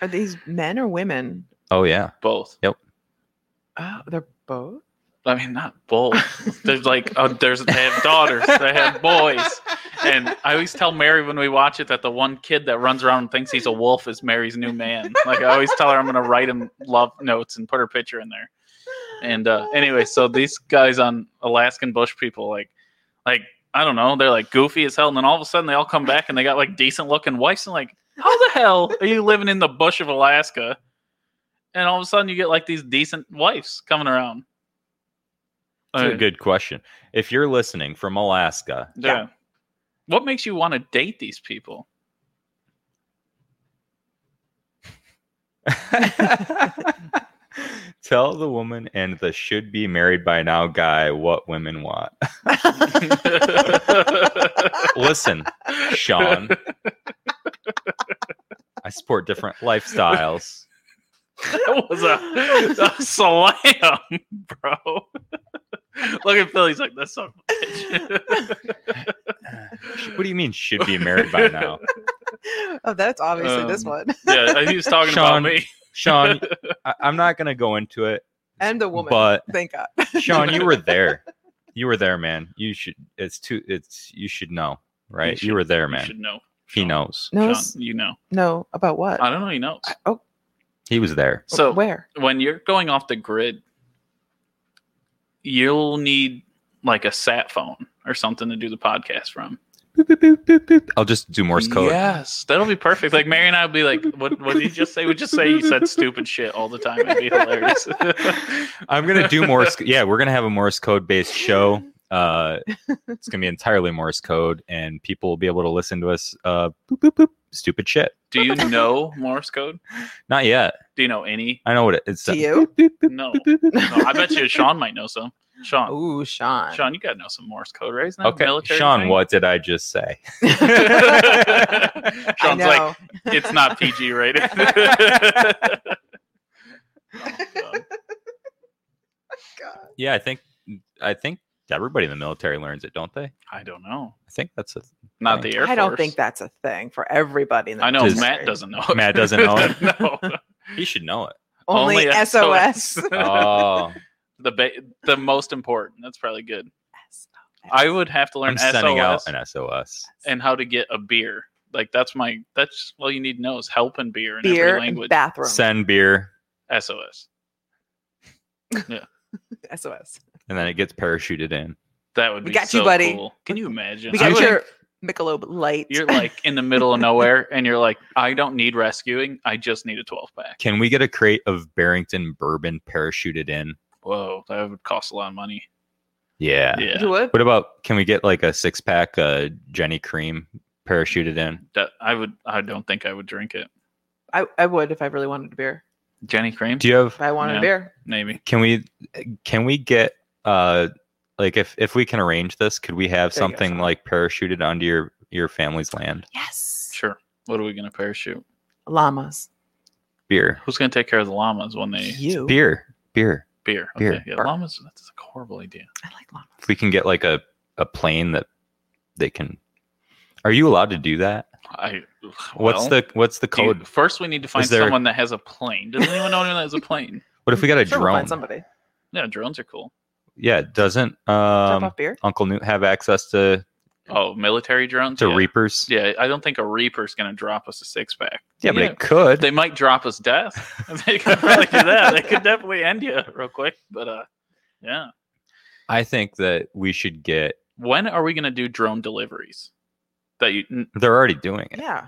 Speaker 3: Are these men or women?
Speaker 1: Oh yeah.
Speaker 2: Both.
Speaker 3: Oh, they're both.
Speaker 2: I mean, not both.
Speaker 3: [laughs]
Speaker 2: There's like oh, there's they have [laughs] daughters, they have boys, and I always tell Mary when we watch it that the one kid that runs around and thinks he's a wolf is Mary's new man. Like I always tell her I'm gonna write him love notes and put her picture in there. And uh, anyway, so these guys on Alaskan bush people, like, like I don't know, they're like goofy as hell, and then all of a sudden they all come back and they got like decent looking wives, and like, how the hell are you living in the bush of Alaska? And all of a sudden you get like these decent wives coming around.
Speaker 1: That's a
Speaker 2: Uh,
Speaker 1: Oh, good question. If you're listening from Alaska, [laughs]
Speaker 2: yeah. What makes you want to date these people? [laughs]
Speaker 1: tell the woman and the should be married by now guy what women want. Listen, Sean. I support different lifestyles.
Speaker 2: That was a, a slam, [laughs] bro. Look at Philly's like that's so.
Speaker 1: What do you mean should be married by now?
Speaker 3: [laughs] oh, that's obviously this
Speaker 2: Um,
Speaker 3: one.
Speaker 2: yeah, he was talking
Speaker 1: Sean.
Speaker 2: about me.
Speaker 1: Sean, I, I'm not going to go into it,
Speaker 3: And the woman.
Speaker 1: but
Speaker 3: Thank God.
Speaker 1: Sean, you were there. You were there, man. You should. It's too. It's you should know, right? You,
Speaker 2: should-
Speaker 1: were there,
Speaker 2: You
Speaker 1: man.
Speaker 2: should know.
Speaker 1: he
Speaker 2: Sean.
Speaker 1: knows.
Speaker 3: [laughs] No,
Speaker 2: Sean, you know.
Speaker 3: no. About what? oh,
Speaker 2: I don't know. He knows.
Speaker 1: He was there.
Speaker 2: So
Speaker 3: where?
Speaker 2: when you're going off the grid, you'll need like a sat phone or something to do the podcast from.
Speaker 1: Boop, boop, boop, boop, boop. I'll just do Morse code.
Speaker 2: Yes, that'll be perfect. Like Mary and I would be like, "What? What did you just say?" We just say you said stupid shit all the time. It'd be hilarious. [laughs]
Speaker 3: [laughs]
Speaker 1: I'm gonna do Morse. yeah, we're gonna have a Morse code based show. Uh, it's going to be entirely Morse code, and people will be able to listen to us. Uh, boop, boop, boop, stupid shit.
Speaker 2: Do you know Morse code?
Speaker 1: Not yet.
Speaker 2: Do you know any?
Speaker 1: I know what it, it's.
Speaker 3: Do you?
Speaker 1: boop,
Speaker 2: [laughs]
Speaker 1: boop,
Speaker 2: No.
Speaker 1: boop, boop, boop.
Speaker 2: no. I bet you Sean might know some. Sean,
Speaker 3: Ooh, Sean.
Speaker 2: Sean, you gotta know some Morse code, right? Isn't that a
Speaker 1: Okay,
Speaker 2: military
Speaker 1: Sean,
Speaker 2: [laughs] thing?
Speaker 1: what did I just say? [laughs]
Speaker 2: Sean's
Speaker 3: [laughs] I know.
Speaker 2: like, it's not PG
Speaker 3: [laughs]
Speaker 2: rated. Oh, God.
Speaker 3: God.
Speaker 1: Yeah, I think I think everybody in the military learns it, don't they? I
Speaker 2: I don't know.
Speaker 1: think that's a
Speaker 2: Not the Air Force.
Speaker 3: I don't think that's a thing for everybody. In the
Speaker 2: I know
Speaker 1: Does-
Speaker 2: Matt
Speaker 3: military.
Speaker 2: doesn't know. it.
Speaker 1: Matt doesn't know it.
Speaker 2: [laughs] no.
Speaker 1: he should
Speaker 2: [laughs]
Speaker 1: know it.
Speaker 3: Only, SOS.
Speaker 1: [laughs] Oh,
Speaker 2: the ba- the most important. That's probably good. I would have to learn
Speaker 1: I'm sending out
Speaker 2: SOS
Speaker 1: an SOS.
Speaker 2: and how to get a beer. Like that's my that's all you need to know is help and beer in
Speaker 3: beer
Speaker 2: every
Speaker 3: and
Speaker 2: language.
Speaker 3: bathroom.
Speaker 1: Send beer,
Speaker 2: SOS.
Speaker 3: SOS.
Speaker 1: and then it gets parachuted in.
Speaker 2: That would
Speaker 3: We
Speaker 2: be
Speaker 3: got you,
Speaker 2: so
Speaker 3: buddy.
Speaker 2: cool. Can you imagine?
Speaker 3: We
Speaker 2: I
Speaker 3: got
Speaker 2: would-
Speaker 3: your Michelob Light. [laughs]
Speaker 2: you're like in the middle of nowhere and you're like, I don't need rescuing. I just need a 12 pack.
Speaker 1: Can we get a crate of Barrington bourbon parachuted in?
Speaker 2: Whoa, that would cost a lot of money.
Speaker 1: Yeah.
Speaker 2: Yeah.
Speaker 3: You would?
Speaker 1: What about can we get like a six pack uh, Jenny Cream parachuted in?
Speaker 2: That, I would I don't think I would drink it.
Speaker 3: I, I would if I really wanted a beer.
Speaker 2: Jenny Cream?
Speaker 1: Do you have?
Speaker 3: If I wanted
Speaker 2: Yeah.
Speaker 3: a beer.
Speaker 2: Maybe.
Speaker 1: Can we? Can we get? uh Like if if we can arrange this, could we have
Speaker 3: There you go,
Speaker 1: something
Speaker 3: Sean.
Speaker 1: like parachuted onto your your family's land?
Speaker 3: Yes.
Speaker 2: Sure. What are we gonna parachute?
Speaker 3: Llamas.
Speaker 1: Beer,
Speaker 2: Who's gonna take care of the llamas when they
Speaker 3: You.
Speaker 1: beer, beer.
Speaker 2: beer?
Speaker 1: Beer.
Speaker 2: Okay. Yeah,
Speaker 3: Burp.
Speaker 2: llamas that's a horrible idea.
Speaker 3: I like llamas.
Speaker 1: if we can get like a, a plane that they can are you allowed to do that
Speaker 2: I
Speaker 1: what's
Speaker 2: well,
Speaker 1: the what's the
Speaker 2: do you-
Speaker 1: code
Speaker 2: first we need to find
Speaker 1: there-
Speaker 2: someone that has a plane. Does anyone know anyone that has a plane? [laughs]
Speaker 1: what if we got a
Speaker 3: Sure, we'll
Speaker 1: drone
Speaker 3: find somebody.
Speaker 2: Yeah, drones are cool.
Speaker 1: yeah doesn't
Speaker 3: Drop
Speaker 1: um
Speaker 3: off beer.
Speaker 1: uncle newt have access to
Speaker 2: Oh, military drones?
Speaker 1: to
Speaker 2: yeah.
Speaker 1: reapers
Speaker 2: Yeah, I don't think a Reaper's going to drop us a six pack.
Speaker 1: yeah, but it could
Speaker 2: They might drop us death. [laughs] they could probably do that. They could definitely end you real quick. But uh, yeah.
Speaker 1: i think that we should get
Speaker 2: When are we going to do drone deliveries? That you? n-
Speaker 1: they're already doing it
Speaker 3: Yeah.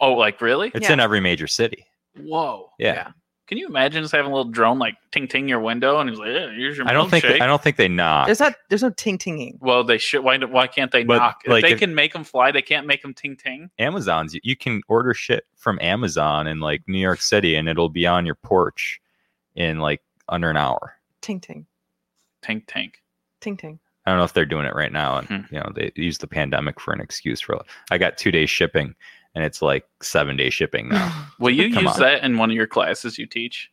Speaker 2: Oh, like really?
Speaker 1: it's
Speaker 3: Yeah.
Speaker 1: in every major city
Speaker 2: Whoa.
Speaker 1: yeah,
Speaker 3: Yeah.
Speaker 2: Can you imagine just having a little drone like ting ting your window and he's like, yeah, here's your
Speaker 1: i don't think
Speaker 2: milkshake."
Speaker 1: i don't think they knock
Speaker 3: There's not there's no ting tinging.
Speaker 2: Well, they should. Why, why can't they
Speaker 1: But,
Speaker 2: knock?
Speaker 1: like,
Speaker 2: if they
Speaker 1: if-
Speaker 2: can make them fly, they can't make them ting ting.
Speaker 1: amazon's you can order shit from amazon in like new york city and it'll be on your porch in like under an hour
Speaker 3: Ting ting.
Speaker 2: Ting ting.
Speaker 3: Ting ting.
Speaker 1: I don't know if they're doing it right now. And
Speaker 2: Hmm.
Speaker 1: you know, they use the pandemic for an excuse for I got two day shipping and it's like seven day
Speaker 3: [laughs]
Speaker 1: shipping now.
Speaker 2: Will you
Speaker 1: Come
Speaker 2: use
Speaker 1: on.
Speaker 2: that in one of your classes you teach?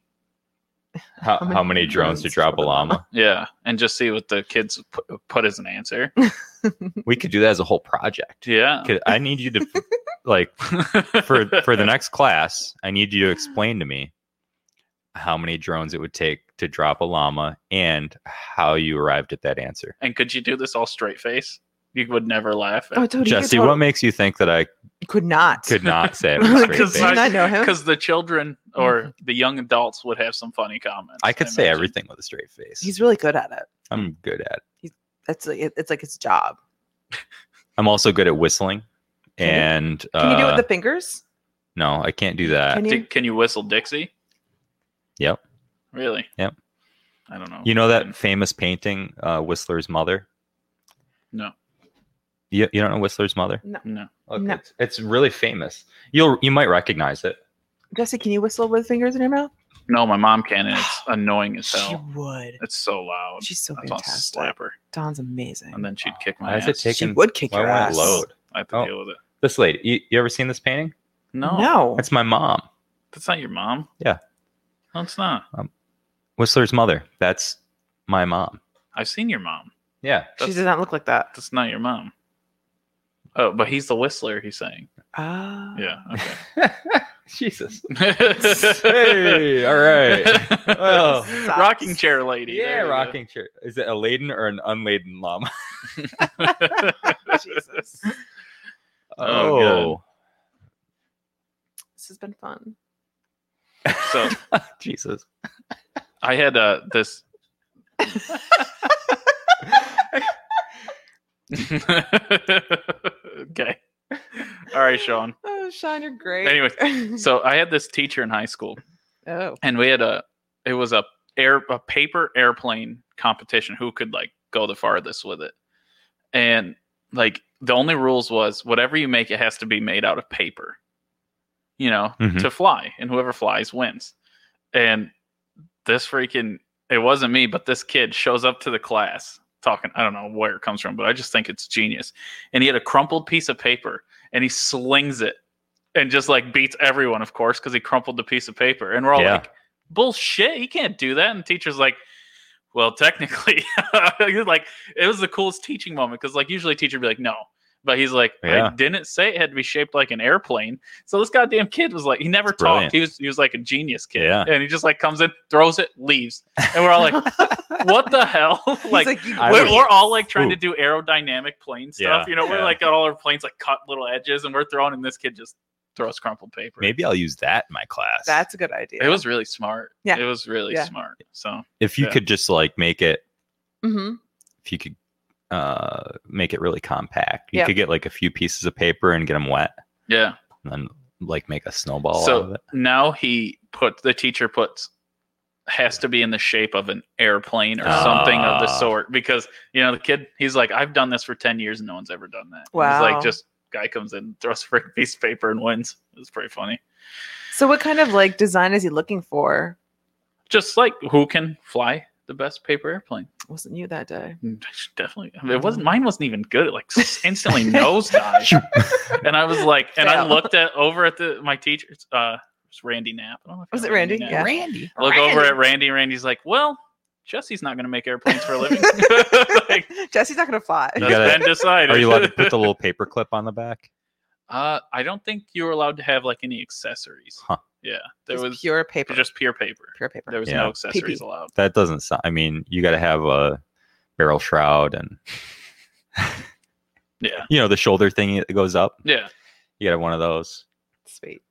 Speaker 1: How,
Speaker 3: How
Speaker 1: how,
Speaker 3: many
Speaker 1: many, drones to
Speaker 3: drones
Speaker 1: drop a
Speaker 3: for the
Speaker 1: llama?
Speaker 2: Yeah, and just see what the kids pu- put as
Speaker 1: [laughs]
Speaker 2: an answer.
Speaker 3: Oh,
Speaker 1: we could do that as a whole project.
Speaker 2: Yeah.
Speaker 1: Could- I need you
Speaker 3: [laughs]
Speaker 1: to like for
Speaker 2: [laughs]
Speaker 1: for the next class, I need you to explain to me how many drones it would take to drop a llama and how you arrived at that answer.
Speaker 2: and could you do this all straight face? You would never laugh.
Speaker 3: Oh, dude,
Speaker 1: Jesse, what makes you think that I
Speaker 3: you could not. [laughs]
Speaker 1: could not say it with a
Speaker 2: [laughs]
Speaker 1: straight
Speaker 3: Because
Speaker 2: Because
Speaker 1: face?
Speaker 3: I, not know him. Mm-hmm.
Speaker 2: Because the children or the young adults would have some funny comments.
Speaker 1: I could say
Speaker 2: imagine.
Speaker 1: everything with a straight face.
Speaker 3: He's really good at it.
Speaker 1: I'm good at it.
Speaker 3: That's like, it- it's like his job.
Speaker 1: I'm also good at whistling.
Speaker 3: Can you-
Speaker 1: And
Speaker 3: Can you do it
Speaker 1: uh,
Speaker 3: with the fingers?
Speaker 1: No, I can't do that.
Speaker 3: Can
Speaker 2: D-
Speaker 3: you?
Speaker 2: can you whistle Dixie?
Speaker 1: Yep.
Speaker 2: Really?
Speaker 1: Yep.
Speaker 2: I don't know.
Speaker 1: You know that famous painting, uh, Whistler's Mother?
Speaker 2: No.
Speaker 1: You, you don't know Whistler's Mother?
Speaker 2: No.
Speaker 1: Look,
Speaker 3: No.
Speaker 1: it's, it's really famous. You'll you might recognize it.
Speaker 3: Jesse, can you whistle with fingers in your mouth?
Speaker 2: No, my mom can, and
Speaker 3: [gasps]
Speaker 2: it's annoying as
Speaker 3: She
Speaker 2: hell.
Speaker 3: would.
Speaker 2: It's so loud.
Speaker 3: She's so
Speaker 2: I want to
Speaker 3: fantastic.
Speaker 2: slap her,
Speaker 3: Dawn's amazing.
Speaker 2: and then she'd kick my
Speaker 1: Why is
Speaker 2: ass.
Speaker 1: it
Speaker 3: she
Speaker 1: taking?
Speaker 3: would kick
Speaker 1: why
Speaker 3: your
Speaker 1: won't it
Speaker 3: ass.
Speaker 1: load?
Speaker 2: I have to
Speaker 1: Oh.
Speaker 2: deal with it.
Speaker 1: This lady. You, you ever seen this painting?
Speaker 2: No,
Speaker 3: No.
Speaker 1: That's my mom,
Speaker 2: that's not your mom.
Speaker 1: Yeah.
Speaker 2: no, it's not.
Speaker 1: Whistler's mother. That's my mom.
Speaker 2: I've seen your mom.
Speaker 1: Yeah.
Speaker 3: she does not look like that.
Speaker 2: That's not your mom. Oh, but he's the whistler. He's saying,
Speaker 3: Ah.
Speaker 1: [laughs]
Speaker 2: yeah. Okay.
Speaker 1: Jesus. [laughs]
Speaker 2: hey,
Speaker 1: Hey. All right. [laughs] Well.
Speaker 2: [laughs]
Speaker 3: Sucks.
Speaker 2: rocking chair lady.
Speaker 1: Yeah,
Speaker 2: There you go.
Speaker 1: rocking chair. Is it a laden or an unladen [laughs] llama?
Speaker 2: [laughs]
Speaker 3: Jesus.
Speaker 2: Oh, good.
Speaker 3: This has been fun.
Speaker 2: so
Speaker 1: Jesus.
Speaker 2: I had uh, this. [laughs] okay. All right, Sean.
Speaker 3: Oh, Sean, you're great. [laughs]
Speaker 2: Anyway, So I had this teacher in high school,
Speaker 3: oh.
Speaker 2: and we had a. It was a air a paper airplane competition. Who could like go the farthest with it. And like the only rules was whatever you make, it has to be made out of paper, you know,
Speaker 1: Mhm.
Speaker 2: to fly, and whoever flies wins. And this freaking it wasn't me, but this kid shows up to the class talking. I don't know where it comes from, but I just think it's genius. And he had a crumpled piece of paper and he slings it and just like beats everyone, of course, because he crumpled the piece of paper. And we're all
Speaker 1: Yeah.
Speaker 2: like, bullshit, he can't do that. And the teacher's like, well, technically, [laughs] He's like it was the coolest teaching moment because like usually teacher would be like, no. But he's like,
Speaker 1: Yeah.
Speaker 2: I didn't say it had to be shaped like an airplane. So this goddamn kid was like, he never
Speaker 1: That's
Speaker 2: talked.
Speaker 1: brilliant.
Speaker 2: He was he was like a genius kid.
Speaker 1: Yeah.
Speaker 2: And he just like comes in, throws it, leaves. And we're all
Speaker 3: [laughs]
Speaker 2: like,
Speaker 1: [laughs]
Speaker 2: what the hell? [laughs] like,
Speaker 3: you
Speaker 1: I
Speaker 2: we're,
Speaker 1: was-
Speaker 2: we're all like trying to
Speaker 1: Ooh.
Speaker 2: do aerodynamic plane
Speaker 1: Yeah,
Speaker 2: stuff. you know, we're
Speaker 1: yeah.
Speaker 2: like got all our planes like cut little edges and we're throwing, and this kid just throws crumpled paper.
Speaker 1: Maybe I'll use that in my class.
Speaker 3: That's a good idea.
Speaker 2: It was really smart.
Speaker 3: Yeah.
Speaker 2: It was really
Speaker 3: Yeah.
Speaker 2: smart. So
Speaker 1: if you
Speaker 2: yeah.
Speaker 1: could just like make it
Speaker 3: hmm
Speaker 1: if you could uh make it really compact. You
Speaker 3: Yeah.
Speaker 1: could get like a few pieces of paper and get them wet
Speaker 2: yeah.
Speaker 1: and then like make a snowball out of
Speaker 2: so
Speaker 1: it.
Speaker 2: now he put the teacher puts has to be in the shape of an airplane or something of the
Speaker 1: Ah.
Speaker 2: sort because you know the kid he's like I've done this for ten years and no one's ever done that. Wow. He's
Speaker 3: Wow.
Speaker 2: like just guy comes in throws a [laughs] freaking piece of paper and wins. It was pretty funny.
Speaker 3: So, what kind of like design is he looking for?
Speaker 2: Just like who can fly the best paper airplane?
Speaker 3: Wasn't you that day?
Speaker 2: Definitely, I mean, it wasn't. Mine wasn't even good. It like instantly nosedive, and I was like, and I
Speaker 3: Fail.
Speaker 2: looked at over at the my teacher. Uh, it's Randy Knapp. I don't know if you
Speaker 3: Was
Speaker 2: know
Speaker 3: it Randy?
Speaker 2: Knapp.
Speaker 3: Yeah.
Speaker 1: Randy.
Speaker 2: look over
Speaker 3: Randy.
Speaker 2: at Randy. Randy's like, well, Jesse's not going to make airplanes for a
Speaker 3: [laughs]
Speaker 2: living. [laughs] like,
Speaker 3: Jesse's not gonna fly.
Speaker 1: You
Speaker 3: [laughs]
Speaker 2: that's
Speaker 1: gotta-
Speaker 2: been decided.
Speaker 1: Are you allowed to put the little paper clip on the back?
Speaker 2: [laughs] uh, I don't think you were allowed to have like any accessories.
Speaker 1: Huh.
Speaker 2: Yeah, there
Speaker 3: Just
Speaker 2: was
Speaker 3: pure paper.
Speaker 2: just pure paper.
Speaker 3: pure paper.
Speaker 2: There was
Speaker 1: Yeah.
Speaker 2: no accessories
Speaker 3: PP.
Speaker 2: allowed.
Speaker 1: That doesn't sound I mean, you gotta have a barrel shroud and
Speaker 2: [laughs] Yeah,
Speaker 1: you know, the shoulder thing that goes up.
Speaker 2: yeah.
Speaker 1: You gotta have one of those.
Speaker 3: Sweet.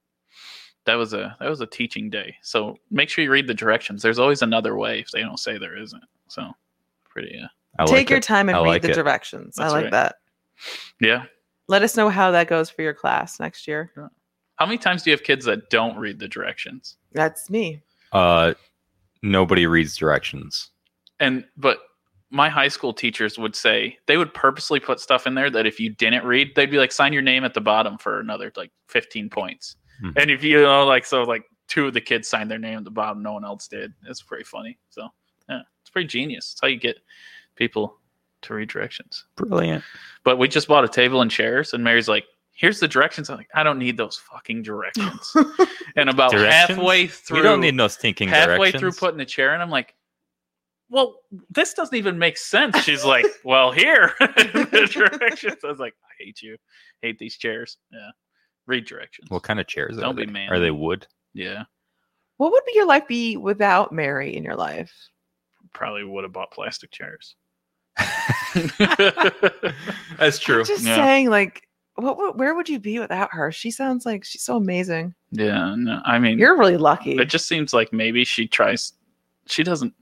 Speaker 2: That was a that was a teaching day. So make sure you read the directions. There's always another way if they don't say there isn't. So pretty. uh, Yeah.
Speaker 1: I
Speaker 3: Take
Speaker 1: like
Speaker 3: your
Speaker 1: it.
Speaker 3: time and
Speaker 1: I
Speaker 3: read
Speaker 1: like
Speaker 3: the
Speaker 1: it.
Speaker 3: directions. I
Speaker 2: That's
Speaker 3: like
Speaker 2: right.
Speaker 3: that.
Speaker 2: Yeah.
Speaker 3: Let us know how that goes for your class next year.
Speaker 2: How many times do you have kids that don't read the directions?
Speaker 3: That's me.
Speaker 1: uh nobody reads directions.
Speaker 2: and but my high school teachers would say they would purposely put stuff in there that if you didn't read they'd be like sign your name at the bottom for another like 15 points
Speaker 1: Mhm.
Speaker 2: and if you know like so like two of the kids signed their name at the bottom no one else did it's pretty funny so yeah it's pretty genius it's how you get people to read directions
Speaker 1: Brilliant.
Speaker 2: but we just bought a table and chairs and mary's like here's the directions i'm like i don't need those fucking
Speaker 1: [laughs]
Speaker 2: directions and about
Speaker 1: Directions?
Speaker 2: halfway through
Speaker 1: you don't need no stinking
Speaker 2: halfway
Speaker 1: directions.
Speaker 2: through putting the chair in, I'm like, well, this doesn't even make sense. She's like, [laughs] well, here. the directions. I was like, I hate you. Hate these chairs. Yeah. Read directions.
Speaker 1: what kind of chairs
Speaker 2: Don't
Speaker 1: are
Speaker 2: be
Speaker 1: they?
Speaker 2: man.
Speaker 1: Are they wood?
Speaker 2: yeah.
Speaker 3: What would be your life be without Mary in your life?
Speaker 2: Probably would have bought plastic chairs. [laughs]
Speaker 1: That's true.
Speaker 3: Just
Speaker 2: Yeah.
Speaker 3: saying, like, what, would where would you be without her? She sounds like she's so amazing.
Speaker 2: yeah. No, I mean,
Speaker 3: You're really lucky.
Speaker 2: it just seems like maybe she tries, she doesn't.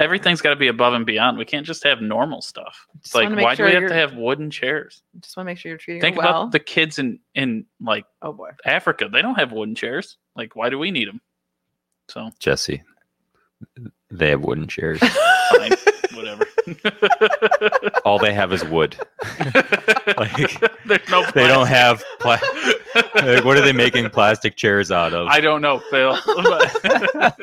Speaker 2: Everything's got to be above and beyond. We can't just have normal stuff. It's
Speaker 3: wanna
Speaker 2: like,
Speaker 3: make
Speaker 2: why
Speaker 3: sure
Speaker 2: do we have
Speaker 3: you're-
Speaker 2: to have wooden chairs?
Speaker 3: Just want to make sure you're treating
Speaker 2: Think
Speaker 3: her well.
Speaker 2: about the kids in in like [laughs]
Speaker 3: oh boy. [laughs]
Speaker 2: Africa. They don't have wooden chairs. Like, why do we need them? So,
Speaker 1: Jesse. They have wooden chairs.
Speaker 2: fine, whatever. [laughs]
Speaker 1: All they have is wood. Like,
Speaker 2: There's no
Speaker 1: They don't
Speaker 2: plastic.
Speaker 1: have pla- [laughs] like, what are they making plastic chairs out of?
Speaker 2: [laughs] I don't know, Phil. but-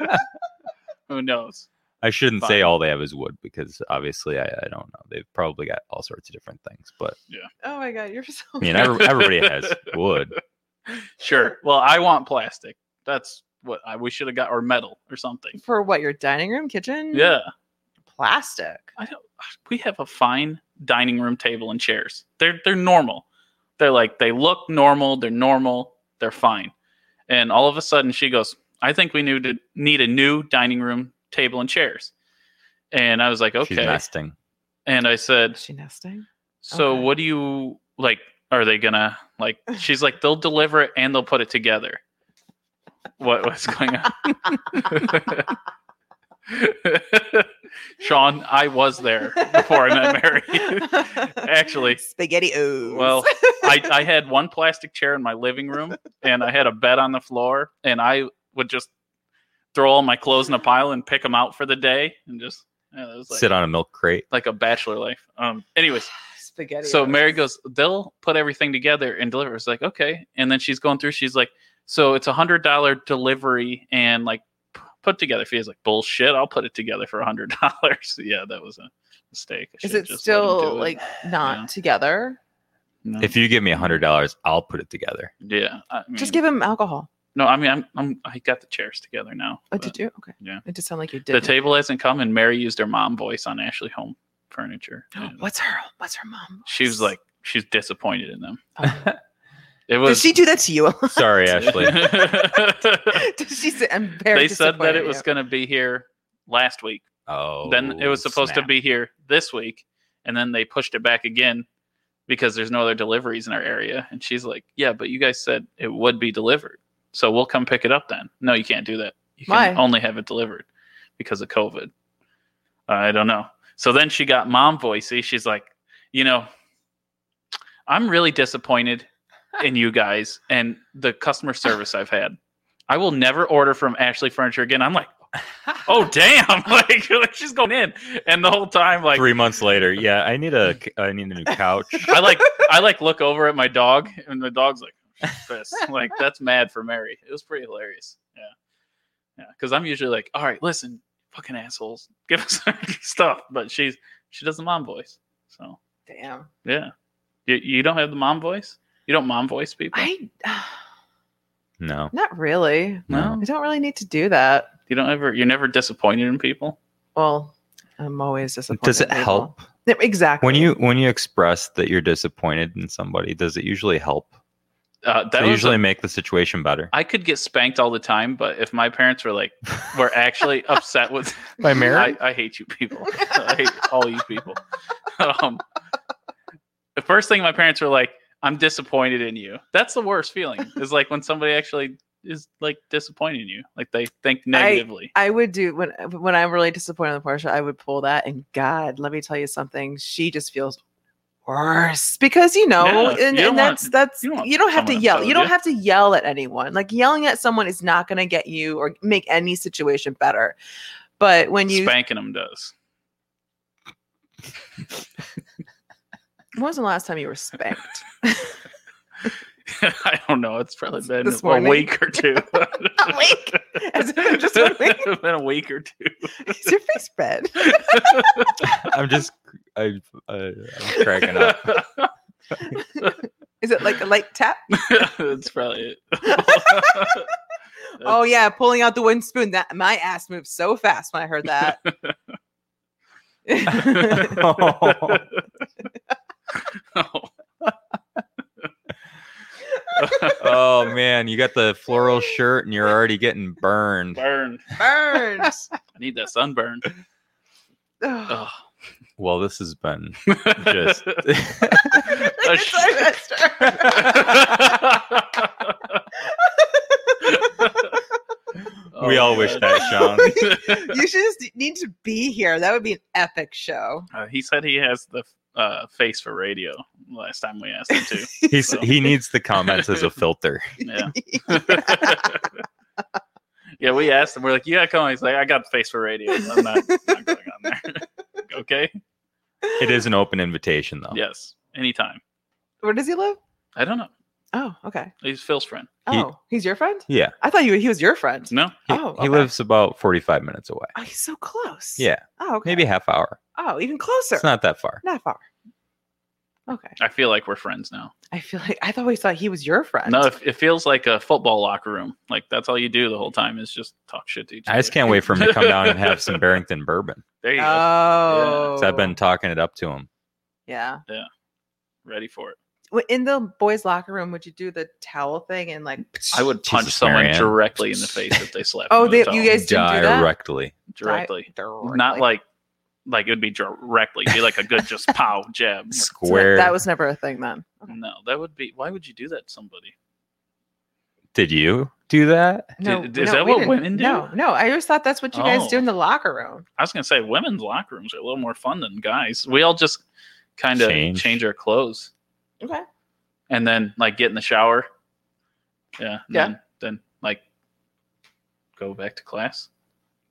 Speaker 2: [laughs] who knows?
Speaker 1: I shouldn't say
Speaker 2: Fine.
Speaker 1: all they have is wood because obviously I, I don't know. They've probably got all sorts of different things, but
Speaker 3: Oh my god, you're so.
Speaker 1: I mean, every, everybody has
Speaker 2: [laughs]
Speaker 1: wood.
Speaker 2: Sure. Well, I want plastic. That's what I we should have got, or metal, or something.
Speaker 3: [laughs] For what your dining room, kitchen?
Speaker 2: Yeah,
Speaker 3: Plastic.
Speaker 2: I don't. We have a fine dining room table and chairs. They're they're normal. They're like they look normal. They're normal. They're fine. And all of a sudden, she goes, "I think we need to need a new dining room table and chairs." And I was like,
Speaker 1: She's
Speaker 2: "Okay."
Speaker 1: nesting.
Speaker 2: And I said,
Speaker 3: Is she nesting?
Speaker 2: so
Speaker 3: Okay.
Speaker 2: what do you like? Are they gonna like? She's like, they'll deliver it and they'll put it together. What what's going on? [laughs] Sean, I was there [laughs] before I met
Speaker 3: [laughs]
Speaker 2: Mary. [laughs] Actually-
Speaker 3: spaghetti ooze. [laughs]
Speaker 2: [sighs] Well, I, I had one plastic chair in my living room and I had a bed on the floor and I would just throw all my clothes in a pile and pick them out for the day and just Yeah, that was like,
Speaker 1: sit on a milk crate.
Speaker 2: like a bachelor life. Um. Anyways,
Speaker 3: Spaghetti.
Speaker 2: so Mary goes, they'll put everything together and deliver. It's like okay, and then she's going through. She's like, so it's a hundred dollar delivery and like p- put together fee. Is like bullshit. I'll put it together for a hundred dollars. [laughs] yeah, that was a mistake. I
Speaker 3: Is
Speaker 2: should've
Speaker 3: it
Speaker 2: just let 'em
Speaker 3: still
Speaker 2: do it.
Speaker 3: like not
Speaker 2: Yeah.
Speaker 3: together?
Speaker 2: No.
Speaker 1: If you give me a hundred dollars, I'll put it together.
Speaker 2: yeah, I mean,
Speaker 3: Just give him alcohol.
Speaker 2: No, I mean I'm, I'm I got the chairs together now.
Speaker 3: Oh,
Speaker 2: but
Speaker 3: did you? Okay.
Speaker 2: yeah.
Speaker 3: It just sounded like you
Speaker 2: the
Speaker 3: did.
Speaker 2: table hasn't come, and Mary used her mom voice on Ashley Home
Speaker 3: [gasps]
Speaker 2: Furniture. and
Speaker 3: What's her? What's her mom?
Speaker 2: She was like, she's disappointed in them.
Speaker 3: Oh.
Speaker 2: It
Speaker 3: Did
Speaker 2: [laughs] was
Speaker 3: she do that
Speaker 2: [laughs]
Speaker 3: to you? [laughs]
Speaker 1: Sorry, Ashley.
Speaker 3: Did she say, I'm very
Speaker 2: they said that
Speaker 3: disappointed
Speaker 2: it
Speaker 3: in
Speaker 2: was
Speaker 3: you."
Speaker 2: going to be here last week.
Speaker 1: Oh,
Speaker 2: then it was supposed to
Speaker 1: snap.
Speaker 2: be here this week, and then they pushed it back again because there's no other deliveries in our area. And she's like, "Yeah, but you guys said it would be delivered, so we'll come pick it up then." No, you can't do that. You can
Speaker 3: Why?
Speaker 2: only have it delivered because of COVID. I don't know. So then she got mom voicey. She's like, "You know, I'm really disappointed in you guys and the customer service I've had. I will never order from Ashley Furniture again." I'm like,
Speaker 3: [laughs]
Speaker 2: "Oh damn!" [laughs] like she's going in, and the whole time, like
Speaker 1: Three months later, yeah, I need
Speaker 2: [laughs]
Speaker 1: a I need a new couch.
Speaker 2: I like I like look over at my dog, and the dog's like "She's pissed. Like that's mad for Mary. It was pretty hilarious. Yeah, yeah. Because I'm usually like, all right, listen, fucking assholes, give us [laughs] our stuff. But she's she does the mom voice. So
Speaker 3: Damn.
Speaker 2: yeah, you, you don't have the mom voice. You don't mom voice people.
Speaker 3: I. [sighs]
Speaker 1: No,
Speaker 3: Not really.
Speaker 2: no,
Speaker 3: I don't really need to do that.
Speaker 2: you don't ever. You're never disappointed in people.
Speaker 3: Well, I'm always disappointed.
Speaker 1: does
Speaker 3: in
Speaker 1: it
Speaker 3: people.
Speaker 1: help
Speaker 3: Yeah, Exactly.
Speaker 1: when you when you express that you're disappointed in somebody? Does it usually help?
Speaker 2: Uh, that
Speaker 1: Does it
Speaker 2: was
Speaker 1: usually make the situation better?
Speaker 2: I could get spanked all the time, but if my parents were like, were
Speaker 3: [laughs]
Speaker 2: actually upset with
Speaker 1: By Mary?
Speaker 2: I, I hate you people. I hate all you people. Um, the first thing my parents were like, I'm disappointed in you. That's the worst feeling. Is like when somebody actually is like disappointing you. Like they think negatively.
Speaker 3: I would do when when I'm really disappointed in Portia, I would pull that. And God, let me tell you something. She just feels worse because you know,
Speaker 2: Yeah,
Speaker 3: and,
Speaker 2: you don't
Speaker 3: and
Speaker 2: want-
Speaker 3: that's that's
Speaker 2: you don't
Speaker 3: you don't,
Speaker 2: want
Speaker 3: have to
Speaker 2: someone
Speaker 3: yell.
Speaker 2: upset
Speaker 3: You
Speaker 2: with
Speaker 3: don't
Speaker 2: you.
Speaker 3: have to yell at anyone. Like yelling at someone is not going to get you or make any situation better. But when you
Speaker 2: Spanking them does. [laughs]
Speaker 3: when was the last time you
Speaker 2: [laughs]
Speaker 3: were spanked? [laughs]
Speaker 2: I don't know. It's probably been
Speaker 3: This
Speaker 2: a
Speaker 3: morning.
Speaker 2: week or two.
Speaker 3: A week? Has it been [laughs] just one week?
Speaker 2: It's [laughs] been a week or two.
Speaker 3: [laughs] Is your face red?
Speaker 1: I'm just I, I I'm
Speaker 2: [laughs]
Speaker 1: cracking up.
Speaker 3: Is it like a light tap?
Speaker 2: That's probably
Speaker 3: [laughs]
Speaker 2: it.
Speaker 3: That's- Oh yeah, pulling out the wooden spoon. That my ass moved so fast when I heard that.
Speaker 2: [laughs]
Speaker 3: [laughs]
Speaker 2: oh.
Speaker 1: Oh man, you got the floral shirt and you're already getting [laughs] burned.
Speaker 2: Burn.
Speaker 3: Burned. [laughs]
Speaker 2: I need that sunburn.
Speaker 3: Ugh.
Speaker 2: Oh.
Speaker 1: Well, this has been
Speaker 2: [laughs]
Speaker 1: just [laughs]
Speaker 2: A sh-
Speaker 3: [laughs] It's our best.
Speaker 2: Oh,
Speaker 1: we all wish that, Sean. [laughs]
Speaker 2: [laughs]
Speaker 3: [laughs] you should just need to be here. That would be an epic show.
Speaker 2: Uh, he said he has the uh, face for radio. Last time we asked him
Speaker 3: [laughs]
Speaker 2: to.
Speaker 1: He's he needs the comments as a filter.
Speaker 2: Yeah. yeah, we asked him. We're like, "You got to come." on." He's like, "I got the face for radio. I'm not, not going on there." okay.
Speaker 1: It is an open invitation though.
Speaker 2: Yes. Anytime.
Speaker 3: Where does he live?
Speaker 2: I don't know.
Speaker 3: Oh, okay.
Speaker 2: He's Phil's friend.
Speaker 1: He-
Speaker 3: Oh, he's your friend.
Speaker 1: Yeah.
Speaker 3: I thought you he was your friend.
Speaker 2: No.
Speaker 1: He,
Speaker 3: Oh,
Speaker 1: he
Speaker 3: okay.
Speaker 1: lives about 45 minutes away.
Speaker 3: Oh, he's so close.
Speaker 1: Yeah,
Speaker 3: Oh, okay.
Speaker 1: maybe half hour.
Speaker 3: Oh, even closer.
Speaker 1: It's not that far.
Speaker 3: Not far. Okay.
Speaker 2: I feel like we're friends now.
Speaker 3: I feel like I thought we thought he was your friend.
Speaker 2: No, it, it feels like a football locker room. Like that's all you do the whole time is just talk shit to each other.
Speaker 1: I just can't wait for him to come down and have some Barrington bourbon.
Speaker 2: [laughs] There you go.
Speaker 3: Oh.
Speaker 1: 'cause I've been talking it up to him.
Speaker 3: Yeah.
Speaker 2: Ready for it.
Speaker 3: Wh- in the boys' locker room, would you do the towel thing and like?
Speaker 2: I would punch
Speaker 1: Jesus,
Speaker 2: someone
Speaker 1: Marianne.
Speaker 2: directly in the face if they slapped.
Speaker 3: [laughs] Oh,
Speaker 2: me with
Speaker 3: they-
Speaker 2: a
Speaker 3: you
Speaker 2: towel.
Speaker 3: guys didn't do that?
Speaker 1: Directly.
Speaker 2: [laughs] directly,
Speaker 3: Directly.
Speaker 2: not like like it would be directly, It'd be like a good
Speaker 3: [laughs]
Speaker 2: just pow jab.
Speaker 3: So that-
Speaker 1: Square.
Speaker 3: That was never a thing then. Okay.
Speaker 2: No, that would be. Why would you do that to somebody?
Speaker 1: Did you do that?
Speaker 2: Did- is that
Speaker 3: we
Speaker 2: what
Speaker 3: didn't.
Speaker 2: women do?
Speaker 3: No, no. I always thought that's what you guys do
Speaker 2: Oh.
Speaker 3: in the locker room.
Speaker 2: I was gonna say women's locker rooms are a little more fun than guys. We all just kind of
Speaker 1: Change.
Speaker 2: change our clothes.
Speaker 3: [laughs] Okay.
Speaker 2: and then like get in the shower. Yeah. and
Speaker 3: Yeah.
Speaker 2: Then, then like go back to class.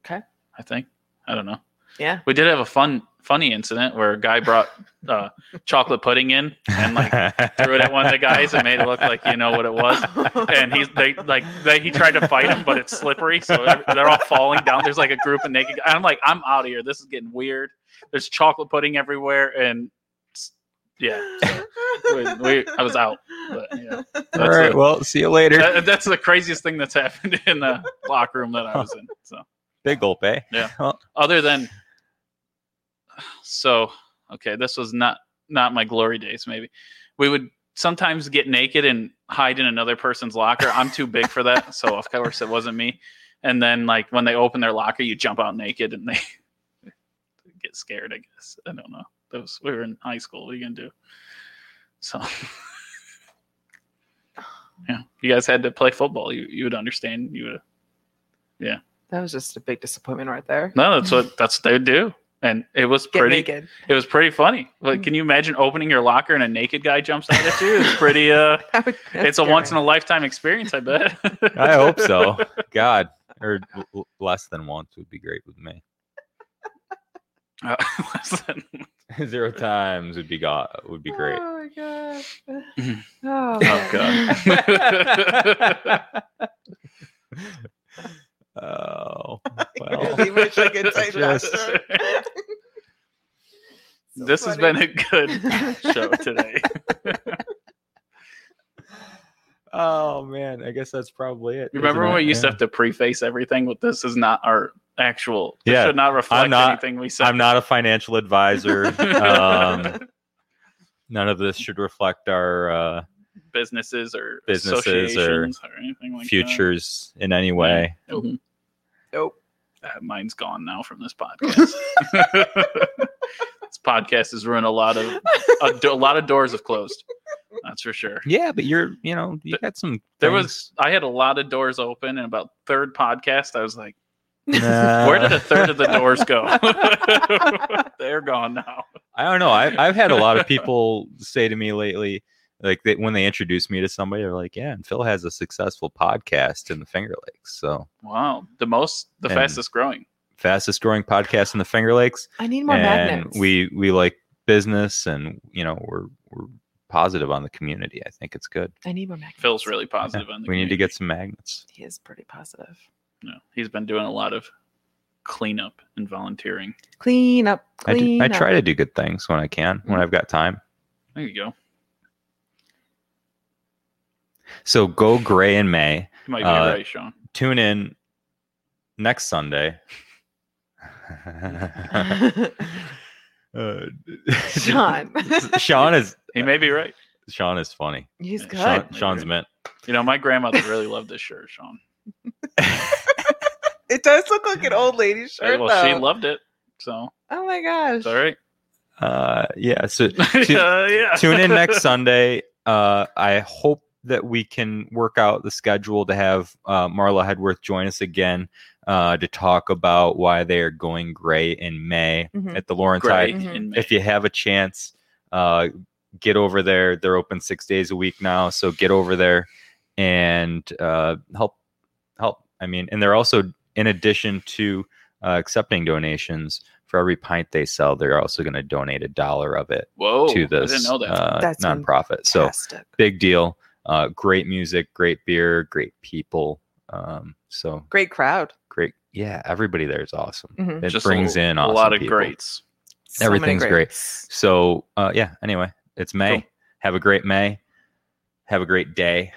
Speaker 3: Okay.
Speaker 2: I think. I don't know.
Speaker 3: Yeah.
Speaker 2: We did have a fun, funny incident where a guy
Speaker 3: [laughs]
Speaker 2: brought uh, chocolate pudding in and like threw it at
Speaker 1: [laughs]
Speaker 2: one of the guys and made it look like you know what it was. And he's they like they, he tried to fight him, but it's slippery, so every- they're all falling down. There's like a group of naked. guys. I'm like, I'm out of here. This is getting weird. There's chocolate pudding everywhere, and s- yeah, we, we, I was out. But yeah,
Speaker 1: All right.
Speaker 2: it.
Speaker 1: Well, see you later.
Speaker 2: That- that's the craziest thing that's happened in the locker room that I was in. So
Speaker 1: Big gulp, eh?
Speaker 2: Yeah.
Speaker 1: [laughs] Well,
Speaker 2: other than so okay this was not not my glory days maybe we would sometimes get naked and hide in another person's locker i'm too big for that so of course it wasn't me and then like when they open their locker you jump out naked and they [laughs] get scared i guess i don't know that was we were in high school what are you gonna do so [laughs] yeah you guys had to play football you you would understand you would
Speaker 3: That was just a big disappointment right there.
Speaker 2: no, that's what that's what they do, and it was
Speaker 3: Get
Speaker 2: pretty.
Speaker 3: naked. [laughs]
Speaker 2: It was pretty funny.
Speaker 3: Hmm.
Speaker 2: Like, can you imagine opening your locker and a naked guy jumps out at
Speaker 3: [laughs]
Speaker 2: you? It's pretty. Uh,
Speaker 3: That would- that's
Speaker 2: it's a
Speaker 3: scary.
Speaker 2: once in a lifetime experience. I bet.
Speaker 1: [laughs] I hope so. God, or l- l- less than once would be great with me.
Speaker 2: Uh,
Speaker 3: [laughs]
Speaker 2: listen,
Speaker 1: [laughs] Zero times would be god would be
Speaker 2: [laughs]
Speaker 1: great. [laughs]
Speaker 3: Oh
Speaker 2: Mhm.
Speaker 3: my god. Oh,
Speaker 2: oh
Speaker 3: man.
Speaker 2: god. [laughs]
Speaker 1: Oh,
Speaker 3: I
Speaker 1: well.
Speaker 3: really wish I could say
Speaker 1: Just-
Speaker 3: that. [laughs] So
Speaker 2: this has been
Speaker 3: funny.
Speaker 2: a good
Speaker 3: [laughs]
Speaker 2: show today.
Speaker 1: [laughs] Oh man, I guess that's probably it.
Speaker 2: Remember when we used to have to preface everything with this is not our actual. This
Speaker 1: Yeah,
Speaker 2: should not reflect
Speaker 1: not-
Speaker 2: anything we said.
Speaker 1: I'm not a financial
Speaker 2: [laughs]
Speaker 1: advisor. um, none of this should reflect our
Speaker 2: Oh
Speaker 1: uh,
Speaker 2: businesses or
Speaker 1: Businesses or
Speaker 2: associations or anything like that.
Speaker 1: futures in any way.
Speaker 2: Nope.
Speaker 3: Nope.
Speaker 2: Mm-hmm. Uh, mine's gone now from this podcast. [laughs] this podcast has ruined a lot of a, do- a lot of doors have closed. That's for sure.
Speaker 1: Yeah, but you're you know you got some.
Speaker 2: There
Speaker 1: things-
Speaker 2: was I had a lot of doors open, and about third podcast, I was like,
Speaker 1: Nah.
Speaker 2: "Where did a third of [laughs] the doors go?
Speaker 1: [laughs]
Speaker 2: They're gone now."
Speaker 1: I don't know. I've, I've had a lot of people say to me lately, like they, when they introduce me to somebody, they're like, "Yeah, and Phil has a successful podcast in the Finger Lakes, so
Speaker 2: Wow, the most, the
Speaker 1: And-
Speaker 2: fastest growing.
Speaker 1: fastest growing podcast in the Finger Lakes."
Speaker 3: I need more
Speaker 1: and
Speaker 3: magnets.
Speaker 1: we we like business, and you know we're we're positive on the community. I think it's good.
Speaker 3: I need more magnets.
Speaker 2: Phil's really positive on
Speaker 1: we need
Speaker 2: the.
Speaker 1: to
Speaker 2: community.
Speaker 1: get some magnets.
Speaker 3: He is pretty positive.
Speaker 2: No, he's been doing a lot of cleanup and volunteering.
Speaker 3: Clean up.
Speaker 1: I, do,
Speaker 3: Clean
Speaker 1: I
Speaker 3: up. Mm-hmm.
Speaker 1: try to do good things when I can, when I've got time.
Speaker 2: There you go.
Speaker 1: So go gray in May.
Speaker 2: You might be
Speaker 1: Uh,
Speaker 2: right, Sean.
Speaker 1: Tune in next Sunday.
Speaker 2: [laughs]
Speaker 3: [laughs]
Speaker 1: Uh,
Speaker 3: Sean.
Speaker 1: Sean is
Speaker 2: He may be right.
Speaker 1: Sean is funny.
Speaker 3: He's good.
Speaker 1: Sean,
Speaker 2: Good.
Speaker 1: Sean's
Speaker 3: [laughs]
Speaker 1: mint.
Speaker 2: You know, my grandmother really loved this shirt, Sean.
Speaker 1: [laughs]
Speaker 3: It does look like an old lady shirt,
Speaker 2: well,
Speaker 3: though.
Speaker 2: she loved it, so
Speaker 1: [laughs]
Speaker 3: oh my gosh.
Speaker 2: it's all right.
Speaker 1: Uh, yeah. So
Speaker 2: Uh, [laughs] yeah.
Speaker 1: tune in next Sunday. Uh, I hope that we can work out the schedule to have uh, Marla Hedworth join us again uh, to talk about why they are going gray in May
Speaker 3: Mhm.
Speaker 1: at the Lawrence
Speaker 2: Great.
Speaker 1: High.
Speaker 3: Mhm.
Speaker 2: in May.
Speaker 1: If you have a chance, uh, get over there. They're open six days a week now, so get over there and uh, help. Help. I mean, and they're also in addition to uh, accepting donations for every pint they sell, they're also going to donate a dollar of it
Speaker 2: Whoa,
Speaker 1: to this
Speaker 2: Oh, I didn't know that.
Speaker 1: Uh,
Speaker 3: That's
Speaker 1: nonprofit. So
Speaker 3: Fantastic.
Speaker 1: big deal. Uh, great music, great beer, great people. Um, so
Speaker 3: Great crowd.
Speaker 1: great. Yeah, everybody there is awesome.
Speaker 3: Mhm.
Speaker 1: It
Speaker 2: Just
Speaker 1: brings
Speaker 2: a,
Speaker 1: in
Speaker 2: a
Speaker 1: awesome
Speaker 2: lot of
Speaker 1: people.
Speaker 2: greats.
Speaker 3: So many
Speaker 1: Everything's great.
Speaker 3: greats. [laughs]
Speaker 1: So uh, yeah. Anyway, it's May.
Speaker 2: Cool.
Speaker 1: Have a great May. Have a great day,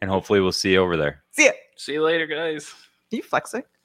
Speaker 1: and hopefully we'll see you over there.
Speaker 3: See ya.
Speaker 2: See you later, guys.
Speaker 3: you flexing?